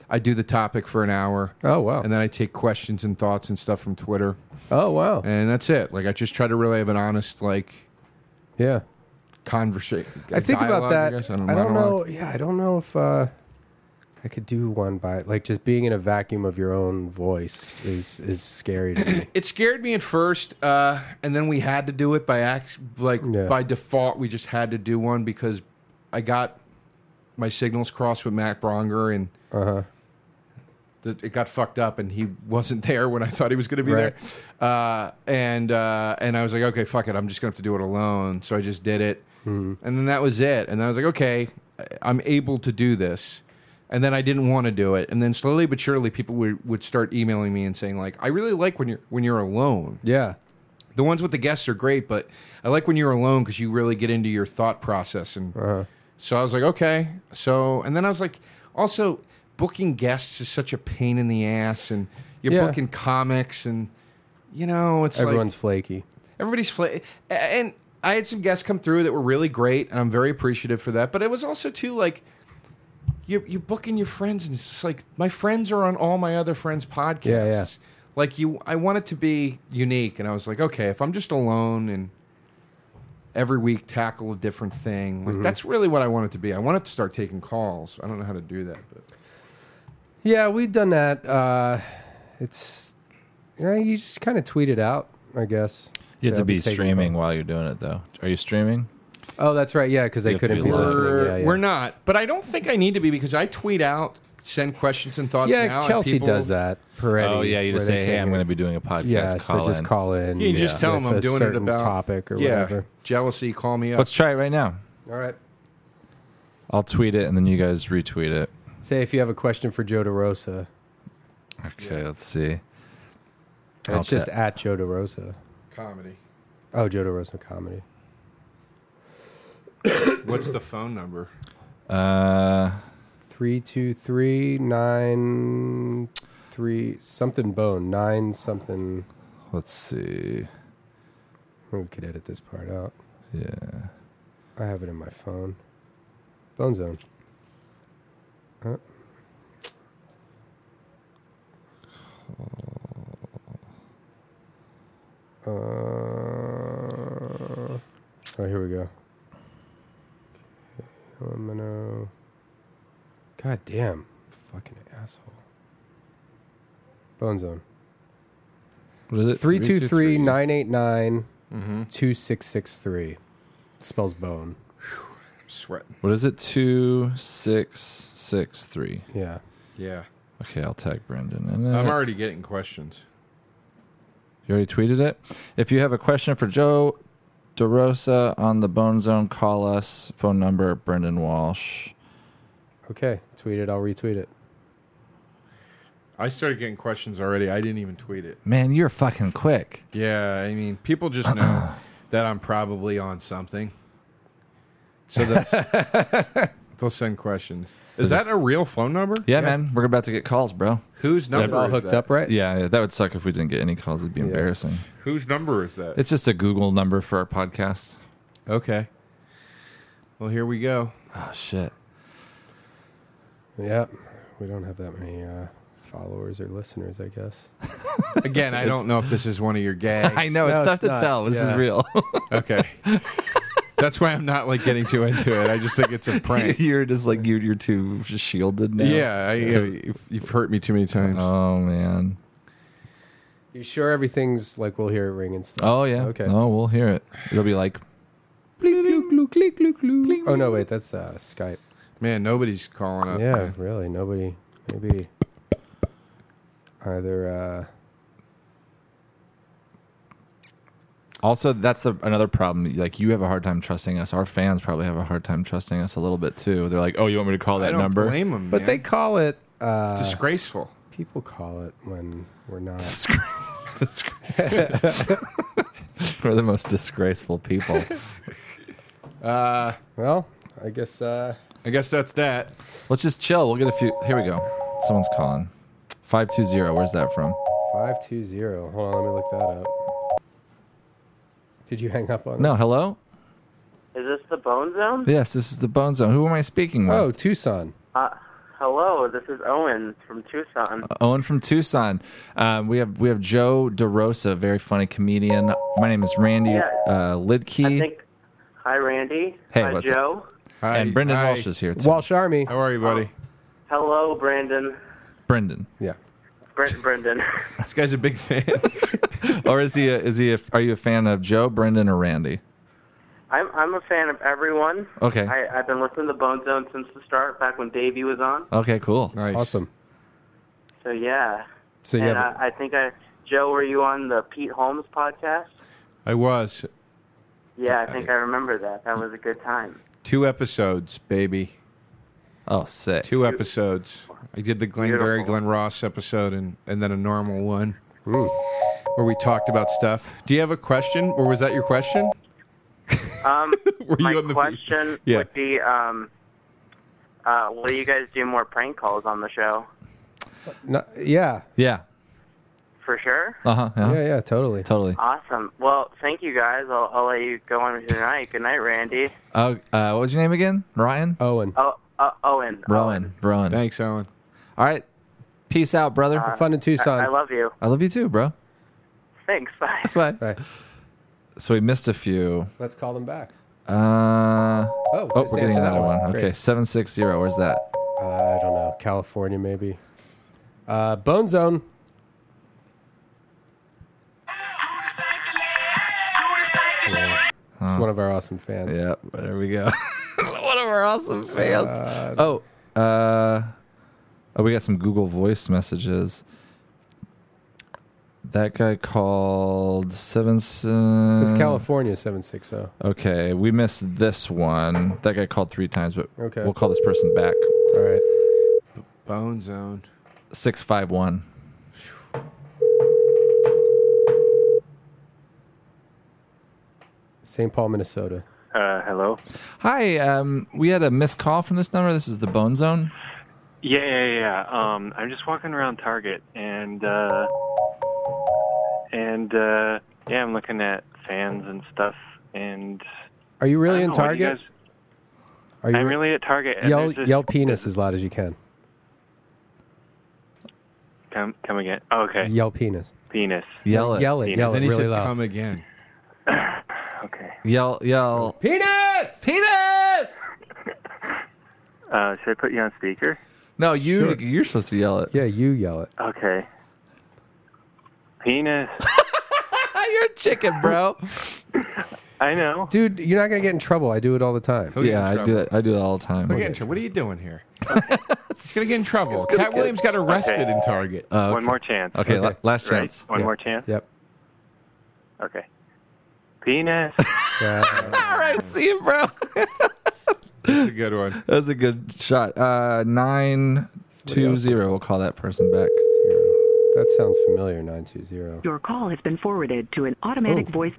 Speaker 3: I do the topic for an hour
Speaker 2: Oh, wow.
Speaker 3: and then I take questions and thoughts and stuff from Twitter
Speaker 2: Oh wow.
Speaker 3: and that's it like I just try to really have an honest like
Speaker 2: Yeah.
Speaker 3: conversation.
Speaker 2: I think about that. I, don't, know.
Speaker 3: Like,
Speaker 2: Yeah, I don't know if uh, I could do one by like just being in a vacuum of your own voice is is scary to me.
Speaker 3: it scared me at first, uh, and then we had to do it by act, like
Speaker 2: Yeah.
Speaker 3: by default. We just had to do one because I got my signals crossed with Matt Bronger, and the, it got fucked up, and he wasn't there when I thought he was going to be
Speaker 2: Right.
Speaker 3: there. Uh, and uh, and I was like, okay, fuck it, I'm just going to have to do it alone. So I just did it, and then that was it. And then I was like, okay, I- I'm able to do this. And then I didn't want to do it. And then slowly but surely, people would, would start emailing me and saying like, I really like when you're when you're alone.
Speaker 2: yeah,
Speaker 3: The ones with the guests are great, but I like when you're alone because you really get into your thought process. And
Speaker 2: Uh-huh.
Speaker 3: so I was like, okay. So and then I was like, also booking guests is such a pain in the ass, and you're
Speaker 2: Yeah.
Speaker 3: booking comics, and you know it's
Speaker 2: everyone's
Speaker 3: like,
Speaker 2: flaky.
Speaker 3: everybody's fla- and I had some guests come through that were really great, and I'm very appreciative for that. But it was also too like. You're, you're booking your friends, and it's just like my friends are on all my other friends' podcasts.
Speaker 2: Yeah, yeah.
Speaker 3: Like you, I want it to be unique, and I was like, okay, if I'm just alone and every week tackle a different thing,
Speaker 2: Mm-hmm.
Speaker 3: like that's really what I want it to be. I want it to start taking calls. I don't know how to do that, but
Speaker 2: Yeah, we've done that. Uh, it's you, know, you just kind of tweet it out, I guess.
Speaker 1: You have
Speaker 2: So
Speaker 1: to be
Speaker 2: taking-
Speaker 1: streaming while you're doing it, though. Are you streaming?
Speaker 2: Oh, that's right. Yeah, because they
Speaker 1: You have to
Speaker 2: couldn't
Speaker 1: be
Speaker 2: be,
Speaker 1: live.
Speaker 2: listening.
Speaker 3: we're,
Speaker 2: Yeah, yeah.
Speaker 3: we're not. But I don't think I need to be because I tweet out, send questions and thoughts. now,
Speaker 2: Yeah,
Speaker 3: and
Speaker 2: Chelsea
Speaker 3: people-
Speaker 2: does that. Peretti,
Speaker 1: oh yeah, you just
Speaker 2: where
Speaker 1: say,
Speaker 2: they
Speaker 1: "Hey,
Speaker 2: can-
Speaker 1: I'm going to be doing a podcast.
Speaker 2: Yeah,
Speaker 1: call
Speaker 2: so just
Speaker 1: in."
Speaker 2: call in.
Speaker 3: You can just tell them
Speaker 2: with
Speaker 3: I'm
Speaker 2: a
Speaker 3: doing it
Speaker 2: certain
Speaker 3: about
Speaker 2: topic or
Speaker 3: yeah,
Speaker 2: whatever.
Speaker 3: Jealousy, call me up.
Speaker 1: Let's try it right now.
Speaker 2: All right.
Speaker 1: I'll tweet it and then you guys retweet it.
Speaker 2: Say if you have a question for Joe DeRosa,
Speaker 1: Okay, let's see.
Speaker 2: and it's
Speaker 1: I'll
Speaker 2: just
Speaker 1: ta-
Speaker 2: at Joe DeRosa.
Speaker 3: Comedy.
Speaker 2: Oh, Joe DeRosa comedy.
Speaker 3: What's the phone number?
Speaker 1: Uh,
Speaker 2: Three two three nine three something bone nine something.
Speaker 1: let's see.
Speaker 2: We could edit this part out.
Speaker 1: Yeah.
Speaker 2: I have it in my phone. Bone Zone. Uh. Huh? Uh, oh, here we go. Elemento. God damn. Fucking asshole. Bone Zone.
Speaker 1: What is it?
Speaker 2: 323 989
Speaker 1: Mm-hmm.
Speaker 2: 2663. Spells bone.
Speaker 3: Sweating.
Speaker 1: What is it? Two six six three.
Speaker 2: Yeah.
Speaker 3: Yeah.
Speaker 1: Okay, I'll tag Brendan. in
Speaker 2: Uh,
Speaker 1: it.
Speaker 3: I'm already getting questions.
Speaker 1: You already tweeted it. If you have a question for Joe DeRosa on the Bone Zone, call us. Phone number Brendan Walsh.
Speaker 2: Okay. Tweet it. I'll retweet it.
Speaker 3: I started getting questions already. I didn't even tweet it.
Speaker 1: Man, you're fucking quick.
Speaker 3: Yeah, I mean, people just know that I'm probably on something. So that's, they'll send questions. Is that a real phone number?
Speaker 1: Yeah, man, we're about to get calls, bro.
Speaker 3: Whose number
Speaker 2: They're all
Speaker 3: is
Speaker 2: hooked
Speaker 3: that?
Speaker 2: up, right?
Speaker 1: Yeah, yeah, that would suck if we didn't get any calls. It'd be embarrassing.
Speaker 3: Whose number is that?
Speaker 1: It's just a Google number for our podcast.
Speaker 3: okay. Well, here we go.
Speaker 1: Oh shit.
Speaker 2: Yep. We don't have that many uh, followers or listeners, I guess.
Speaker 3: Again, I don't know if this is one of your gags.
Speaker 1: I know
Speaker 2: No,
Speaker 1: it's tough
Speaker 2: it's
Speaker 1: to
Speaker 2: not.
Speaker 1: tell. This is
Speaker 2: Yeah.
Speaker 1: real.
Speaker 3: Okay. That's why I'm not like getting too into it. I just think it's a prank.
Speaker 1: you're just like you. You're too shielded now.
Speaker 3: Yeah, I, you've- you've hurt me too many times.
Speaker 1: Oh man.
Speaker 2: You sure everything's like we'll hear it ring and stuff?
Speaker 1: Oh yeah.
Speaker 2: Okay.
Speaker 1: Oh, we'll hear it. It'll be like
Speaker 2: Oh, no, wait. That's uh, Skype.
Speaker 3: Man, nobody's calling up.
Speaker 2: Yeah, really. Nobody. Maybe either. Uh,
Speaker 1: Also, that's the, another problem. Like, you have a hard time trusting us. Our fans probably have a hard time trusting us a little bit too. They're like, "Oh, you want me to call
Speaker 3: I
Speaker 1: that
Speaker 3: don't
Speaker 1: number?"
Speaker 3: blame them.
Speaker 2: but they call it. Uh,
Speaker 3: disgraceful.
Speaker 2: people call it when we're not.
Speaker 1: Disgrace- disgrace- We're the most disgraceful people.
Speaker 2: Well, I guess. Uh,
Speaker 3: I guess that's that.
Speaker 1: Let's just chill. We'll get a few. Here we go. Someone's calling. Five two zero. Where's that from?
Speaker 2: 520. Hold on, let me look that up. Did you hang up on
Speaker 1: No. Hello.
Speaker 9: Is this the Bone Zone?
Speaker 1: Yes, this is the Bone Zone. Who am I speaking with?
Speaker 2: Oh, Tucson.
Speaker 9: Uh, hello, this is Owen from Tucson.
Speaker 1: Owen from Tucson. Um, we have we have Joe DeRosa, very funny comedian. My name is Randy
Speaker 9: Yeah.
Speaker 1: uh,
Speaker 9: I
Speaker 1: Lidkey,
Speaker 9: think. Hi, Randy.
Speaker 1: Hey,
Speaker 9: Hi,
Speaker 1: what's up?
Speaker 9: Joe.
Speaker 3: Hi,
Speaker 1: and Brendan
Speaker 3: hi.
Speaker 1: Walsh is here too.
Speaker 2: Walsh Army.
Speaker 3: How are you, buddy?
Speaker 9: Hello, Brandon.
Speaker 1: Brendan.
Speaker 2: Yeah.
Speaker 9: Bre- Brendan.
Speaker 3: This guy's a big fan.
Speaker 1: or is he a, is he a, are you a fan of Joe, Brendan, or Randy?
Speaker 9: I'm I'm a fan of everyone.
Speaker 1: Okay.
Speaker 9: I, I've been listening to Bone Zone since the start, back when Davey was on.
Speaker 1: Okay, cool.
Speaker 3: nice.
Speaker 2: Awesome.
Speaker 9: So yeah.
Speaker 2: So you
Speaker 9: and
Speaker 2: have.
Speaker 9: I, I think I, Joe, were you on the Pete Holmes podcast?
Speaker 3: I was
Speaker 9: Yeah, I think I remember that. That was a good time.
Speaker 3: two episodes, baby.
Speaker 1: Oh, sick.
Speaker 3: Two episodes. I did the Glengarry
Speaker 9: Beautiful.
Speaker 3: Glenn Ross episode and and then a normal one where we talked about stuff. Do you have a question, or was that your question?
Speaker 9: Um,
Speaker 3: Were
Speaker 9: my
Speaker 3: you on the
Speaker 9: question
Speaker 3: Yeah.
Speaker 9: would be, um, uh, will you guys do more prank calls on the show?
Speaker 2: No, yeah.
Speaker 1: Yeah.
Speaker 9: For sure.
Speaker 1: Uh huh. Yeah.
Speaker 2: Yeah, yeah, totally.
Speaker 1: Totally.
Speaker 9: Uh, Awesome. Well, thank you guys. I'll, I'll let you go on with your night. Good night, Randy.
Speaker 1: Oh, uh, what was your name again? Ryan.
Speaker 2: Owen.
Speaker 9: Oh, uh, Owen.
Speaker 1: Rowan. Rowan.
Speaker 3: Thanks, Owen.
Speaker 1: All right. Peace out, brother.
Speaker 10: Uh,
Speaker 9: Uh,
Speaker 2: Fun in
Speaker 9: I,
Speaker 2: Tucson.
Speaker 9: I love you.
Speaker 1: I love you too, bro.
Speaker 9: Thanks. Bye.
Speaker 1: Bye.
Speaker 2: All right.
Speaker 1: So we missed a few.
Speaker 2: Let's call them back.
Speaker 1: Uh,
Speaker 2: Oh,
Speaker 1: oh,
Speaker 2: just
Speaker 1: we're getting
Speaker 2: answer that
Speaker 1: another one.
Speaker 2: one.
Speaker 1: Okay,
Speaker 2: Great.
Speaker 1: seven six zero. Where's that?
Speaker 2: Uh, I don't know. California, maybe. Uh, Bone Zone. Yeah. It's one of our awesome fans.
Speaker 1: Yeah, there we go. One of our awesome fans. oh, uh, oh, we got some Google Voice messages. That guy called seven. Uh,
Speaker 2: It's California oh. 760.
Speaker 1: Okay, we missed this one. That guy called three times, but
Speaker 2: Okay.
Speaker 1: we'll call this person back.
Speaker 2: All right.
Speaker 3: Bone Zone.
Speaker 1: Six five one.
Speaker 2: St. Paul, Minnesota.
Speaker 10: Uh, hello.
Speaker 1: Hi, um, we had a missed call from this number. This is the Bone Zone.
Speaker 10: Yeah, yeah, yeah. Um, I'm just walking around Target, and uh, and uh, yeah, I'm looking at fans and stuff. And
Speaker 2: Are you
Speaker 10: I
Speaker 2: really
Speaker 10: don't
Speaker 2: in
Speaker 10: know, what do you
Speaker 2: Target?
Speaker 10: guys-
Speaker 2: Are you
Speaker 10: I'm really at Target. And
Speaker 2: yell
Speaker 10: there's this,
Speaker 2: yell penis as loud as you can.
Speaker 10: Come, come again. Oh, okay.
Speaker 2: Yell penis.
Speaker 10: Penis.
Speaker 1: Yell it.
Speaker 2: Yell it. Yell
Speaker 3: Then
Speaker 2: it
Speaker 3: he
Speaker 2: really
Speaker 3: said,
Speaker 2: loud.
Speaker 3: "Come again."
Speaker 10: Okay.
Speaker 1: Yell, yell.
Speaker 2: Penis.
Speaker 1: Penis!
Speaker 10: Uh, should I put you on speaker?
Speaker 1: No, you, you're supposed to yell it.
Speaker 2: Yeah, you yell it.
Speaker 10: Okay. Penis.
Speaker 1: You're a chicken, bro.
Speaker 10: I know.
Speaker 2: Dude, you're not gonna get in trouble. I do it all the time.
Speaker 3: He'll get in
Speaker 1: yeah, I
Speaker 3: trouble.
Speaker 1: do that. I do that all the time.
Speaker 3: He'll get in trouble. What are you doing here? He's gonna get Uh. in trouble. Cat Williams got arrested
Speaker 10: Okay.
Speaker 3: in Target.
Speaker 10: One more chance.
Speaker 1: Okay, la-
Speaker 2: Uh, Okay.
Speaker 1: last
Speaker 10: Right?
Speaker 1: chance.
Speaker 10: One
Speaker 2: Yeah.
Speaker 10: more chance.
Speaker 2: Yep.
Speaker 10: Okay. Penis.
Speaker 2: Yeah.
Speaker 1: All right, see you, bro.
Speaker 3: That's a good one.
Speaker 1: That's a good shot. Uh, nine two zero. We'll call that person back.
Speaker 2: that sounds familiar. Nine two zero.
Speaker 11: Your call has been forwarded to an automatic
Speaker 5: Oh.
Speaker 11: voice.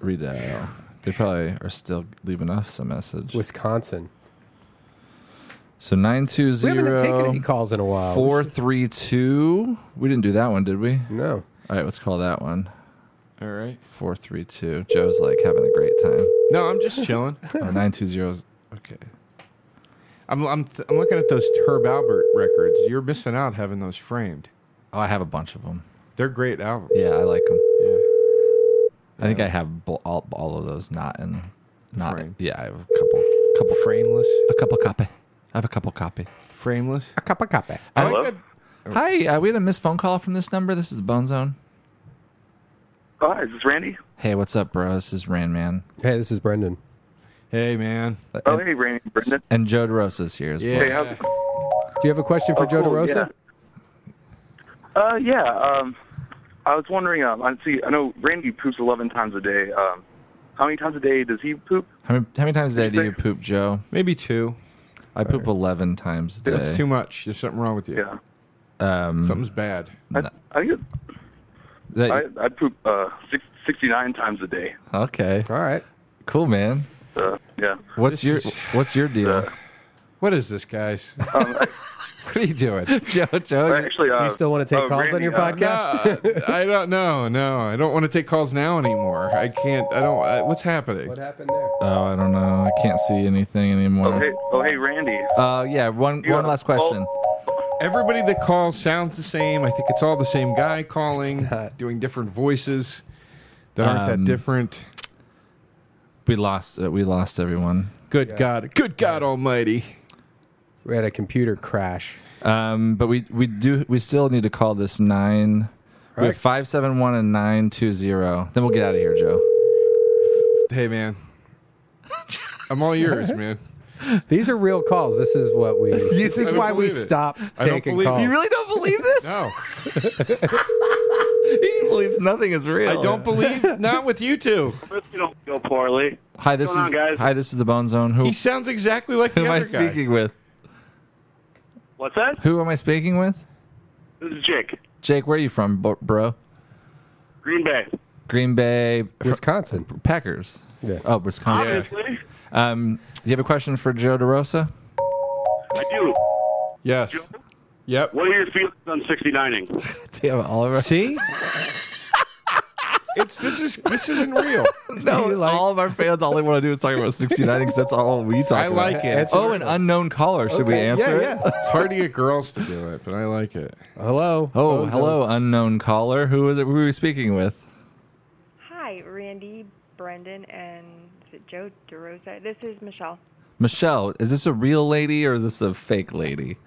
Speaker 1: Redial. They probably are still leaving us a message.
Speaker 2: Wisconsin.
Speaker 1: So nine two
Speaker 2: We haven't taken
Speaker 1: zero
Speaker 2: any calls in a while.
Speaker 1: four three two. We didn't do that one, did we?
Speaker 2: No.
Speaker 1: All right, let's call that one
Speaker 3: All right.
Speaker 1: four three two. Joe's like having a great time.
Speaker 3: No, I'm just chilling.
Speaker 1: Oh, nine two zero. Okay.
Speaker 3: I'm I'm, th- I'm looking at those Herb Albert records. You're missing out having those framed.
Speaker 1: Oh, I have a bunch of them.
Speaker 3: They're great albums.
Speaker 1: Yeah, I like them.
Speaker 3: Yeah.
Speaker 1: I
Speaker 2: Uh,
Speaker 1: think I have bl- all, all of those. Not in. Not
Speaker 3: Frame.
Speaker 1: yeah. I have a couple. Couple.
Speaker 3: Frameless.
Speaker 1: A couple copy. I have a couple copy.
Speaker 3: Frameless.
Speaker 2: A cup of coffee.
Speaker 3: I like
Speaker 10: Hello?
Speaker 3: that-
Speaker 2: Oh.
Speaker 1: Hi, uh, we had a missed phone call from this number. This is the Bone Zone.
Speaker 9: Oh, is this Randy?
Speaker 1: Hey, what's up, bro? This is Rand Man.
Speaker 2: Hey, this is Brendan.
Speaker 3: Hey man.
Speaker 9: Oh, hey, Randy. Brendan.
Speaker 1: And Joe DeRosa's here as
Speaker 3: Yeah.
Speaker 1: well.
Speaker 9: Hey, how's it
Speaker 2: Do you have a question for
Speaker 9: Oh,
Speaker 2: Joe
Speaker 9: cool,
Speaker 2: DeRosa?
Speaker 9: Yeah. Uh, yeah. Um, I was wondering. Um, I see. I know Randy poops eleven times a day. Um, how many times a day does he poop?
Speaker 1: How, many, how many times a day do you poop, Joe?
Speaker 3: Maybe two.
Speaker 1: I poop 11 times a day.
Speaker 3: That's too much. There's something wrong with you.
Speaker 9: Yeah.
Speaker 3: Something's bad.
Speaker 1: No.
Speaker 9: I think it,
Speaker 1: That-
Speaker 9: I I poop uh six, sixty nine times a day.
Speaker 1: okay.
Speaker 2: All right.
Speaker 1: Cool, man.
Speaker 9: Uh, yeah. Uh,
Speaker 1: What's your
Speaker 3: This is-
Speaker 1: What's your deal?
Speaker 3: What is this, guys?
Speaker 9: Um,
Speaker 3: what are you doing?
Speaker 1: Joe, Joe.
Speaker 9: But actually, uh,
Speaker 2: Do you still want to take
Speaker 9: uh,
Speaker 2: calls on
Speaker 9: Randy,
Speaker 2: your
Speaker 9: uh,
Speaker 2: podcast?
Speaker 3: No, I don't know. No, I don't want to take calls now anymore. I can't. I don't. I, what's happening?
Speaker 2: happened there? Uh,
Speaker 1: oh, I don't know. I can't see anything
Speaker 9: oh,
Speaker 1: anymore.
Speaker 9: hey, oh, hey, Randy.
Speaker 1: Uh, yeah, one
Speaker 9: You
Speaker 1: one
Speaker 9: know,
Speaker 1: last question.
Speaker 3: Everybody that calls sounds the same. I think it's all the same guy calling, doing different voices that aren't
Speaker 1: Um,
Speaker 3: that different.
Speaker 1: We lost uh, we lost everyone.
Speaker 3: Good God! Good God Almighty!
Speaker 2: We had a computer crash.
Speaker 1: Um, but we we do we still need to call this nine. We have
Speaker 3: Right.
Speaker 1: five seven one and nine two zero. Then we'll get out of here, Joe.
Speaker 3: Hey, man. I'm all yours, man.
Speaker 2: These are real calls. This is what we. this is
Speaker 3: don't
Speaker 2: why we
Speaker 3: believe it.
Speaker 2: stopped
Speaker 3: I don't
Speaker 2: taking
Speaker 3: believe it.
Speaker 2: calls.
Speaker 3: You
Speaker 1: really don't believe this?
Speaker 3: No,
Speaker 1: He believes nothing is real.
Speaker 3: I don't believe. Not with you two.
Speaker 10: You don't feel poorly.
Speaker 1: Hi, this
Speaker 10: What's
Speaker 1: is
Speaker 10: going on, guys?
Speaker 1: hi, this is the Bone Zone. Who
Speaker 3: He sounds exactly like
Speaker 1: who
Speaker 3: the
Speaker 1: am I
Speaker 3: other guy.
Speaker 1: speaking with?
Speaker 10: What's that?
Speaker 1: Who am I speaking with?
Speaker 10: This is Jake.
Speaker 1: Jake, where are you from, bo- bro?
Speaker 10: Green Bay.
Speaker 1: Green Bay fr-
Speaker 2: Wisconsin.
Speaker 1: Packers.
Speaker 2: Yeah.
Speaker 1: Oh, Wisconsin.
Speaker 10: Obviously.
Speaker 1: Um, do you have a question for Joe DeRosa?
Speaker 10: I do.
Speaker 3: Yes. Yep.
Speaker 10: What are your feelings on 69ing?
Speaker 1: Damn, all of our
Speaker 3: See? it's this is this isn't real.
Speaker 1: no, all of our fans, all they want to do is talk about 69 because that's all we talk
Speaker 3: I
Speaker 1: about.
Speaker 3: like it. It's,
Speaker 1: Oh, an unknown caller. Should we answer it?
Speaker 2: Yeah, yeah.
Speaker 3: it's hard to get girls to do it, but I like it.
Speaker 2: Hello.
Speaker 1: Oh,
Speaker 2: Bozo.
Speaker 1: hello, unknown caller. Who is it? Who are we speaking with?
Speaker 11: Hi, Randy, Brendan, and is it Joe DeRosa? This is Michelle.
Speaker 1: Michelle. Is this a real lady or is this a fake lady?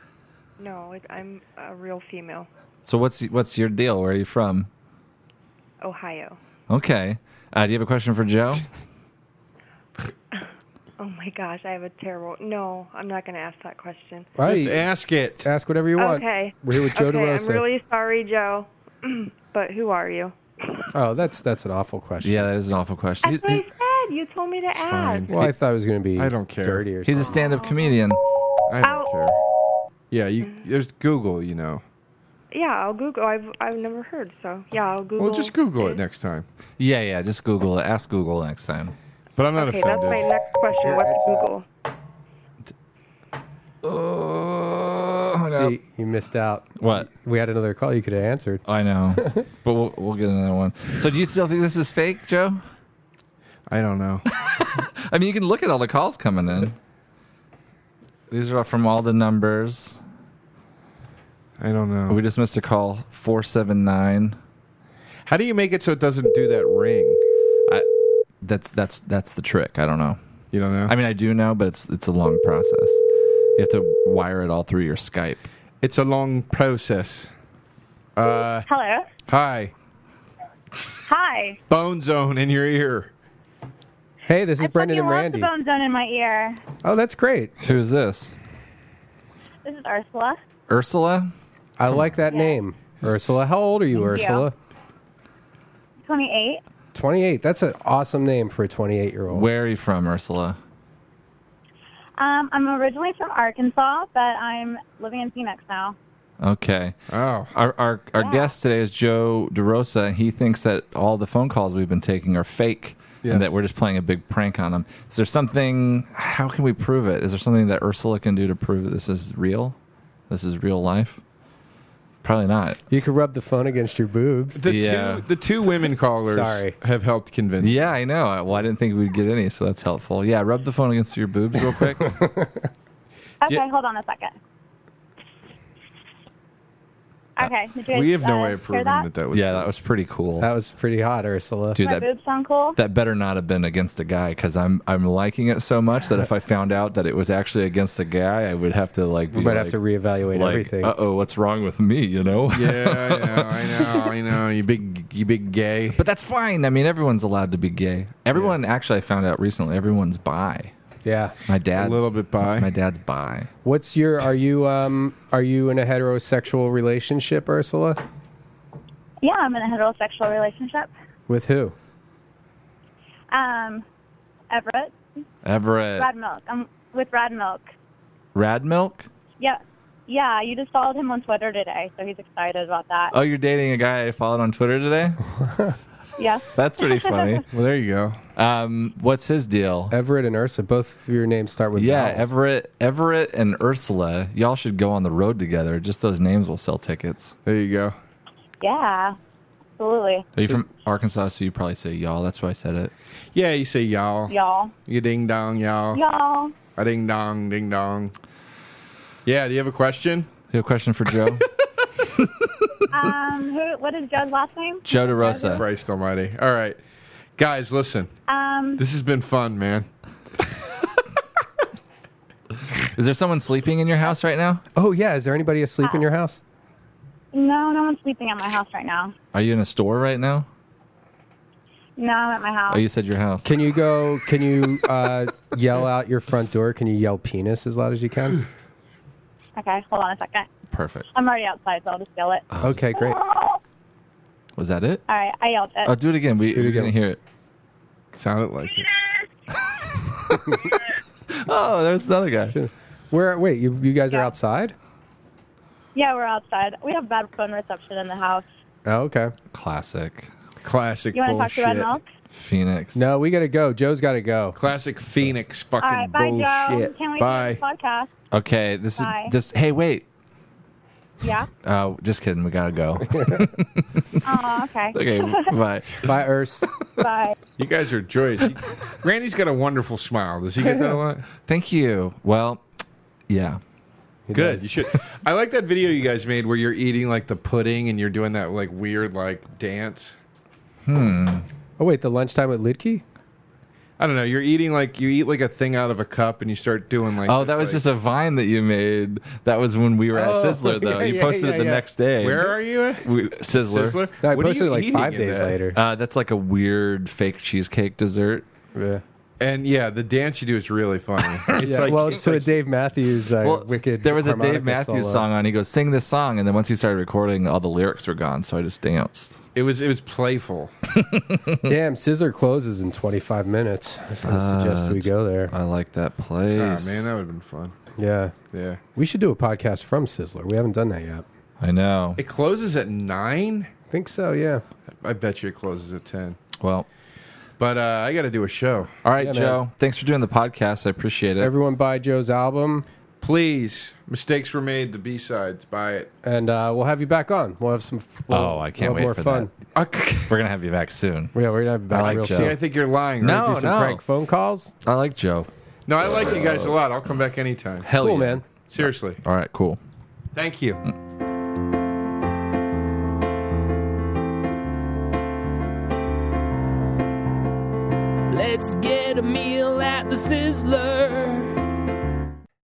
Speaker 11: No, it, I'm a real female.
Speaker 1: So what's what's your deal? Where are you from?
Speaker 11: Ohio.
Speaker 1: Okay. Uh, do you have a question for Joe?
Speaker 11: Oh my gosh, I have a terrible. No, I'm not going to ask that question.
Speaker 2: All right.
Speaker 3: Just ask it.
Speaker 2: Ask whatever you want.
Speaker 11: Okay.
Speaker 2: We're here with Joe
Speaker 11: okay,
Speaker 2: DeRosa.
Speaker 11: I'm really sorry, Joe, but who are you?
Speaker 2: Oh, that's that's an awful question.
Speaker 1: yeah, that is an awful question.
Speaker 11: That's
Speaker 1: He's,
Speaker 11: what I said. You told me to ask.
Speaker 3: fine.
Speaker 2: Well, I thought it was going to be.
Speaker 3: I don't care.
Speaker 2: Dirty or
Speaker 1: he's a
Speaker 2: something.
Speaker 1: stand-up comedian.
Speaker 3: I don't
Speaker 11: Ow.
Speaker 3: care. Yeah, you there's Google, you know.
Speaker 11: Yeah, I'll Google. I've I've never heard, so yeah, I'll Google.
Speaker 3: Well, just Google it next time.
Speaker 1: Yeah, yeah. Just Google it. Ask Google next time.
Speaker 3: But I'm not
Speaker 11: Okay, that's
Speaker 3: offended.
Speaker 11: my next question. What's Google?
Speaker 1: Uh, Oh,
Speaker 2: See, you missed out.
Speaker 1: What?
Speaker 2: We had another call you could have answered.
Speaker 1: I know, but we'll, we'll get another one. So, do you still think this is fake, Joe?
Speaker 3: I don't know.
Speaker 1: I mean, you can look at all the calls coming in. These are from all the numbers.
Speaker 4: I don't know.
Speaker 1: We just missed a call. Four seven nine.
Speaker 3: How do you make it so it doesn't do that ring?
Speaker 1: I, that's that's that's the trick. I don't know.
Speaker 3: You don't know.
Speaker 1: I mean, I do know, but it's it's a long process. You have to wire it all through your Skype.
Speaker 3: It's a long process. Uh,
Speaker 12: Hello.
Speaker 3: hi,
Speaker 12: Hi.
Speaker 3: Bone Zone in your ear.
Speaker 2: Hey, this is Brendan
Speaker 12: You lost the bone zone in my ear.
Speaker 2: Oh, that's great.
Speaker 1: Who's this?
Speaker 12: This is Ursula.
Speaker 1: Ursula.
Speaker 2: I like that name, Ursula. How old are you,
Speaker 12: Thank you.
Speaker 2: Ursula?
Speaker 12: 28.
Speaker 2: Twenty-eight. That's an awesome name for a twenty-eight-year-old.
Speaker 1: Where are you from, Ursula?
Speaker 12: Um, I'm originally from Arkansas, but I'm living in Phoenix now.
Speaker 1: Okay.
Speaker 3: Oh.
Speaker 1: Our our, our guest today is Joe DeRosa, and he thinks that all the phone calls we've been taking are fake
Speaker 3: Yes.
Speaker 1: and that we're just playing a big prank on him. Is there something, how can we prove it? Is there something that Ursula can do to prove that this is real? This is real life? Probably not.
Speaker 2: You could rub the phone against your boobs.
Speaker 3: The
Speaker 1: Yeah.
Speaker 3: two the two women callers
Speaker 2: Sorry.
Speaker 3: have helped convince.
Speaker 1: Yeah, I know. Well, I didn't think we'd get any, so that's helpful. Yeah, rub the phone against your boobs real quick.
Speaker 12: Okay, hold on a second. Okay. did you guys,
Speaker 3: We have no
Speaker 12: uh,
Speaker 3: way of
Speaker 12: hear
Speaker 3: proving
Speaker 12: that?
Speaker 3: that that was.
Speaker 1: yeah, that was pretty cool.
Speaker 2: That was pretty hot, Ursula.
Speaker 1: Dude,
Speaker 12: My
Speaker 1: that
Speaker 12: boobs sound cool.
Speaker 1: that better not have been against a guy because I'm I'm liking it so much that if I found out that it was actually against a guy, I would have to like be
Speaker 2: We might
Speaker 1: like,
Speaker 2: have to reevaluate everything.
Speaker 1: Uh oh, what's wrong with me? You know.
Speaker 3: Yeah, I know, I know, I know. You big, you big gay.
Speaker 1: But that's fine. I mean, everyone's allowed to be gay. Everyone, actually, I found out recently, everyone's bi.
Speaker 2: yeah.
Speaker 1: My
Speaker 3: A
Speaker 1: dad,
Speaker 3: little bit by.
Speaker 1: my dad's bi.
Speaker 2: What's your? Are you um? Are you in a heterosexual relationship, Ursula?
Speaker 12: Yeah, I'm in a heterosexual relationship.
Speaker 2: With who?
Speaker 12: Um, Everett,
Speaker 1: Everett,
Speaker 12: Rad Milk. I'm with Rad Milk.
Speaker 1: Rad Milk.
Speaker 12: Yeah, yeah. You just followed him on Twitter today, so he's excited about that.
Speaker 1: Oh, you're dating a guy I followed on Twitter today.
Speaker 12: yes.
Speaker 1: That's pretty funny.
Speaker 3: Well, there you go.
Speaker 1: um, what's his deal?
Speaker 2: Everett and Ursula. Both of your names start with
Speaker 1: Yeah,
Speaker 2: vowels.
Speaker 1: Everett, Everett, and Ursula. Y'all should go on the road together. Just those names will sell tickets.
Speaker 3: There you go.
Speaker 12: Yeah, absolutely.
Speaker 1: Are you from Arkansas? So you probably say y'all. That's why I said it.
Speaker 3: Yeah, you say y'all.
Speaker 12: Y'all,
Speaker 3: You ding dong, y'all.
Speaker 12: y'all.
Speaker 3: A ding dong, ding dong. Yeah, do you have a question?
Speaker 1: You have a question for Joe?
Speaker 12: Um, who? What is Joe's last name?
Speaker 1: Joe DeRosa.
Speaker 3: Christ Almighty. All right. Guys, listen.
Speaker 12: Um,
Speaker 3: This has been fun, man.
Speaker 1: Is there someone sleeping in your house right now?
Speaker 2: Oh yeah. Is there anybody asleep in your house?
Speaker 12: no, no one's sleeping at my house right now.
Speaker 1: Are you in a store right now?
Speaker 12: No, I'm at my house.
Speaker 1: Oh, you said your house.
Speaker 2: Can you go? Can you uh, yell out your front door? Can you yell penis as loud as you can?
Speaker 12: okay, hold on a second.
Speaker 1: Perfect.
Speaker 12: I'm already outside, so I'll just yell it.
Speaker 3: Uh,
Speaker 2: Okay, great.
Speaker 1: Was that it?
Speaker 12: All right, I yelled it.
Speaker 3: uh,
Speaker 1: Oh, do it again. We,
Speaker 2: it
Speaker 1: we
Speaker 2: again.
Speaker 1: didn't hear it.
Speaker 3: Sounded like it.
Speaker 1: Oh, there's another guy.
Speaker 2: Where? Wait, you you guys are
Speaker 12: Yeah.
Speaker 2: outside?
Speaker 12: yeah, we're outside. We have bad phone reception in the house.
Speaker 2: Oh, okay.
Speaker 1: Classic.
Speaker 3: Classic
Speaker 12: You want to talk to Red
Speaker 3: bullshit.
Speaker 12: Milk?
Speaker 1: Phoenix.
Speaker 2: No, we gotta go. Joe's gotta go.
Speaker 3: Classic Phoenix fucking
Speaker 12: All right, bye,
Speaker 3: bullshit.
Speaker 12: Joe. Can't wait to hear
Speaker 3: bye.
Speaker 12: the podcast.
Speaker 1: Okay. This
Speaker 12: Bye.
Speaker 1: is this. Hey, wait.
Speaker 12: Yeah.
Speaker 1: Oh, just kidding. We gotta go.
Speaker 12: Oh, okay.
Speaker 1: okay. Bye.
Speaker 2: Bye, Urs.
Speaker 12: Bye.
Speaker 3: You guys are joyous. Randy's got a wonderful smile. Does he get that a lot?
Speaker 1: Thank you. Well, yeah.
Speaker 3: Good. You should. I like that video you guys made where you're eating like the pudding and you're doing that like weird like dance.
Speaker 2: Oh wait, the lunchtime at Lidkey.
Speaker 3: I don't know. You're eating like you eat like a thing out of a cup and you start doing like.
Speaker 1: Oh,
Speaker 3: this,
Speaker 1: that was
Speaker 3: like,
Speaker 1: just a vine that you made. That was when we were at
Speaker 2: Oh,
Speaker 1: Sizzler, though.
Speaker 2: yeah,
Speaker 1: you
Speaker 2: yeah,
Speaker 1: posted
Speaker 2: yeah,
Speaker 1: it the
Speaker 2: yeah.
Speaker 1: next day.
Speaker 3: Where are you?
Speaker 1: We, Sizzler.
Speaker 3: Sizzler?
Speaker 2: No, I
Speaker 3: What are
Speaker 2: posted
Speaker 3: you
Speaker 2: it like
Speaker 3: eating
Speaker 2: five
Speaker 3: in
Speaker 2: days
Speaker 3: that?
Speaker 2: later.
Speaker 1: Uh, that's like a weird fake cheesecake dessert.
Speaker 2: yeah.
Speaker 3: And yeah, the dance you do is really funny. It's
Speaker 2: Yeah,
Speaker 3: like
Speaker 2: well, it's to a Dave Matthews uh,
Speaker 1: Well,
Speaker 2: wicked.
Speaker 1: there was a Dave
Speaker 2: harmonica
Speaker 1: Matthews
Speaker 2: solo.
Speaker 1: song on. He goes, "Sing this song," and then once he started recording, all the lyrics were gone. So I just danced.
Speaker 3: it was it was playful.
Speaker 2: Damn, Scissor closes in 25 minutes. I was going to suggest we go there.
Speaker 1: I like that place.
Speaker 3: Ah man, that would have been fun.
Speaker 2: Yeah.
Speaker 3: Yeah.
Speaker 2: We should do a podcast from Sizzler. We haven't done that yet.
Speaker 1: I know.
Speaker 3: It closes at nine.
Speaker 2: I think so, yeah.
Speaker 3: I bet you it closes at ten.
Speaker 1: Well,
Speaker 3: But uh, I got to do a show.
Speaker 1: all right,
Speaker 2: Yeah, man.
Speaker 1: Joe. Thanks for doing the podcast. I appreciate it.
Speaker 2: Everyone buy Joe's album.
Speaker 3: Please, mistakes were made. The B sides, buy it.
Speaker 2: And uh, we'll have you back on. We'll have some. we'll-
Speaker 1: oh, I can't
Speaker 2: we'll have
Speaker 1: wait
Speaker 2: more
Speaker 1: for
Speaker 2: fun.
Speaker 1: that. We're gonna have you back soon.
Speaker 2: Yeah, we're gonna have you back
Speaker 1: I like
Speaker 2: real Oh,
Speaker 1: Joe.
Speaker 2: soon.
Speaker 3: I think you're lying.
Speaker 1: No,
Speaker 3: right? Do some
Speaker 1: no.
Speaker 3: prank
Speaker 2: phone calls.
Speaker 1: I like Joe.
Speaker 3: No, I like you guys a lot. I'll come back anytime.
Speaker 1: Hell Cool, yeah. man.
Speaker 3: Seriously.
Speaker 1: All right, cool.
Speaker 3: Thank you.
Speaker 13: Let's get a meal at the Sizzler.